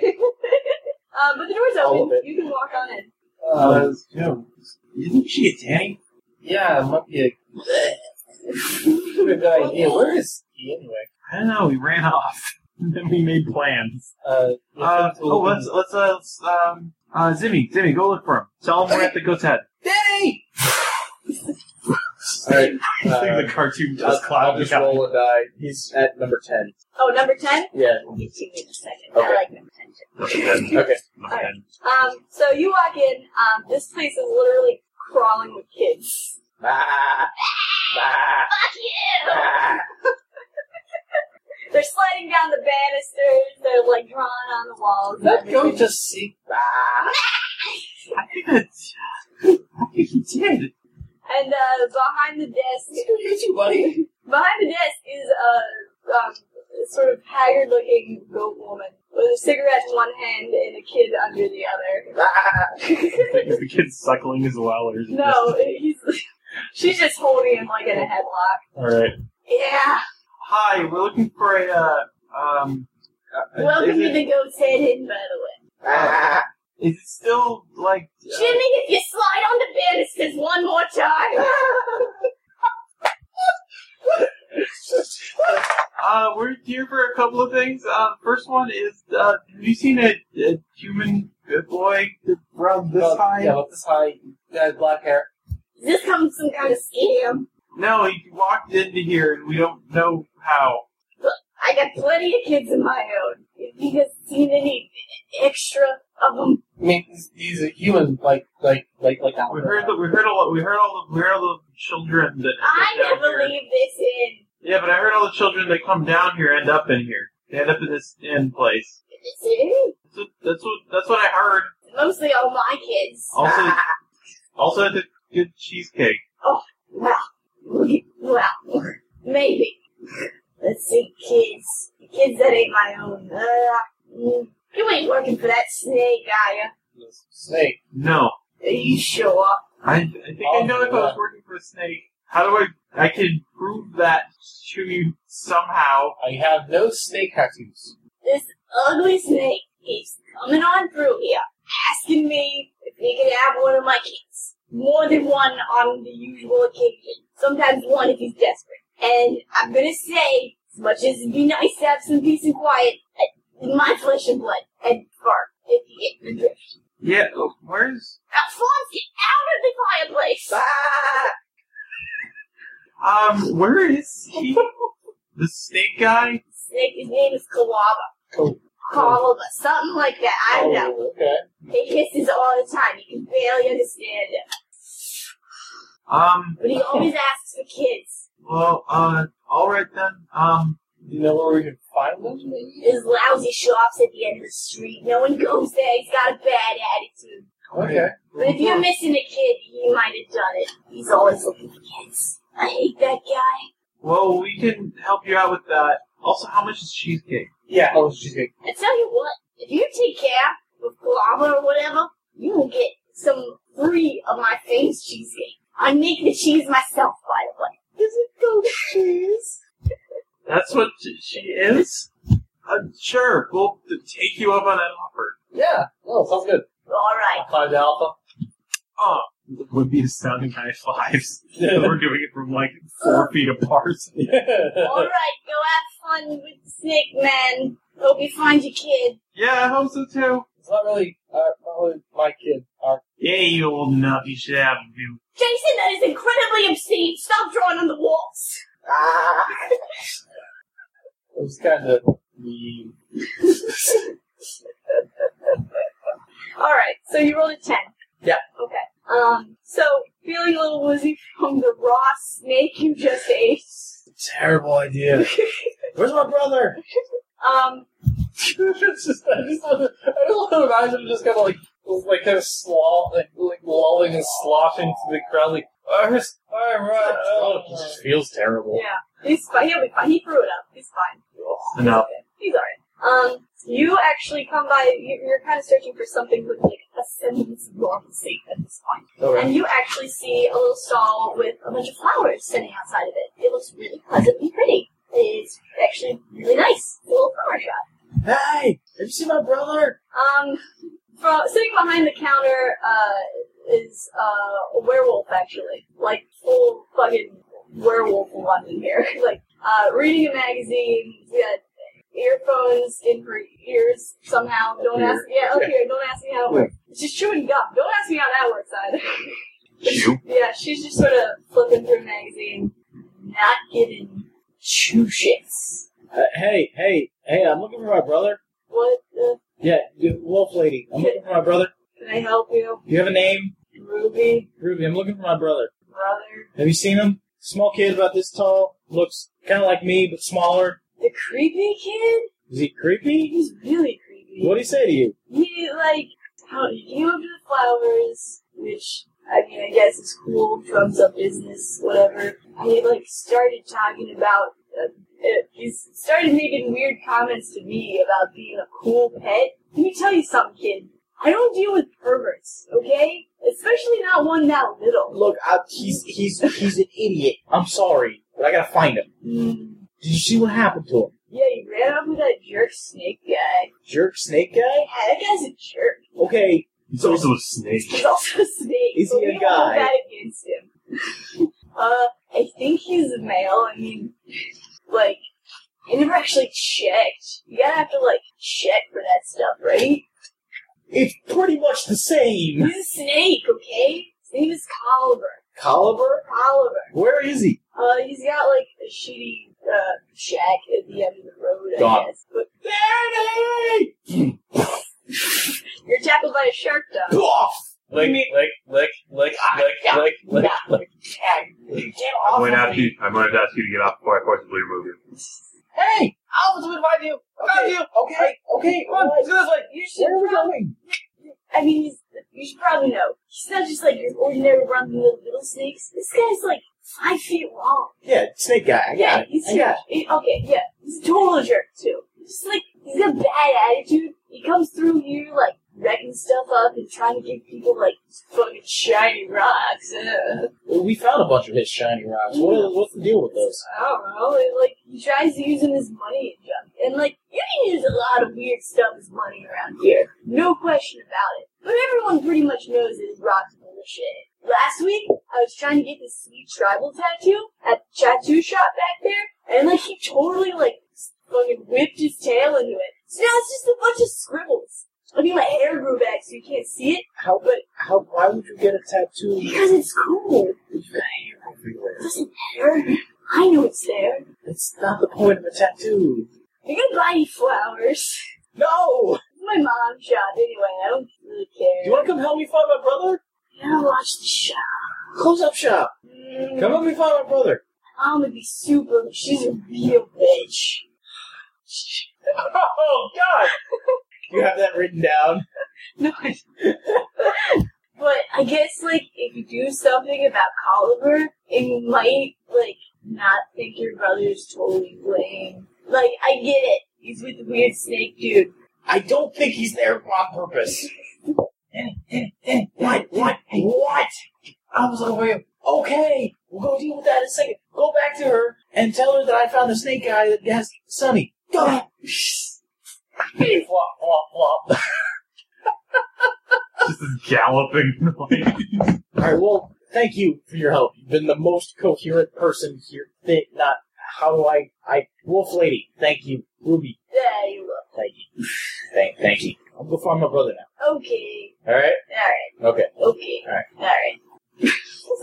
S2: but the door's
S7: All
S2: open.
S7: of it.
S2: You can walk on in.
S7: Uh,
S8: Isn't she a tanny?
S7: yeah, it might be a good idea. Where is he anyway?
S1: I don't know. We ran off. then we made plans.
S7: Uh,
S1: Uh, oh, let's let's uh, let's, um uh Zimmy Zimmy go look for him. Tell him we're at the goat's head.
S7: Daddy! Alright, uh,
S1: the cartoon
S7: I'll,
S1: just
S7: I'll
S1: cloud
S7: just roll a die. He's at number 10.
S2: Oh, number 10?
S7: Yeah.
S2: I'll get to you in a second. I
S7: Okay.
S2: like number 10 too.
S7: Okay.
S2: Um, so you walk in. Um, this place is literally crawling with kids.
S7: Ah, ah,
S2: Fuck you!
S7: ah.
S2: They're sliding down the banisters. They're like drawing on the walls. and
S7: That goat
S2: everything.
S7: just see. Ah.
S1: I think that's. I think he did.
S2: And uh, behind the desk,
S7: He's gonna hit you, buddy.
S2: behind the desk is a um, sort of haggard-looking goat woman with a cigarette in one hand and a kid under the other.
S7: Ah.
S1: Is the kid suckling his wellers?
S2: no, he's she's just holding him like in a headlock.
S1: All right.
S2: Yeah,
S1: Hi, we're looking for a. Uh, um. uh,
S2: welcome
S1: is
S2: to
S1: it-
S2: the goat's head hidden by the way.
S7: Ah.
S1: Is it still like? uh,
S2: Jimmy, if you slide on the banisters one more time.
S1: Uh, we're here for a couple of things. Uh, first one is, uh, have you seen a, a human good boy around this
S3: Uh,
S7: About-
S1: high?
S7: Yeah, about this high. That has black hair.
S2: Is this come some kind of scam?
S1: No, he walked into here and we don't know how.
S2: I got plenty of kids of my own. If you guys seen any extra of them,
S7: I mean, he's, he's a human, like, like, like, like that.
S1: We heard the, we heard all we heard all the we heard all the children that
S2: I
S1: end up down
S2: never
S1: here.
S2: leave this in.
S1: Yeah, but I heard all the children that come down here end up in here. They end up in this inn place.
S2: It's in.
S1: That's what that's what, that's what I heard.
S2: Mostly all my kids.
S1: Also, also the good cheesecake.
S2: Well, look at- well, maybe. Let's see, kids. Kids that ain't my own. Uh, mm. you ain't working for that snake, are you?
S7: snake.
S1: No,
S2: Are you sure?
S1: I, I think I know if I was working for a snake. How do I? I can prove that to you somehow.
S7: I have no snake tattoos.
S2: This ugly snake keeps coming on through here, asking me if he could have one of my kids. More than one on the usual occasion. Sometimes one if he's desperate. And I'm gonna say, as much as it'd be nice to have some peace and quiet, I- my flesh and blood and fur, if you get the drift.
S1: Yeah, oh, where's?
S2: Alphonse, get out of the fireplace!
S7: Ah!
S1: Um, where is he? the snake guy?
S2: Snake, his name is Kalaba.
S7: Cool.
S2: Kalaba, something like that, I don't know.
S7: Oh, okay.
S2: He hisses all the time, you can barely understand him.
S1: Um,
S2: But he always asks for kids.
S1: well, uh, all right then. Um,
S7: Do you know where we can find them? Maybe?
S2: There's lousy shops at the end of the street. No one goes there. He's got a bad attitude.
S7: Okay.
S2: But if you're missing a kid, he might have done it. He's always looking for kids. I hate that guy.
S1: well, we can help you out with that. Also, how much is cheesecake?
S7: Yeah. Oh, she's good.
S2: I tell you what, if you take care of Glava or whatever, you will get some free of my famous cheesecake. I make the cheese myself, by the way. Does it go cheese?
S1: That's what she she is. Uh, sure, we'll take you up on that offer.
S7: Yeah. Oh, sounds good.
S2: All right.
S7: I'll climb to Alpha.
S1: Oh, would be astounding high fives. We're doing it from like four feet apart.
S2: All right. Go have fun with the snake man. Hope you find your kid.
S1: Yeah, I hope so too.
S7: It's not really, uh, not really my kid. Our,
S1: Yeah, you old enough. You should have a view.
S2: Jason, that is incredibly obscene. Stop drawing on the walls.
S7: ah! it was kind of mean.
S2: All right, so you rolled a ten.
S7: Yeah.
S2: Okay. Um. So feeling a little woozy from the raw snake you just ate.
S4: Terrible idea. Where's my brother?
S2: Um.
S7: it's just, I just want to, I just want to imagine him just kind of like, like kind of sloth, like, like lolling and sloshing to the crowd, like, oh, here's- all right, oh,
S4: Oh, he just feels terrible.
S2: Yeah. He's fine. He'll be fine. He threw it up. He's fine.
S1: Enough.
S2: He's all right. Um, you actually come by. you- You're kind of searching for something with like a semblance of normalcy at this point,
S7: Okay.
S2: and you actually see a little stall with a bunch of flowers sitting outside of it. It looks really pleasantly pretty. It's actually really nice. A little flower shop.
S7: Hey, have you seen my brother?
S2: Um, from, sitting behind the counter uh, is uh, a werewolf, actually. Like, full fucking werewolf one in here. like, uh, reading a magazine, we got earphones in her ears somehow. Don't ask, yeah, up here, don't ask me how it works. She's chewing gum. Don't ask me how that works either.
S1: Chew?
S2: yeah, she's just sort of flipping through a magazine, not giving two shits.
S7: Uh, hey, hey, hey, I'm looking for my brother.
S2: What the,
S7: Yeah, you- wolf lady. I'm looking for my brother.
S2: can I help you?
S7: Do you have a name?
S2: Ruby,
S7: Ruby, I'm looking for my brother.
S2: brother.
S7: Have you seen him? Small kid, about this tall. Looks kind of like me, but smaller.
S2: The creepy kid?
S7: Is he creepy?
S2: He's really creepy.
S7: What did he say to you?
S2: He, like, how he came up to the flowers, which, I mean, I guess is cool, drums up business, whatever. And he, like, started talking about, uh, uh, he started making weird comments to me about being a cool pet. Let me tell you something, kid. I don't deal with perverts, okay? Especially not one that little.
S7: Look, I, he's he's he's an idiot. I'm sorry, but I gotta find him.
S2: Mm.
S7: Did you see what happened to him?
S2: Yeah, he ran off with that jerk snake guy.
S7: Jerk snake guy?
S2: Yeah, that guy's a jerk.
S7: Okay,
S1: He's also a snake.
S2: He's also a snake.
S7: Is
S2: but
S7: he a
S2: we don't hold
S7: guy?
S2: that against him. uh, I think he's a male. I mean, like, I never actually checked. You gotta have to like check for that stuff, right?
S7: it's pretty much the same.
S2: He's a snake, okay? His name is Colliver.
S7: Caliber?
S2: Colliver.
S7: Where is he?
S2: Uh, he's got like a shitty uh shack at the end of the road, I
S7: Dog.
S2: guess. But
S7: There he
S2: you're tackled by a shark, dog.
S4: Lick, lick, lick, lick,
S7: Ah,
S4: lick, lick, lick, lick.
S7: Get
S1: I
S7: off
S1: might
S7: of
S1: ask
S7: me.
S1: you. I might ask you to get off before I forcibly remove you.
S7: Hey! I was gonna invite you!
S4: Got you.
S7: Okay, okay,
S4: Come on, let's go this way.
S2: You should
S7: Where are we
S2: probably-
S7: going?
S2: I mean, he's, you should probably know. He's not just like your ordinary run little little snakes. This guy's like five feet long.
S7: Yeah, snake guy. I got it.
S2: he's
S7: I got
S2: huge. He- okay, yeah, he's a total jerk too. Just like he's got a bad attitude. He comes through here like wrecking stuff up and trying to give people like fucking shiny rocks. Ugh.
S7: Well, we found a bunch of his shiny rocks. What are, what's the deal with those?
S2: I don't know. It, like he tries using his money and junk, and like you can use a lot of weird stuff as money around here, no question about it. But everyone pretty much knows that his rocks are bullshit. Last week, I was trying to get this sweet tribal tattoo at the tattoo shop back there, and like he totally like fucking whipped his tail into it. So now it's just a bunch of scribbles. I mean, my hair grew back, so you can't see it
S7: How, but how, why would you get a tattoo?
S2: because it's cool. It doesn't matter. I know it's there.
S7: That's not the point of a tattoo.
S2: You're gonna buy any flowers.
S7: No!
S2: my mom's shop anyway. I don't really care.
S7: You wanna come help me find my brother?
S2: You gotta watch the shop.
S7: Close up shop.
S2: Mm,
S7: Come help me find my brother.
S2: Mom would be super. She's a real bitch.
S7: Oh, God! you have that written down?
S2: No, I But I guess like if you do something about Colliver, it might like not think your brother's totally lame. Like I get it. He's with the weird snake dude.
S7: I don't think he's there on purpose. what? What? What? I was looking for you. Okay, we'll go deal with that in a second. Go back to her and tell her that I found the snake guy that has Sunny. Go ahead. Hey, flop, flop, flop.
S1: Just this galloping noise.
S7: All right, well, thank you for your help. You've been the most coherent person here. Think not how do I? I Wolf Lady. Thank you, Ruby.
S2: There you look.
S7: Thank you. Thank, thank you. I'll go find my brother now.
S2: Okay.
S7: All right.
S2: Alright.
S7: Okay.
S2: Okay.
S7: Alright.
S2: Alright.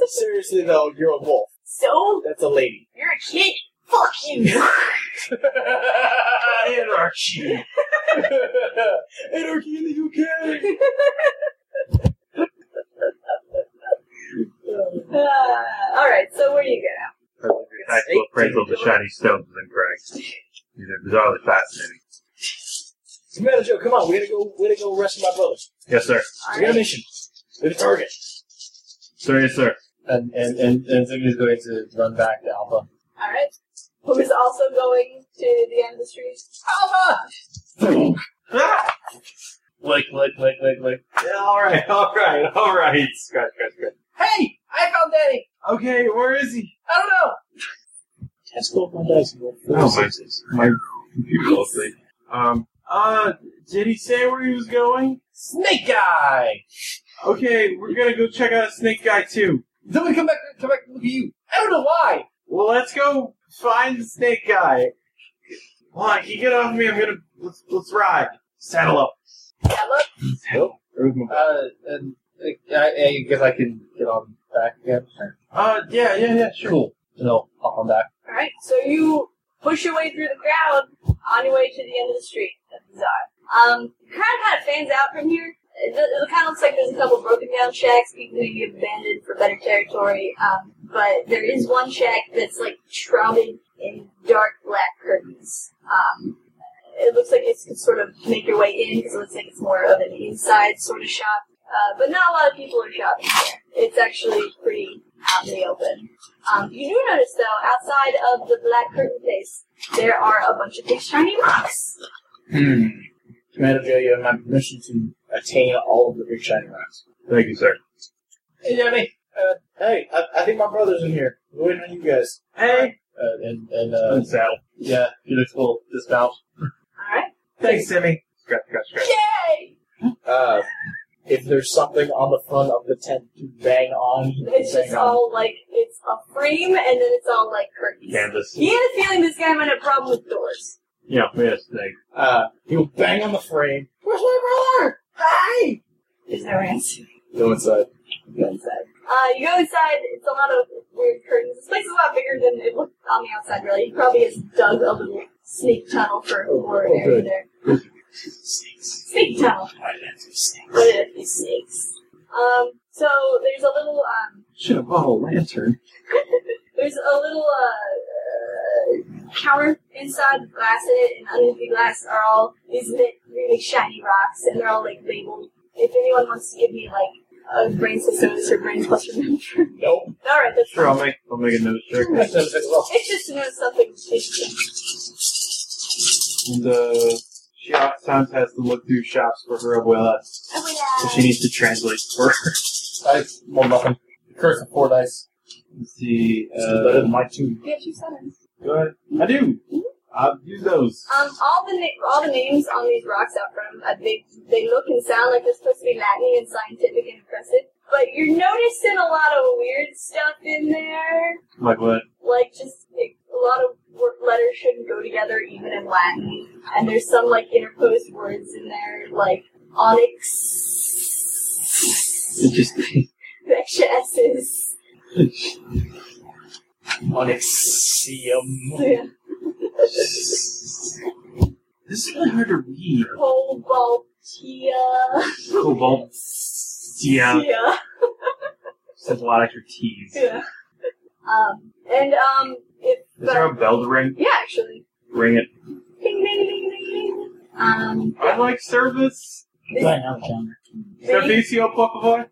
S7: Seriously though, you're a wolf.
S2: So
S7: That's a lady.
S2: you're a kid. Fuck you.
S1: Anarchy.
S7: Anarchy in the UK.
S2: Uh, all right, so where do you go now?
S1: Tactical appraisal of the shiny stones is incorrect. These are bizarrely fascinating.
S7: Commander Joe, come on, we gotta go. We gotta go rescue my brother.
S1: Yes, sir.
S7: We got a mission. We have a target.
S1: Sir, yes, sir.
S3: And and and, and Ziggy's going to run back to Alpha.
S2: All right. Who's also going to the end of the street?
S7: Alpha, Lick, lick, lick, lick, lick.
S1: all right, all right, all right. Scratch, scratch, scratch.
S7: Hey! I found Danny!
S1: Okay, where is he?
S7: I don't know!
S4: Test both my dice. and roll four
S1: Oh, my-
S4: sixes.
S8: Beautiful thing.
S1: Um, uh, did he say where he was going?
S7: Snake Guy!
S1: Okay, we're gonna go check out Snake Guy too.
S7: Somebody come back, come back, look at you. I don't know why!
S1: Well, let's go find the Snake Guy. Come on, can you get off me? I'm gonna let's let's ride. Saddle up.
S7: Hello?
S1: Where's my-
S7: Uh, and uh, I, I guess I can get on back again.
S1: Uh, yeah, yeah, yeah, sure.
S7: Cool. No, hop on back.
S2: Alright, so you push your way through the crowd on your way to the end of the street. That's bizarre. Um, the crowd kind of fans out from here. It, it kind of looks like there's a couple broken down shacks, people who you abandoned for better territory. Um, but there is one shack that's like shrouded in dark black curtains. Um, it looks like it's sort of make your way in because it looks like it's more of an inside sort of shop. Uh, but not a lot of people are shopping here. It's actually pretty out in the open. Um, you do notice, though, outside of the black curtain place, there are a bunch of big shiny rocks.
S4: Hmm. Commander Joe, you have my permission to attain all of the big shiny rocks.
S1: Thank you, sir.
S4: Hey, Danny. Uh, hey, I, I think my brother's in here. We're waiting on you guys.
S1: Hey,
S7: Uh, and, and, uh,
S1: saddle.
S7: yeah, Felix will dismount.
S2: Alright?
S1: Thanks, Simmy. Scratch, scratch, scratch.
S2: Yay!
S4: Uh, if there's something on the front of the tent to bang on, you can
S2: It's
S4: bang
S2: just
S4: on.
S2: all like, it's a frame and then it's all like curtains.
S1: Canvas.
S2: He had a feeling this guy might have a problem with doors.
S1: Yeah, we had a snake.
S4: Uh, he'll bang on the frame. Where's my brother? Hi!
S2: There's no answer.
S4: Go inside.
S2: You go inside. Uh, you go inside, it's a lot of weird curtains. This place is a lot bigger than it looked on the outside, really. He probably has dug a little snake tunnel for a more
S4: oh,
S2: area
S4: good.
S2: there.
S4: Snakes.
S2: Snake tunnel.
S4: Why did I do snakes?
S2: What if it's snakes? Um, so there's a little, um,
S1: Should have bought a lantern.
S2: There's a little uh, uh, counter inside the glass in it, and underneath the glass are all these big, really shiny rocks, and they're all like labeled. If anyone wants to give me like a brain system, it's your brain plus remember.
S4: Nope.
S2: all right, that's
S1: Sure, I'll make I'll make a note check.
S4: That's not as well.
S2: It's just to know something interesting.
S1: And uh, she oftentimes has to look through shops for her abuela,
S2: Oh, yeah.
S1: so she needs to translate for her.
S7: I roll nothing. Curse of four dice.
S1: Let's see.
S4: It's better
S1: Uh,
S4: than my two.
S2: You have two sevens.
S1: go ahead. I do. I'll use those.
S2: Um, all the na- all the names on these rocks out front, uh, they they look and sound like they're supposed to be Latin and scientific and impressive. But you're noticing a lot of weird stuff in there.
S1: Like what?
S2: like just like, a lot of word letters shouldn't go together even in Latin. And there's some like interposed words in there like onyx,
S1: It just
S2: the extra s's.
S4: Onyxium.
S2: Yeah.
S1: this is really hard to read.
S2: Cobaltia.
S1: Cobalt. Yeah,
S2: Yeah.
S1: says a lot of extra T's. Is
S2: Yeah. Um, and um, if
S1: there a bell to ring?
S2: yeah, actually,
S1: Ring it.
S2: ding ding ding ding ding. Um,
S1: I like service.
S4: Bang on the counter.
S2: big,
S1: Servicio, por favor.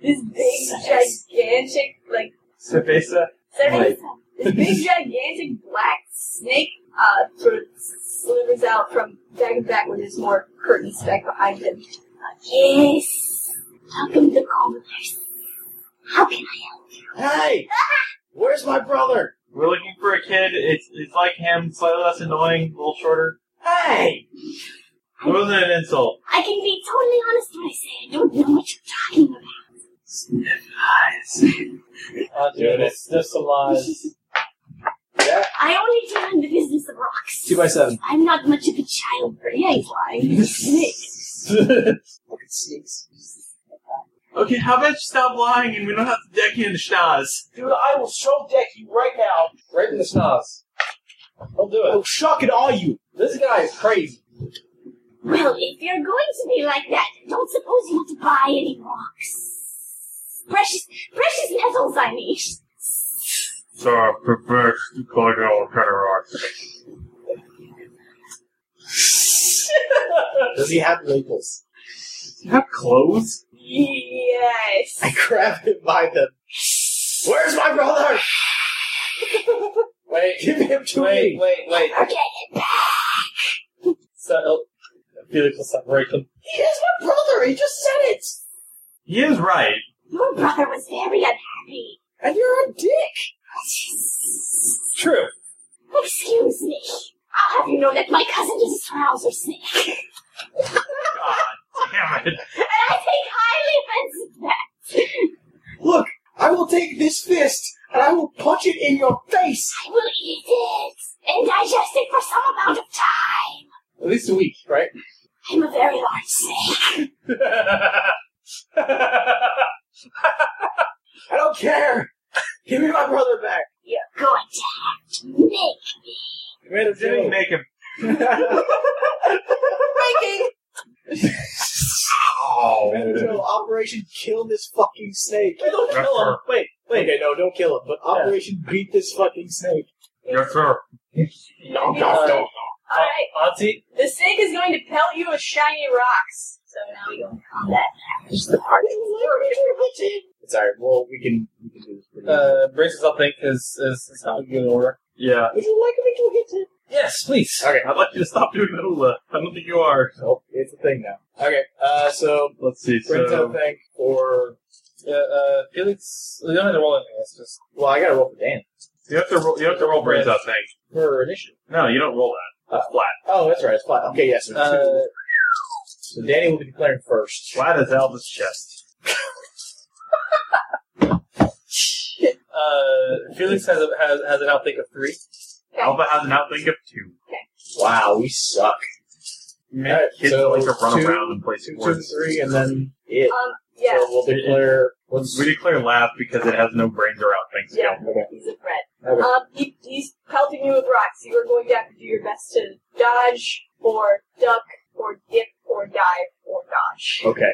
S2: this big gigantic like
S1: Cerveza.
S2: Saturday, this big gigantic black snake uh, sort of slivers out from back to back with his more curtains back behind him. Uh, yes, welcome to Commoners. How can I?
S4: Hey! Where's my brother?
S1: We're looking for a kid. It's it's like him, slightly less annoying, a little shorter.
S4: Hey!
S1: It wasn't an insult.
S2: I can be totally honest when I say I don't know what you're talking about.
S7: Uh, dude, it's just a lie.
S2: I only do in the business of rocks.
S4: Two by seven.
S2: I'm not much of a child, but yeah, he's lying. He's a snake.
S4: Fucking snakes.
S1: Okay, how about you stop lying and we don't have to deck you in the schnoz?
S4: Dude, I will show deck you right now.
S7: Right in the schnoz. He'll do
S4: I
S7: it.
S4: will shock it all you.
S7: This guy is crazy.
S2: Well, if you're going to be like that, I don't suppose you want to buy any rocks. Precious, precious metals, I mean.
S8: So I prefer to collect all kind of rocks.
S4: Does he have labels?
S1: Do you have clothes?
S2: Yes.
S4: I grab him by them. Where's my brother?
S7: Wait,
S4: Give him to
S7: wait,
S4: me.
S7: wait, wait.
S2: Okay.
S4: oh,
S7: So, Felix will separate them.
S6: He is my brother. He just said it.
S1: He is right.
S2: Your brother was very unhappy.
S6: And you're a dick.
S7: It's true.
S2: Excuse me. I'll have you know that my cousin is a trouser snake.
S1: God damn it.
S2: And I take highly offense at that.
S4: Look, I will take this fist and I will punch it in your face.
S2: I will eat it and digest it for some amount of time.
S7: At least a week, right?
S2: I'm a very large snake.
S4: I don't care. Give me my brother back.
S2: You're going to have to make
S7: Commander
S1: Didn't
S7: Joe.
S1: make him.
S6: Breaking.
S4: Commander Joe, Operation Kill This Fucking Snake.
S7: Wait, don't kill him. Wait, wait.
S4: Okay, no, don't kill him, but uh, Operation Beat This Fucking Snake. Uh,
S1: Yes, sir.
S6: No,
S7: no, no.
S2: Alright,
S7: Auntie,
S2: the snake is going to pelt you with shiny rocks. So now we go combat damage. The part that was
S4: It's alright, well, we can, we can do this. pretty
S7: uh, braces, I think, is, is, is not a good order.
S1: Yeah.
S6: Would you like me to hit him?
S7: Yes, please.
S4: Okay.
S1: I'd like you to stop doing that, Ula. I don't think you are.
S4: Oh, it's a thing now. Okay, uh, so,
S1: Let's see.
S4: Brento
S1: So,
S4: thing for,
S7: Uh, uh, Felix, you don't have to roll anything. It's just
S4: well, I gotta roll for Dan.
S1: you have to roll. You have to roll brains out thing.
S4: For initiative.
S1: No, you don't roll that. That's flat.
S4: Oh, that's right, it's flat. Okay, yes. Yeah, so,
S7: uh,
S4: so Danny will be declaring first.
S1: Flat as Alva's chest.
S7: uh, Felix has a, has has an outthink of three.
S1: Alva has an outthink of two.
S4: Wow, we suck.
S1: Man,
S4: Alright,
S1: kids
S4: so
S1: like to run
S4: two-
S1: around and play
S4: Two, two,
S1: sports.
S4: three, and then it.
S2: Um, yeah,
S4: So we'll declare. What's,
S1: We declare last because it has no brains or outthink
S2: yeah,
S1: skill.
S4: okay.
S2: he's a threat.
S4: Okay.
S2: Um, he, he's pelting you with rocks. You are going to have to do your best to dodge, or duck, or dip, or dive, or dodge.
S4: okay.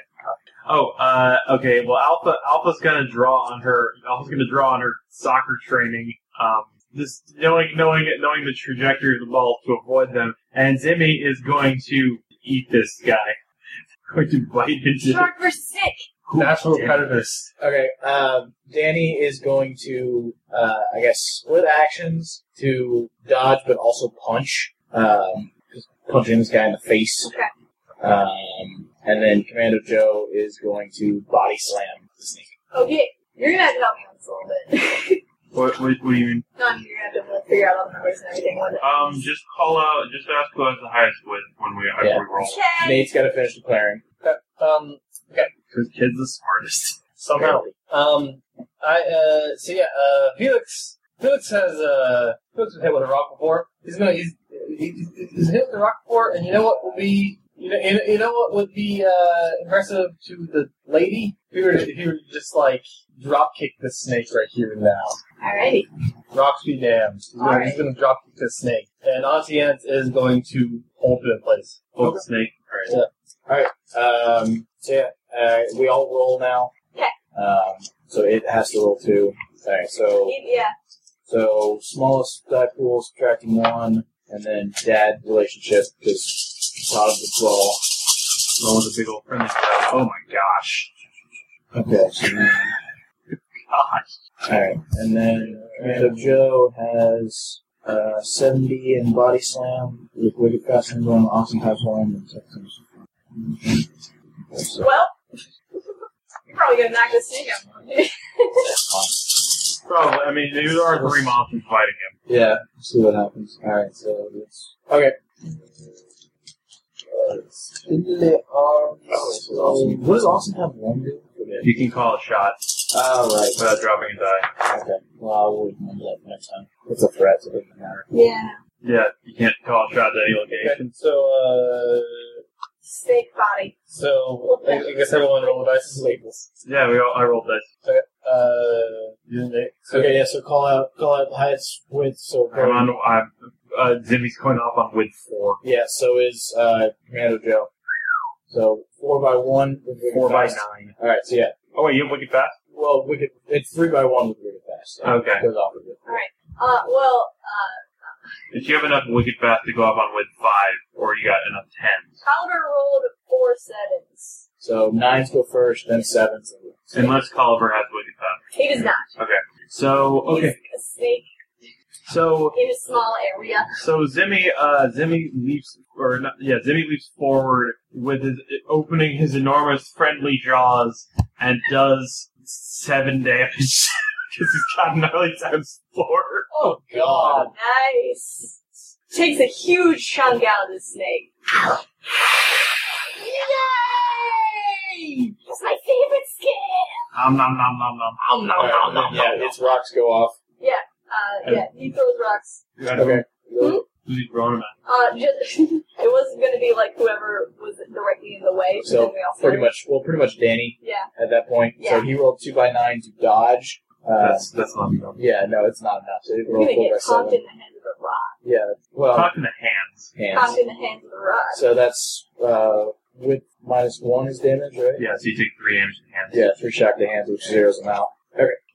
S1: Oh, uh, okay. Well, Alpha Alpha's gonna draw on her. Alpha's gonna draw on her soccer training. Um, just knowing knowing knowing the trajectory of the ball to avoid them. And Zimmy is going to eat this guy. Going to bite into.
S2: Shark versus snake.
S7: Natural
S1: damn.
S7: predators.
S4: Okay. Um, Danny is going to, uh, I guess, split actions to dodge, but also punch. Um, just punching this guy in the face. Okay. Um, and then Commando Joe is going to body slam the snake.
S2: Okay, you're gonna have to help me on this a little bit.
S1: What, what, what do you mean?
S2: no, I mean, you're gonna have to like, figure out all the numbers and everything. on it.
S8: Um, just call out, just ask who has the highest win when we, after
S4: Yeah.
S8: we roll.
S2: Okay.
S4: Nate's got to finish declaring.
S7: Um,
S1: Because kids the smartest.
S7: somehow. Um, I uh, so yeah, uh, Felix. Felix has uh, Felix was hit with a rock before. He's gonna he's, he's, he's hit with a rock before, and you know what would be you know you know- you know what would be uh, impressive to the lady if he were to, if he were to just like drop kick the snake right here and now.
S2: Alrighty.
S7: Rocks be damned. He's gonna,
S2: Alright.
S7: he's gonna drop kick the snake, and Auntie Ant is going to hold it in place.
S1: Old snake.
S4: Um, so yeah, uh, we all roll now.
S2: Okay.
S4: Um, so it has to roll two. All right. So
S2: Yeah.
S4: so smallest die pool subtracting one, and then dad relationship because Todd the twelve.
S1: That was a big old friendly. crowd. Oh my gosh.
S4: Okay. so then-
S1: Gosh.
S4: all right, and then Commando Joe has. Uh, 70 in body slam with wicked fast and going awesome times one and six times four. So
S2: Well, you're probably gonna knock the snake out.
S4: that's fine.
S1: Probably. I mean, these are three monsters fighting him.
S4: Yeah, we'll see what happens. Alright, so it's. Okay. What does Austin have one do?
S1: You can call a shot
S4: Alright,
S1: without dropping a die.
S4: okay. Well, I will remember that next time. It's a threat, so it doesn't matter.
S2: yeah.
S1: Yeah, you can't call a shot at any location.
S7: Okay, so uh,
S2: Snake body.
S7: so I, I guess everyone roll the dice. Labels.
S1: Yeah, we all, I rolled dice.
S7: Okay. Uh, you make- so
S4: Okay, yeah, so call out call out the highest width, so.
S1: I'm on. I'm, uh, Zimmy's going off on win four.
S4: Yeah, so is uh, Commando Joe. So, 4 by 1. with Wicked
S1: Four by
S4: Fast.
S1: nine.
S4: Alright, so yeah.
S1: Oh wait, you have wicked fast.
S4: Well, Wicked, it's 3 by 1 with Wicked Fast. So
S1: Okay.
S4: It goes off with it.
S2: Uh, well, uh,
S1: Did you have enough wicked fast to go up on win five, or you got enough tens?
S2: Calder rolled four sevens.
S4: So, 9s go first, then 7s, and
S1: Unless Colliver has wicked fast.
S2: He does not.
S1: So okay,
S2: He's a snake.
S1: So
S2: in a small area.
S1: so Zimmy uh Zimmy leaps or not, yeah Zimmy leaps forward with his opening his enormous friendly jaws and does seven damage because he's got gnarly times four.
S7: Oh God!
S2: Nice. Takes a huge chunk out of the snake. Yay! It's my favorite skin.
S1: Nom nom nom nom nom.
S7: Om, nom,
S1: Oh,
S7: nom, nom,
S4: yeah,
S7: nom, nom.
S4: its rocks go off.
S2: Uh, yeah, he throws rocks.
S4: Okay.
S2: Hmm?
S1: Who's he throwing him at?
S2: Uh, just it was gonna be like whoever was directly in the way. but
S4: So,
S2: then we all
S4: Pretty much. Well, pretty much Danny
S2: Yeah.
S4: at that point. So
S2: Yeah.
S4: he rolled two by nine to dodge. Uh,
S1: That's that's not enough.
S4: yeah, no, it's not enough. So he
S2: You're
S4: rolled
S2: gonna
S4: four by
S2: get conked
S4: seven.
S2: in the head with a rock.
S4: Yeah. Well,
S1: Cock in the hands.
S4: hands.
S2: Conked in the hands with a rock.
S4: So that's uh, with minus one is damage, right?
S1: Yeah, so you take three damage in the hands.
S4: Yeah, three shock to hands, which zeroes them out.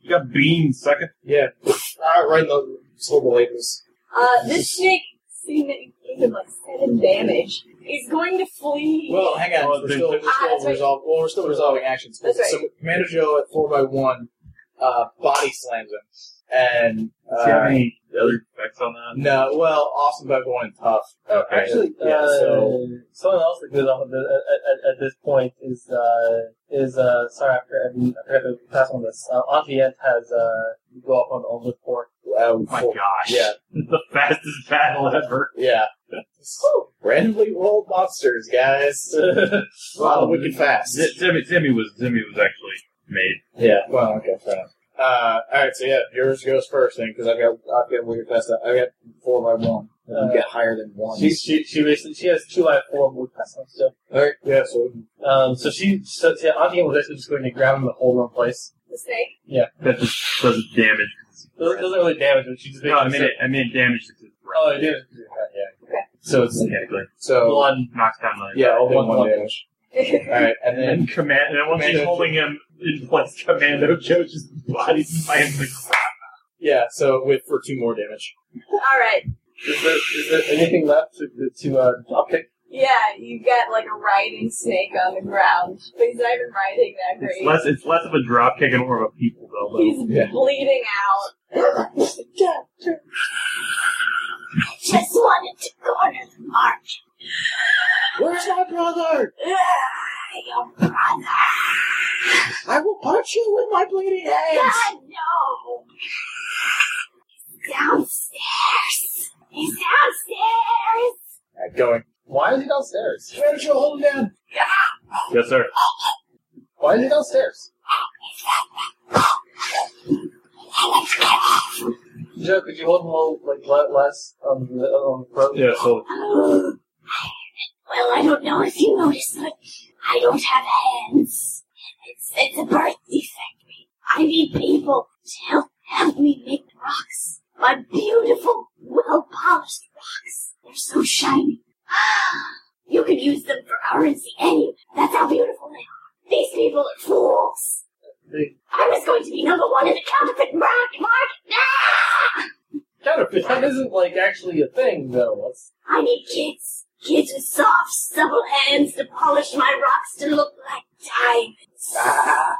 S1: You got beans, sucker.
S4: Yeah. Ah, right in the syllable labels.
S2: Uh, this snake seemed to give him like seven damage. He's going to flee.
S4: Well, hang on.
S1: Well,
S4: we're
S1: there's-
S4: still, we're
S2: Ah,
S4: still,
S2: that's right.
S4: resolve, well, we're still resolving actions.
S2: That's right.
S4: So Commander Joe at 4x1 uh, body slams him. And.
S1: Does he have
S4: Uh,
S1: any other effects on that?
S4: no, well, awesome by going tough.
S3: Oh,
S4: Okay.
S3: actually,
S4: Yeah,
S3: uh,
S4: so-
S3: someone else that goes off at, the, at, at, at this point is uh, is uh, sorry after I forgot I forgot to pass on this. Uh, Auntie has uh, go up on on the fork.
S4: Uh,
S1: Oh my
S4: four-
S1: gosh.
S4: Yeah,
S1: the fastest battle ever.
S4: yeah. Randomly rolled monsters, guys. wow, wicked fast.
S1: Z- Zimmy, Zimmy was Zimmy was actually made.
S4: Yeah. Well, okay, fair enough. Uh, all right, so yeah, yours goes first then, because I've got I've got wicked fast. I've got four by one. And
S3: Uh,
S4: you get higher than one.
S3: She she she basically she has two out of four move pass on stuff.
S4: all right, yeah. So
S3: Um, so she so yeah, Auntie was actually just going to grab him and hold him in place.
S2: the snake.
S1: That just doesn't damage.
S3: Doesn't, doesn't really damage, but she just
S1: No, I mean
S3: so-
S1: it, I mean it damages his
S3: Oh, it did.
S4: so it's
S1: Technically,
S4: so
S3: One.
S1: knocks down another.
S4: yeah, all one,
S3: One
S4: one
S3: one.
S4: damage. All right, and
S1: And
S4: then
S1: then command, and once he's
S4: Commando
S1: holding him in place, Commando Joe just body slams the
S4: yeah, so with for two more damage.
S2: All right.
S3: Is there, is there anything left to to uh, drop kick?
S2: Yeah, you got like a writhing snake on the ground, but he's not even writhing that
S1: It's
S2: great.
S1: less, it's less of a drop kick and more of a people elbow.
S2: He's
S4: Yeah.
S2: bleeding out. Just wanted to corner the march.
S4: Where's my brother?
S2: Your brother.
S4: I will punch you with my bleeding hands.
S2: God, no. Downstairs. He's downstairs.
S4: All right, going.
S3: Why is he downstairs?
S4: Commander Joe, hold him down.
S1: Yes, sir.
S3: Why is he downstairs? Joe, could you hold him a little like le- less on the on the throat?
S1: Yeah, so
S2: Well, I don't know if you noticed, but I don't have hands. It's, it's a birth defect. I need people to help, help me make the rocks. My beautiful, well-polished rocks. They're so shiny. You could use them for currency, and you, that's how beautiful they are. These people are fools.
S3: They-
S2: I was going to be number one in the counterfeit market. market. Ah!
S3: Counterfeit. That isn't like actually a thing though. That's,
S2: I need kids. Kids with soft, supple hands to polish my rocks to look like diamonds.
S3: I,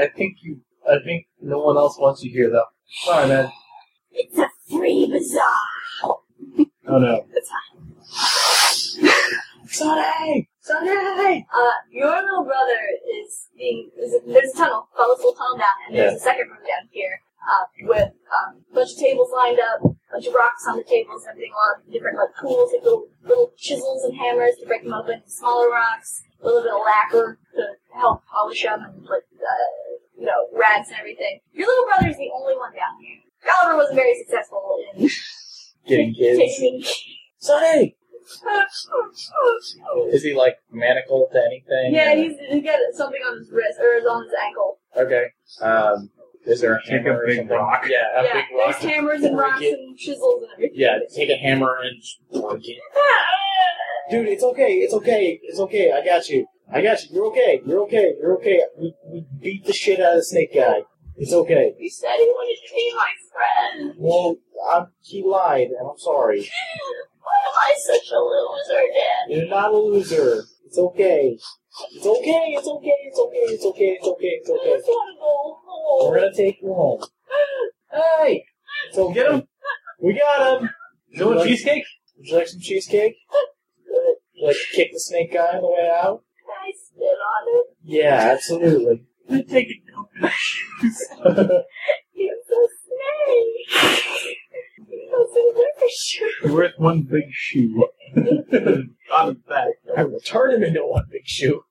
S3: I think you. I think no one else wants you here though. Sorry, man.
S2: It's a free bazaar.
S3: Oh no.
S4: Sonny, Sonny.
S2: Uh, your little brother is being, is, there's a tunnel, follow this little tunnel down, and there's a second room down here, uh, with, um, a bunch of tables lined up, a bunch of rocks on the tables, and everything, a lot of different, like, tools, like little, little chisels and hammers to break them open, into smaller rocks, a little bit of lacquer to help polish them, and, like, uh, you know, rats and everything. Your little brother is the only one down here. Oliver wasn't very successful in
S4: Getting kids.
S2: taking
S4: Sonny. Is he like manacled to anything?
S2: Yeah, he's, he's got something on his wrist, or is on his ankle.
S4: Okay. Um, is there a
S1: Take a
S4: hammer or
S1: big
S4: something?
S1: rock.
S4: Yeah, a
S2: yeah,
S4: big rock.
S2: there's hammers and
S4: Break
S2: rocks
S4: it.
S2: and chisels and everything.
S4: Yeah, take a hammer and just break it. Dude, it's okay. It's okay. It's okay. I got you. I got you. You're okay. You're okay. You're okay. We, we beat the shit out of the snake guy. It's okay.
S2: You said he wanted to be my friend.
S4: Well, i he lied, and I'm sorry.
S2: Why am I such a loser, Dad?
S4: You're not a loser. It's okay. It's okay. It's okay. It's okay. It's okay. It's okay. It's
S2: I
S4: okay.
S2: just want to go home.
S4: We're gonna take you home. Hey, it's
S7: So
S3: Get 'em.
S7: We got him.
S3: You want cheesecake?
S7: Would you like some cheesecake? Would you like to kick the snake guy on the way out?
S2: I spit on it.
S7: Yeah, absolutely.
S12: I take it down.
S2: It's a snake. It's a river shoe.
S12: Worth one big shoe.
S1: I'm back.
S7: I will turn him into one big shoe.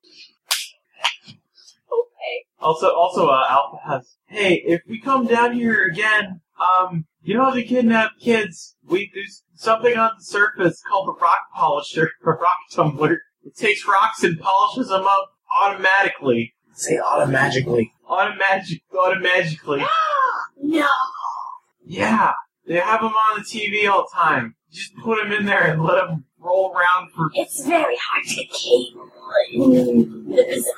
S2: Okay.
S1: Also, also, uh, Alpha has. Hey, if we come down here again, um, you don't have to kidnap kids. We there's something on the surface called the rock polisher, or rock tumbler. It takes rocks and polishes them up automatically,
S7: Say automagically.
S1: automatic, automagically.
S2: no.
S1: Yeah, they have them on the TV all the time. Just put them in there and let them roll around for.
S2: It's very hard to keep. This-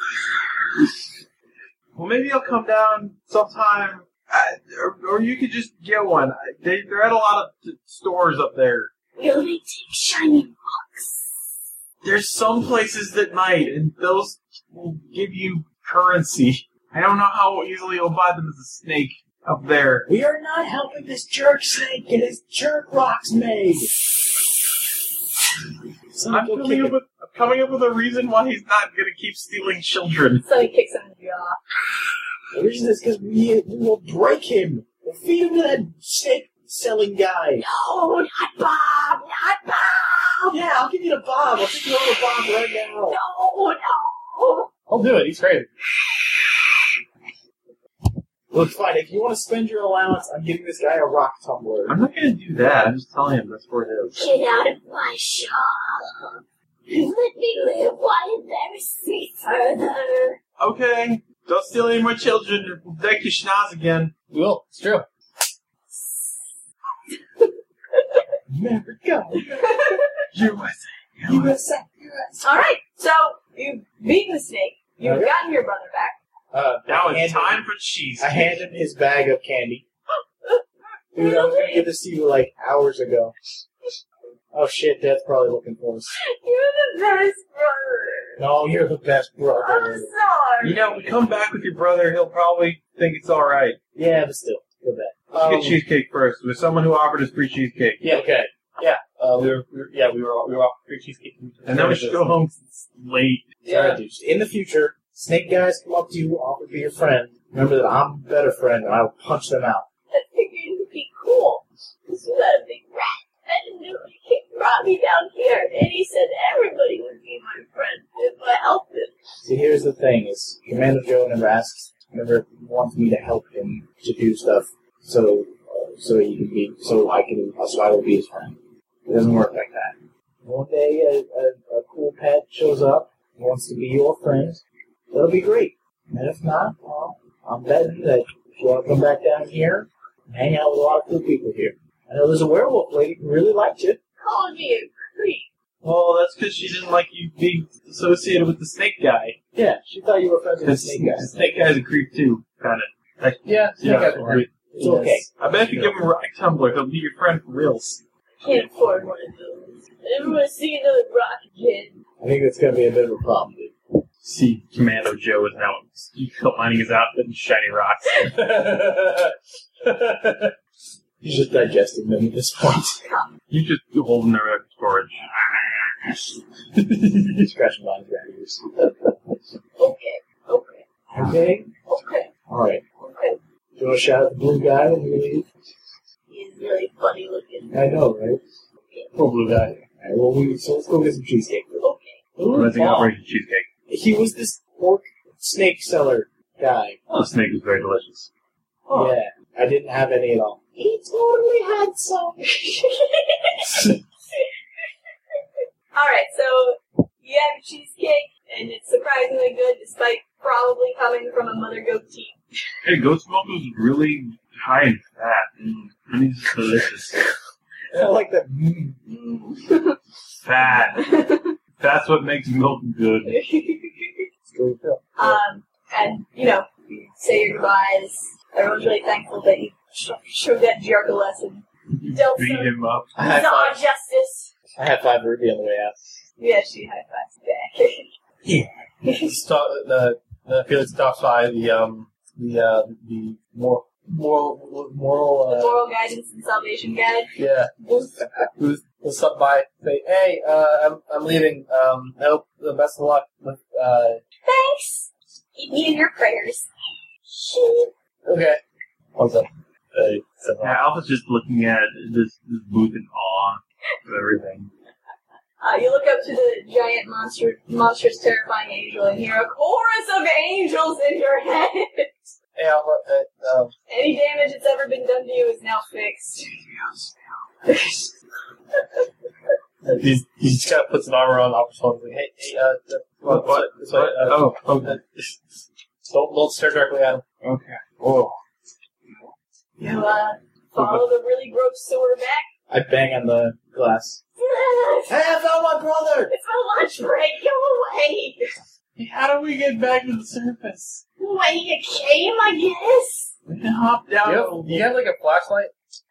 S1: Well, maybe I'll come down sometime. Uh, or, or you could just get one. I- They, they're at a lot of t- stores up there.
S2: Really deep shiny rocks.
S1: There's some places that might, and those will give you currency. I don't know how easily you'll buy them as a snake up there.
S7: We are not helping this jerk snake get his jerk rocks made.
S1: I'm
S7: Someone go kick
S1: coming, up
S7: him.
S1: with, I'm coming up with a reason why he's not going to keep stealing children.
S2: So he kicks him in the jaw.
S7: The reason is because we, we will break him. We'll feed him to that snake selling guy.
S2: No, not Bob. Not Bob.
S7: Yeah, I'll give you the bomb. I'll take you over the bomb right now.
S2: No, no.
S3: I'll do it. He's crazy.
S7: Look, fine. If you want to spend your allowance on getting this guy a rock tumbler,
S1: I'm not going to do that. I'm just telling him that's where it is.
S2: Get out of my shop. Let me live. Why embarrass me further?
S1: Okay, don't steal any more children. or We'll deck your schnoz again.
S3: We will. It's true.
S7: America,
S1: USA.
S7: USA.
S2: All right. So you've beaten the snake. You've
S7: Okay.
S2: gotten your brother back.
S7: Uh,
S1: Now
S7: I
S1: it's
S7: hand
S1: time
S7: Him,
S1: for cheese.
S7: I hand him his bag of candy. Dude, I was gonna give this to you like hours ago. Oh shit, Dad's probably looking for us.
S2: You're the best brother.
S7: No, you're the best
S2: I'm
S7: brother.
S2: sorry.
S1: You know, we come back with your brother. He'll probably think it's all right.
S7: Yeah, but still, go back.
S1: Let's
S7: Um,
S1: get cheesecake first. With someone who offered us free cheesecake,
S3: Yeah. Okay. Yeah. Uh, we were, we were. Yeah. We were. We were off free cheesecake.
S1: and then we should go home 'cause it's late.
S7: Sorry, dude. In the future, snake guys come up to you, offer to be your friend. Remember that I'm a better friend, and I will punch them out.
S2: I figured it'd be cool. This was not a big rat. I didn't know he kicked- brought me down here, and he said everybody would be my friend if I helped him.
S7: See, here's the thing: is Commander Joe never asks, never wants me to help him to do stuff, so uh, so he can be, so I can, uh, so I will be his friend. It doesn't work like that. One day, a, a, a cool pet shows up, and wants to be your friend. That'll be great. And if not, well, I'm betting that if you want to come back down here, hang out with a lot of cool people here. I know there's a werewolf lady who really liked you.
S2: Calling me a creep.
S1: Well, that's because she didn't like you being associated with the snake guy.
S7: Yeah, she thought you were friends with the snake guy.
S1: The snake guy's a creep too, kind of.
S3: Yeah. Snake
S1: Yeah,
S3: guys were.
S1: I
S7: It's okay.
S1: bet if you give him a rock tumbler, he'll be your friend for reals.
S2: I can't afford one of those. I never want to see another rock again.
S7: I think that's going to be a bit of a problem, dude.
S1: See, Commando Joe is now he's lining his outfit in shiny rocks.
S7: He's just digesting them at this point.
S1: You just hold him there in storage.
S7: He's scratching behind his rabbit ears.
S2: Okay, okay,
S7: Okay?
S2: okay,
S7: Alright.
S2: okay.
S7: Do you want to shout out the blue guy when you leave?
S2: He's really funny looking.
S7: I know, right? Poor blue guy. Alright, well, we, so let's go get some cheesecake.
S2: Okay.
S7: Who was
S1: Rising
S7: Bob?
S1: Operation Cheesecake.
S7: He was this pork snake seller guy.
S1: Oh, the snake was very delicious.
S2: Oh.
S7: Yeah. I didn't have any at all.
S2: He totally had some. Alright, so you have cheesecake, and it's surprisingly good despite probably coming from a mother goat team.
S1: Hey, goat's milk was really high in fat. Mm, and it's delicious.
S7: I like that. Mm.
S1: Fat. That's what makes milk good.
S7: story film.
S2: um, and, you know, you say your goodbyes. Everyone's really thankful that you sh- showed that jerk a lesson. You dealt
S1: Beat
S2: some
S1: him up.
S7: I high
S2: bizarre
S7: five.
S2: justice.
S7: I high five Ruby on the way out.
S2: Yeah, she high fives back.
S3: Stop, the the Felix stops by the um the uh the more moral, moral,
S5: The
S3: uh,
S5: moral guidance and salvation guide.
S3: yeah. Who's will stop by, say, hey, uh, I'm, I'm leaving. Um, I hope the best of luck with, uh,
S5: Thanks. Keep me in your prayers.
S3: okay. What's up? Hey, so-
S1: Yeah, Alpha's just looking at this, this booth in awe of everything.
S5: Uh, you look up to the giant monster, monstrous, terrifying angel, and hear a chorus of angels in your head.
S3: Hey, Alpha, uh, um,
S5: Any damage that's ever been done to you is now fixed.
S3: He, he just kind of puts an arm around Albert's shoulder. Like, hey, hey, uh, uh,
S1: What- what?
S3: this way, uh,
S1: Oh, oh,
S3: uh, don't, don't stare directly at him.
S1: okay. Oh,
S5: You uh, follow the really gross sewer back.
S7: I bang on the glass.
S5: it's
S7: Hey, I found my brother!
S5: my lunch break. Go away.
S3: How do we get back to the surface?
S5: Way you came, I guess.
S3: Do you, have, do you have like a flashlight?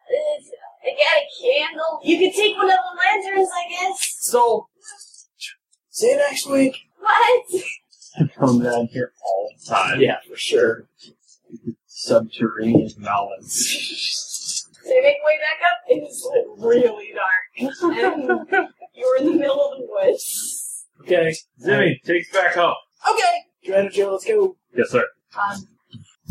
S5: It's- I got a candle. You can take one of the lanterns, I guess.
S3: So,
S7: See you next week.
S5: What?
S1: come down here all the time.
S7: Yeah, for sure.
S1: Subterranean knowledge.
S5: So you make your way back up. It's really dark, and you're in the middle of the woods.
S7: Okay.
S1: Zimmy, take us back home.
S5: Okay.
S7: Commander Joe, let's go.
S1: Yes, sir.
S5: Um,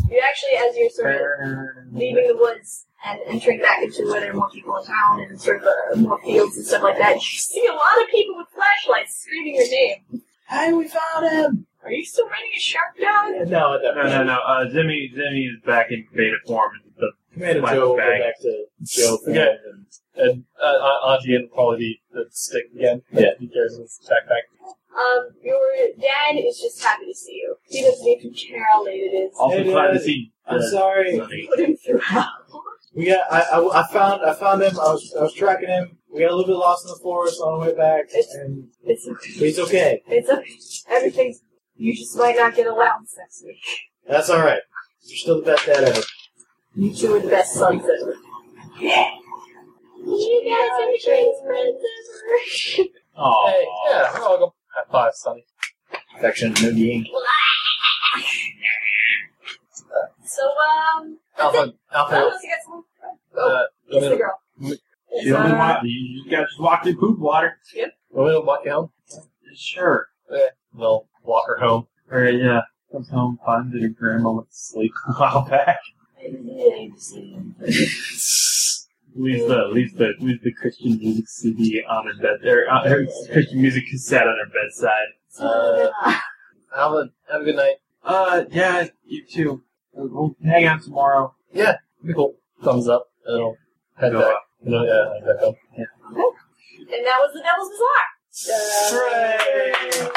S5: you actually, as you're sort of leaving the woods and entering back into where there are more people in town and sort of uh, more fields and stuff like that, you see a lot of people with flashlights screaming your name.
S7: Hey, we found him!
S5: Are you still running a shark dog?
S7: No,
S1: No, no, no. Uh, Zimmy, Zimmy is back in beta form. The
S7: Commander
S1: Whack
S7: Joe,
S1: bang.
S7: go back to Joe. for
S3: Okay.
S7: him and-
S3: and uh, uh, Auntie and probably be the stick again.
S7: Yeah.
S3: He carries his backpack.
S5: Um, your dad is just happy to see you. He doesn't even care how late it is.
S1: also
S7: Hey,
S1: glad to
S7: Dad.
S1: see Uh,
S7: I'm sorry.
S1: Zimmy.
S5: Put him through hell.
S7: We got. I, I, I found. I found him. I was. I was tracking him. We got a little bit lost in the forest on the way back,
S5: It's-
S7: and
S5: It's
S7: but he's okay.
S5: It's okay. Everything's. You just might not get allowance next week.
S7: That's all right. You're still the best dad ever.
S5: You two are the best sons ever. Yeah. You guys are the greatest friends ever.
S1: Aw.
S3: Hey, yeah, we're all going. High five, Sonny.
S7: Affection, no game.
S5: so, um. that's it.
S3: Alpha, Alpha,
S5: Unless you got someone.
S3: uh,
S5: It's the
S3: you
S5: girl. It's,
S1: You only
S5: uh,
S1: want- you just gotta just walk through poop water.
S3: want me to walk you home?
S1: Sure.
S3: We'll walk her home.
S1: All right, yeah. Comes home, finds that her grandma went to sleep a while back. Leaves the leaves the leaves the Christian music CD on her bed or uh, her Christian music cassette on her bedside.
S3: Uh, Alpha, have a good night.
S1: Uh, yeah, you too. We'll hang out tomorrow.
S3: Be cool. Thumbs up. And I'll head
S1: Go
S3: back.
S1: up.
S3: You know, yeah, head back home.
S5: and that was the Devil's Bazaar.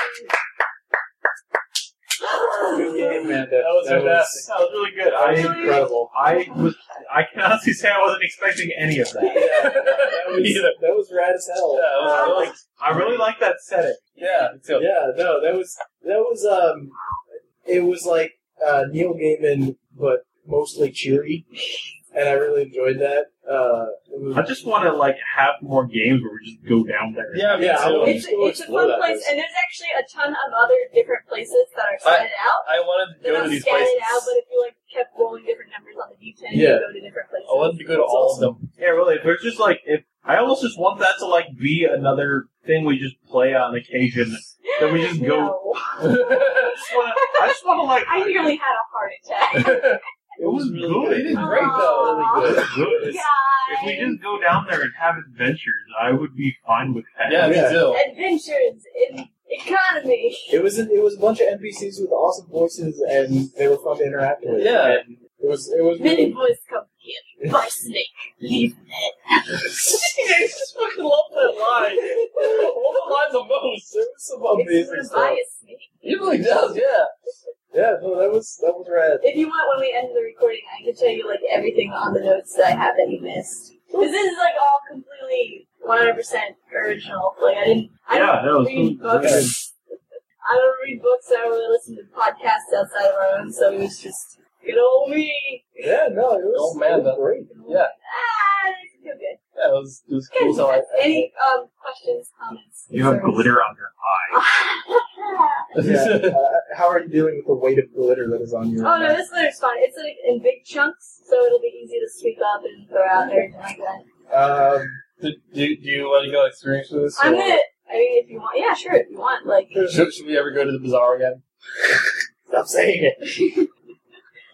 S7: Good game, man. That,
S3: was
S7: that
S3: your
S7: was,
S1: That was really good.
S7: that was
S1: I
S7: incredible.
S1: I was I can honestly say I wasn't expecting any of that.
S7: That was, that was rad as hell.
S3: Yeah,
S1: I, like, I really like that setting.
S3: Yeah, me too.
S7: Yeah, no, that was that was um, it was like uh, Neil Gaiman, but mostly cheery, and I really enjoyed that. Uh, it was-
S1: I just want to like have more games where we just go down there.
S3: Yeah, me
S7: Yeah, I
S3: too.
S7: would-
S5: It's, it's a fun place, and there's actually a ton of other different places that are set out.
S3: I wanted to
S5: They're
S3: go
S5: not
S3: to these
S5: scattered
S3: places.
S5: out, but if you like kept rolling different numbers on the d10,
S7: Yeah.
S5: you go to different places.
S3: I wanted to go to all of them.
S1: Yeah, really. If it's just like if I almost just want that to like be another thing we just play on occasion. Then we just go-
S5: No.
S1: I just wanna, I just wanna like.
S5: I nearly had a heart attack.
S1: it was
S3: It
S1: good.
S3: is great though.
S5: Aw.
S1: It was good. It's- If we
S5: Guys,
S1: just go down there and have adventures, I would be fine with that.
S3: Yeah, me too.
S5: adventures in economy.
S7: It was it was a bunch of NPCs with awesome voices, and they were fun to interact with.
S3: Yeah.
S7: And it was it was
S5: Many
S7: really,
S5: boys come here. By snake. Leave
S3: I just fucking love that line. love the line the most.
S7: there was some amazing
S5: It's
S7: stuff.
S5: by a snake.
S3: It really does, yeah.
S7: Yeah, no, that was that was rad.
S5: If you want, when we end the recording, I can show you like everything on the notes that I have that you missed. Because this is like all completely 100% original. Like I didn't. I don't
S1: Yeah, that was
S5: read
S1: cool. Really
S5: books. I don't read books. I don't really listen to podcasts outside of our own. So it was just good old me.
S7: Yeah, no, it was,
S3: Oh, man,
S7: it was
S3: that-
S7: great.
S3: Yeah.
S5: Ah, it feel good.
S3: Yeah, it was, it was cool. So I,
S5: Good. Any um questions, comments?
S1: You have
S5: concerns?
S1: glitter on your eye.
S5: oh Oh,
S7: Yeah, uh, how are you dealing with the weight of glitter that is on your?
S5: no, this glitter's fine. It's like in big chunks, so it'll be easy to sweep up and throw out and everything like that.
S3: Um, do, do, do you want to go experience with this?
S5: I'm
S3: or-
S5: gonna. I mean, if you want, yeah, sure. If you want, like,
S3: Should, should we ever go to the bazaar again?
S7: Stop saying it.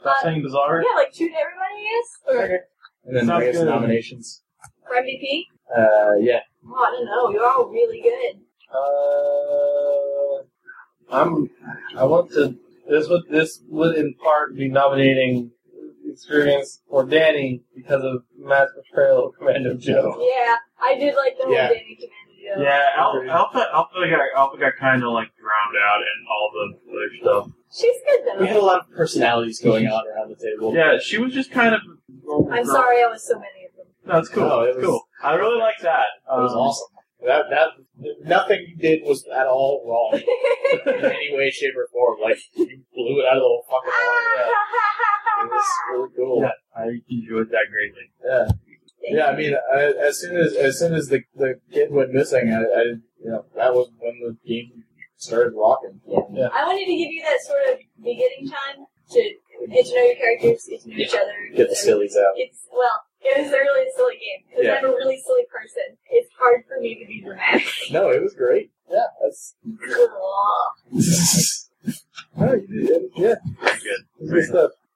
S1: Stop
S5: Uh,
S1: saying bizarre.
S5: yeah, like shoot everybody, I guess,
S7: And then
S1: Sounds
S7: bring us
S1: good.
S7: nominations.
S5: or for MVP.
S7: Uh, yeah.
S5: Oh, I don't know. You're all really good.
S3: Uh, I'm. I want to. This would this would in part be nominating experience for Danny because of Matt's portrayal of Commando Joe.
S5: Yeah, I did like the whole
S7: Yeah.
S5: Danny Commando.
S1: Yeah, Al-
S3: Agreed.
S1: Alpha, Alpha got, Alpha got kind of like drowned out in all the other stuff.
S5: She's good though.
S7: We had a lot of personalities going on around the table.
S1: Yeah, she was just kind of.
S5: I'm sorry, I was so many of them.
S1: No, it's cool.
S7: No, it
S1: it's
S7: was-
S1: cool. I really like that.
S7: It was
S1: Um,
S7: awesome. That that nothing you did was at all wrong in any way, shape, or form. Like you blew it out of the fucking water. Yeah. It was really cool.
S1: Yeah. I enjoyed that greatly.
S7: Yeah, yeah. I mean, I, as soon as as soon as the, the kid went missing, I, I you know that was when the game started rocking.
S3: Yeah.
S5: I wanted to give you that sort of beginning time to get to know your characters, get to know each other.
S7: Get the sillies out.
S5: It's well, it was a really silly game because
S7: Yeah.
S5: I'm a really silly person. It's hard for me to be dramatic.
S7: No, it was great. Yeah, that's
S5: Ugh.
S7: no, you did, yeah.
S1: Pretty good.
S7: It's good stuff.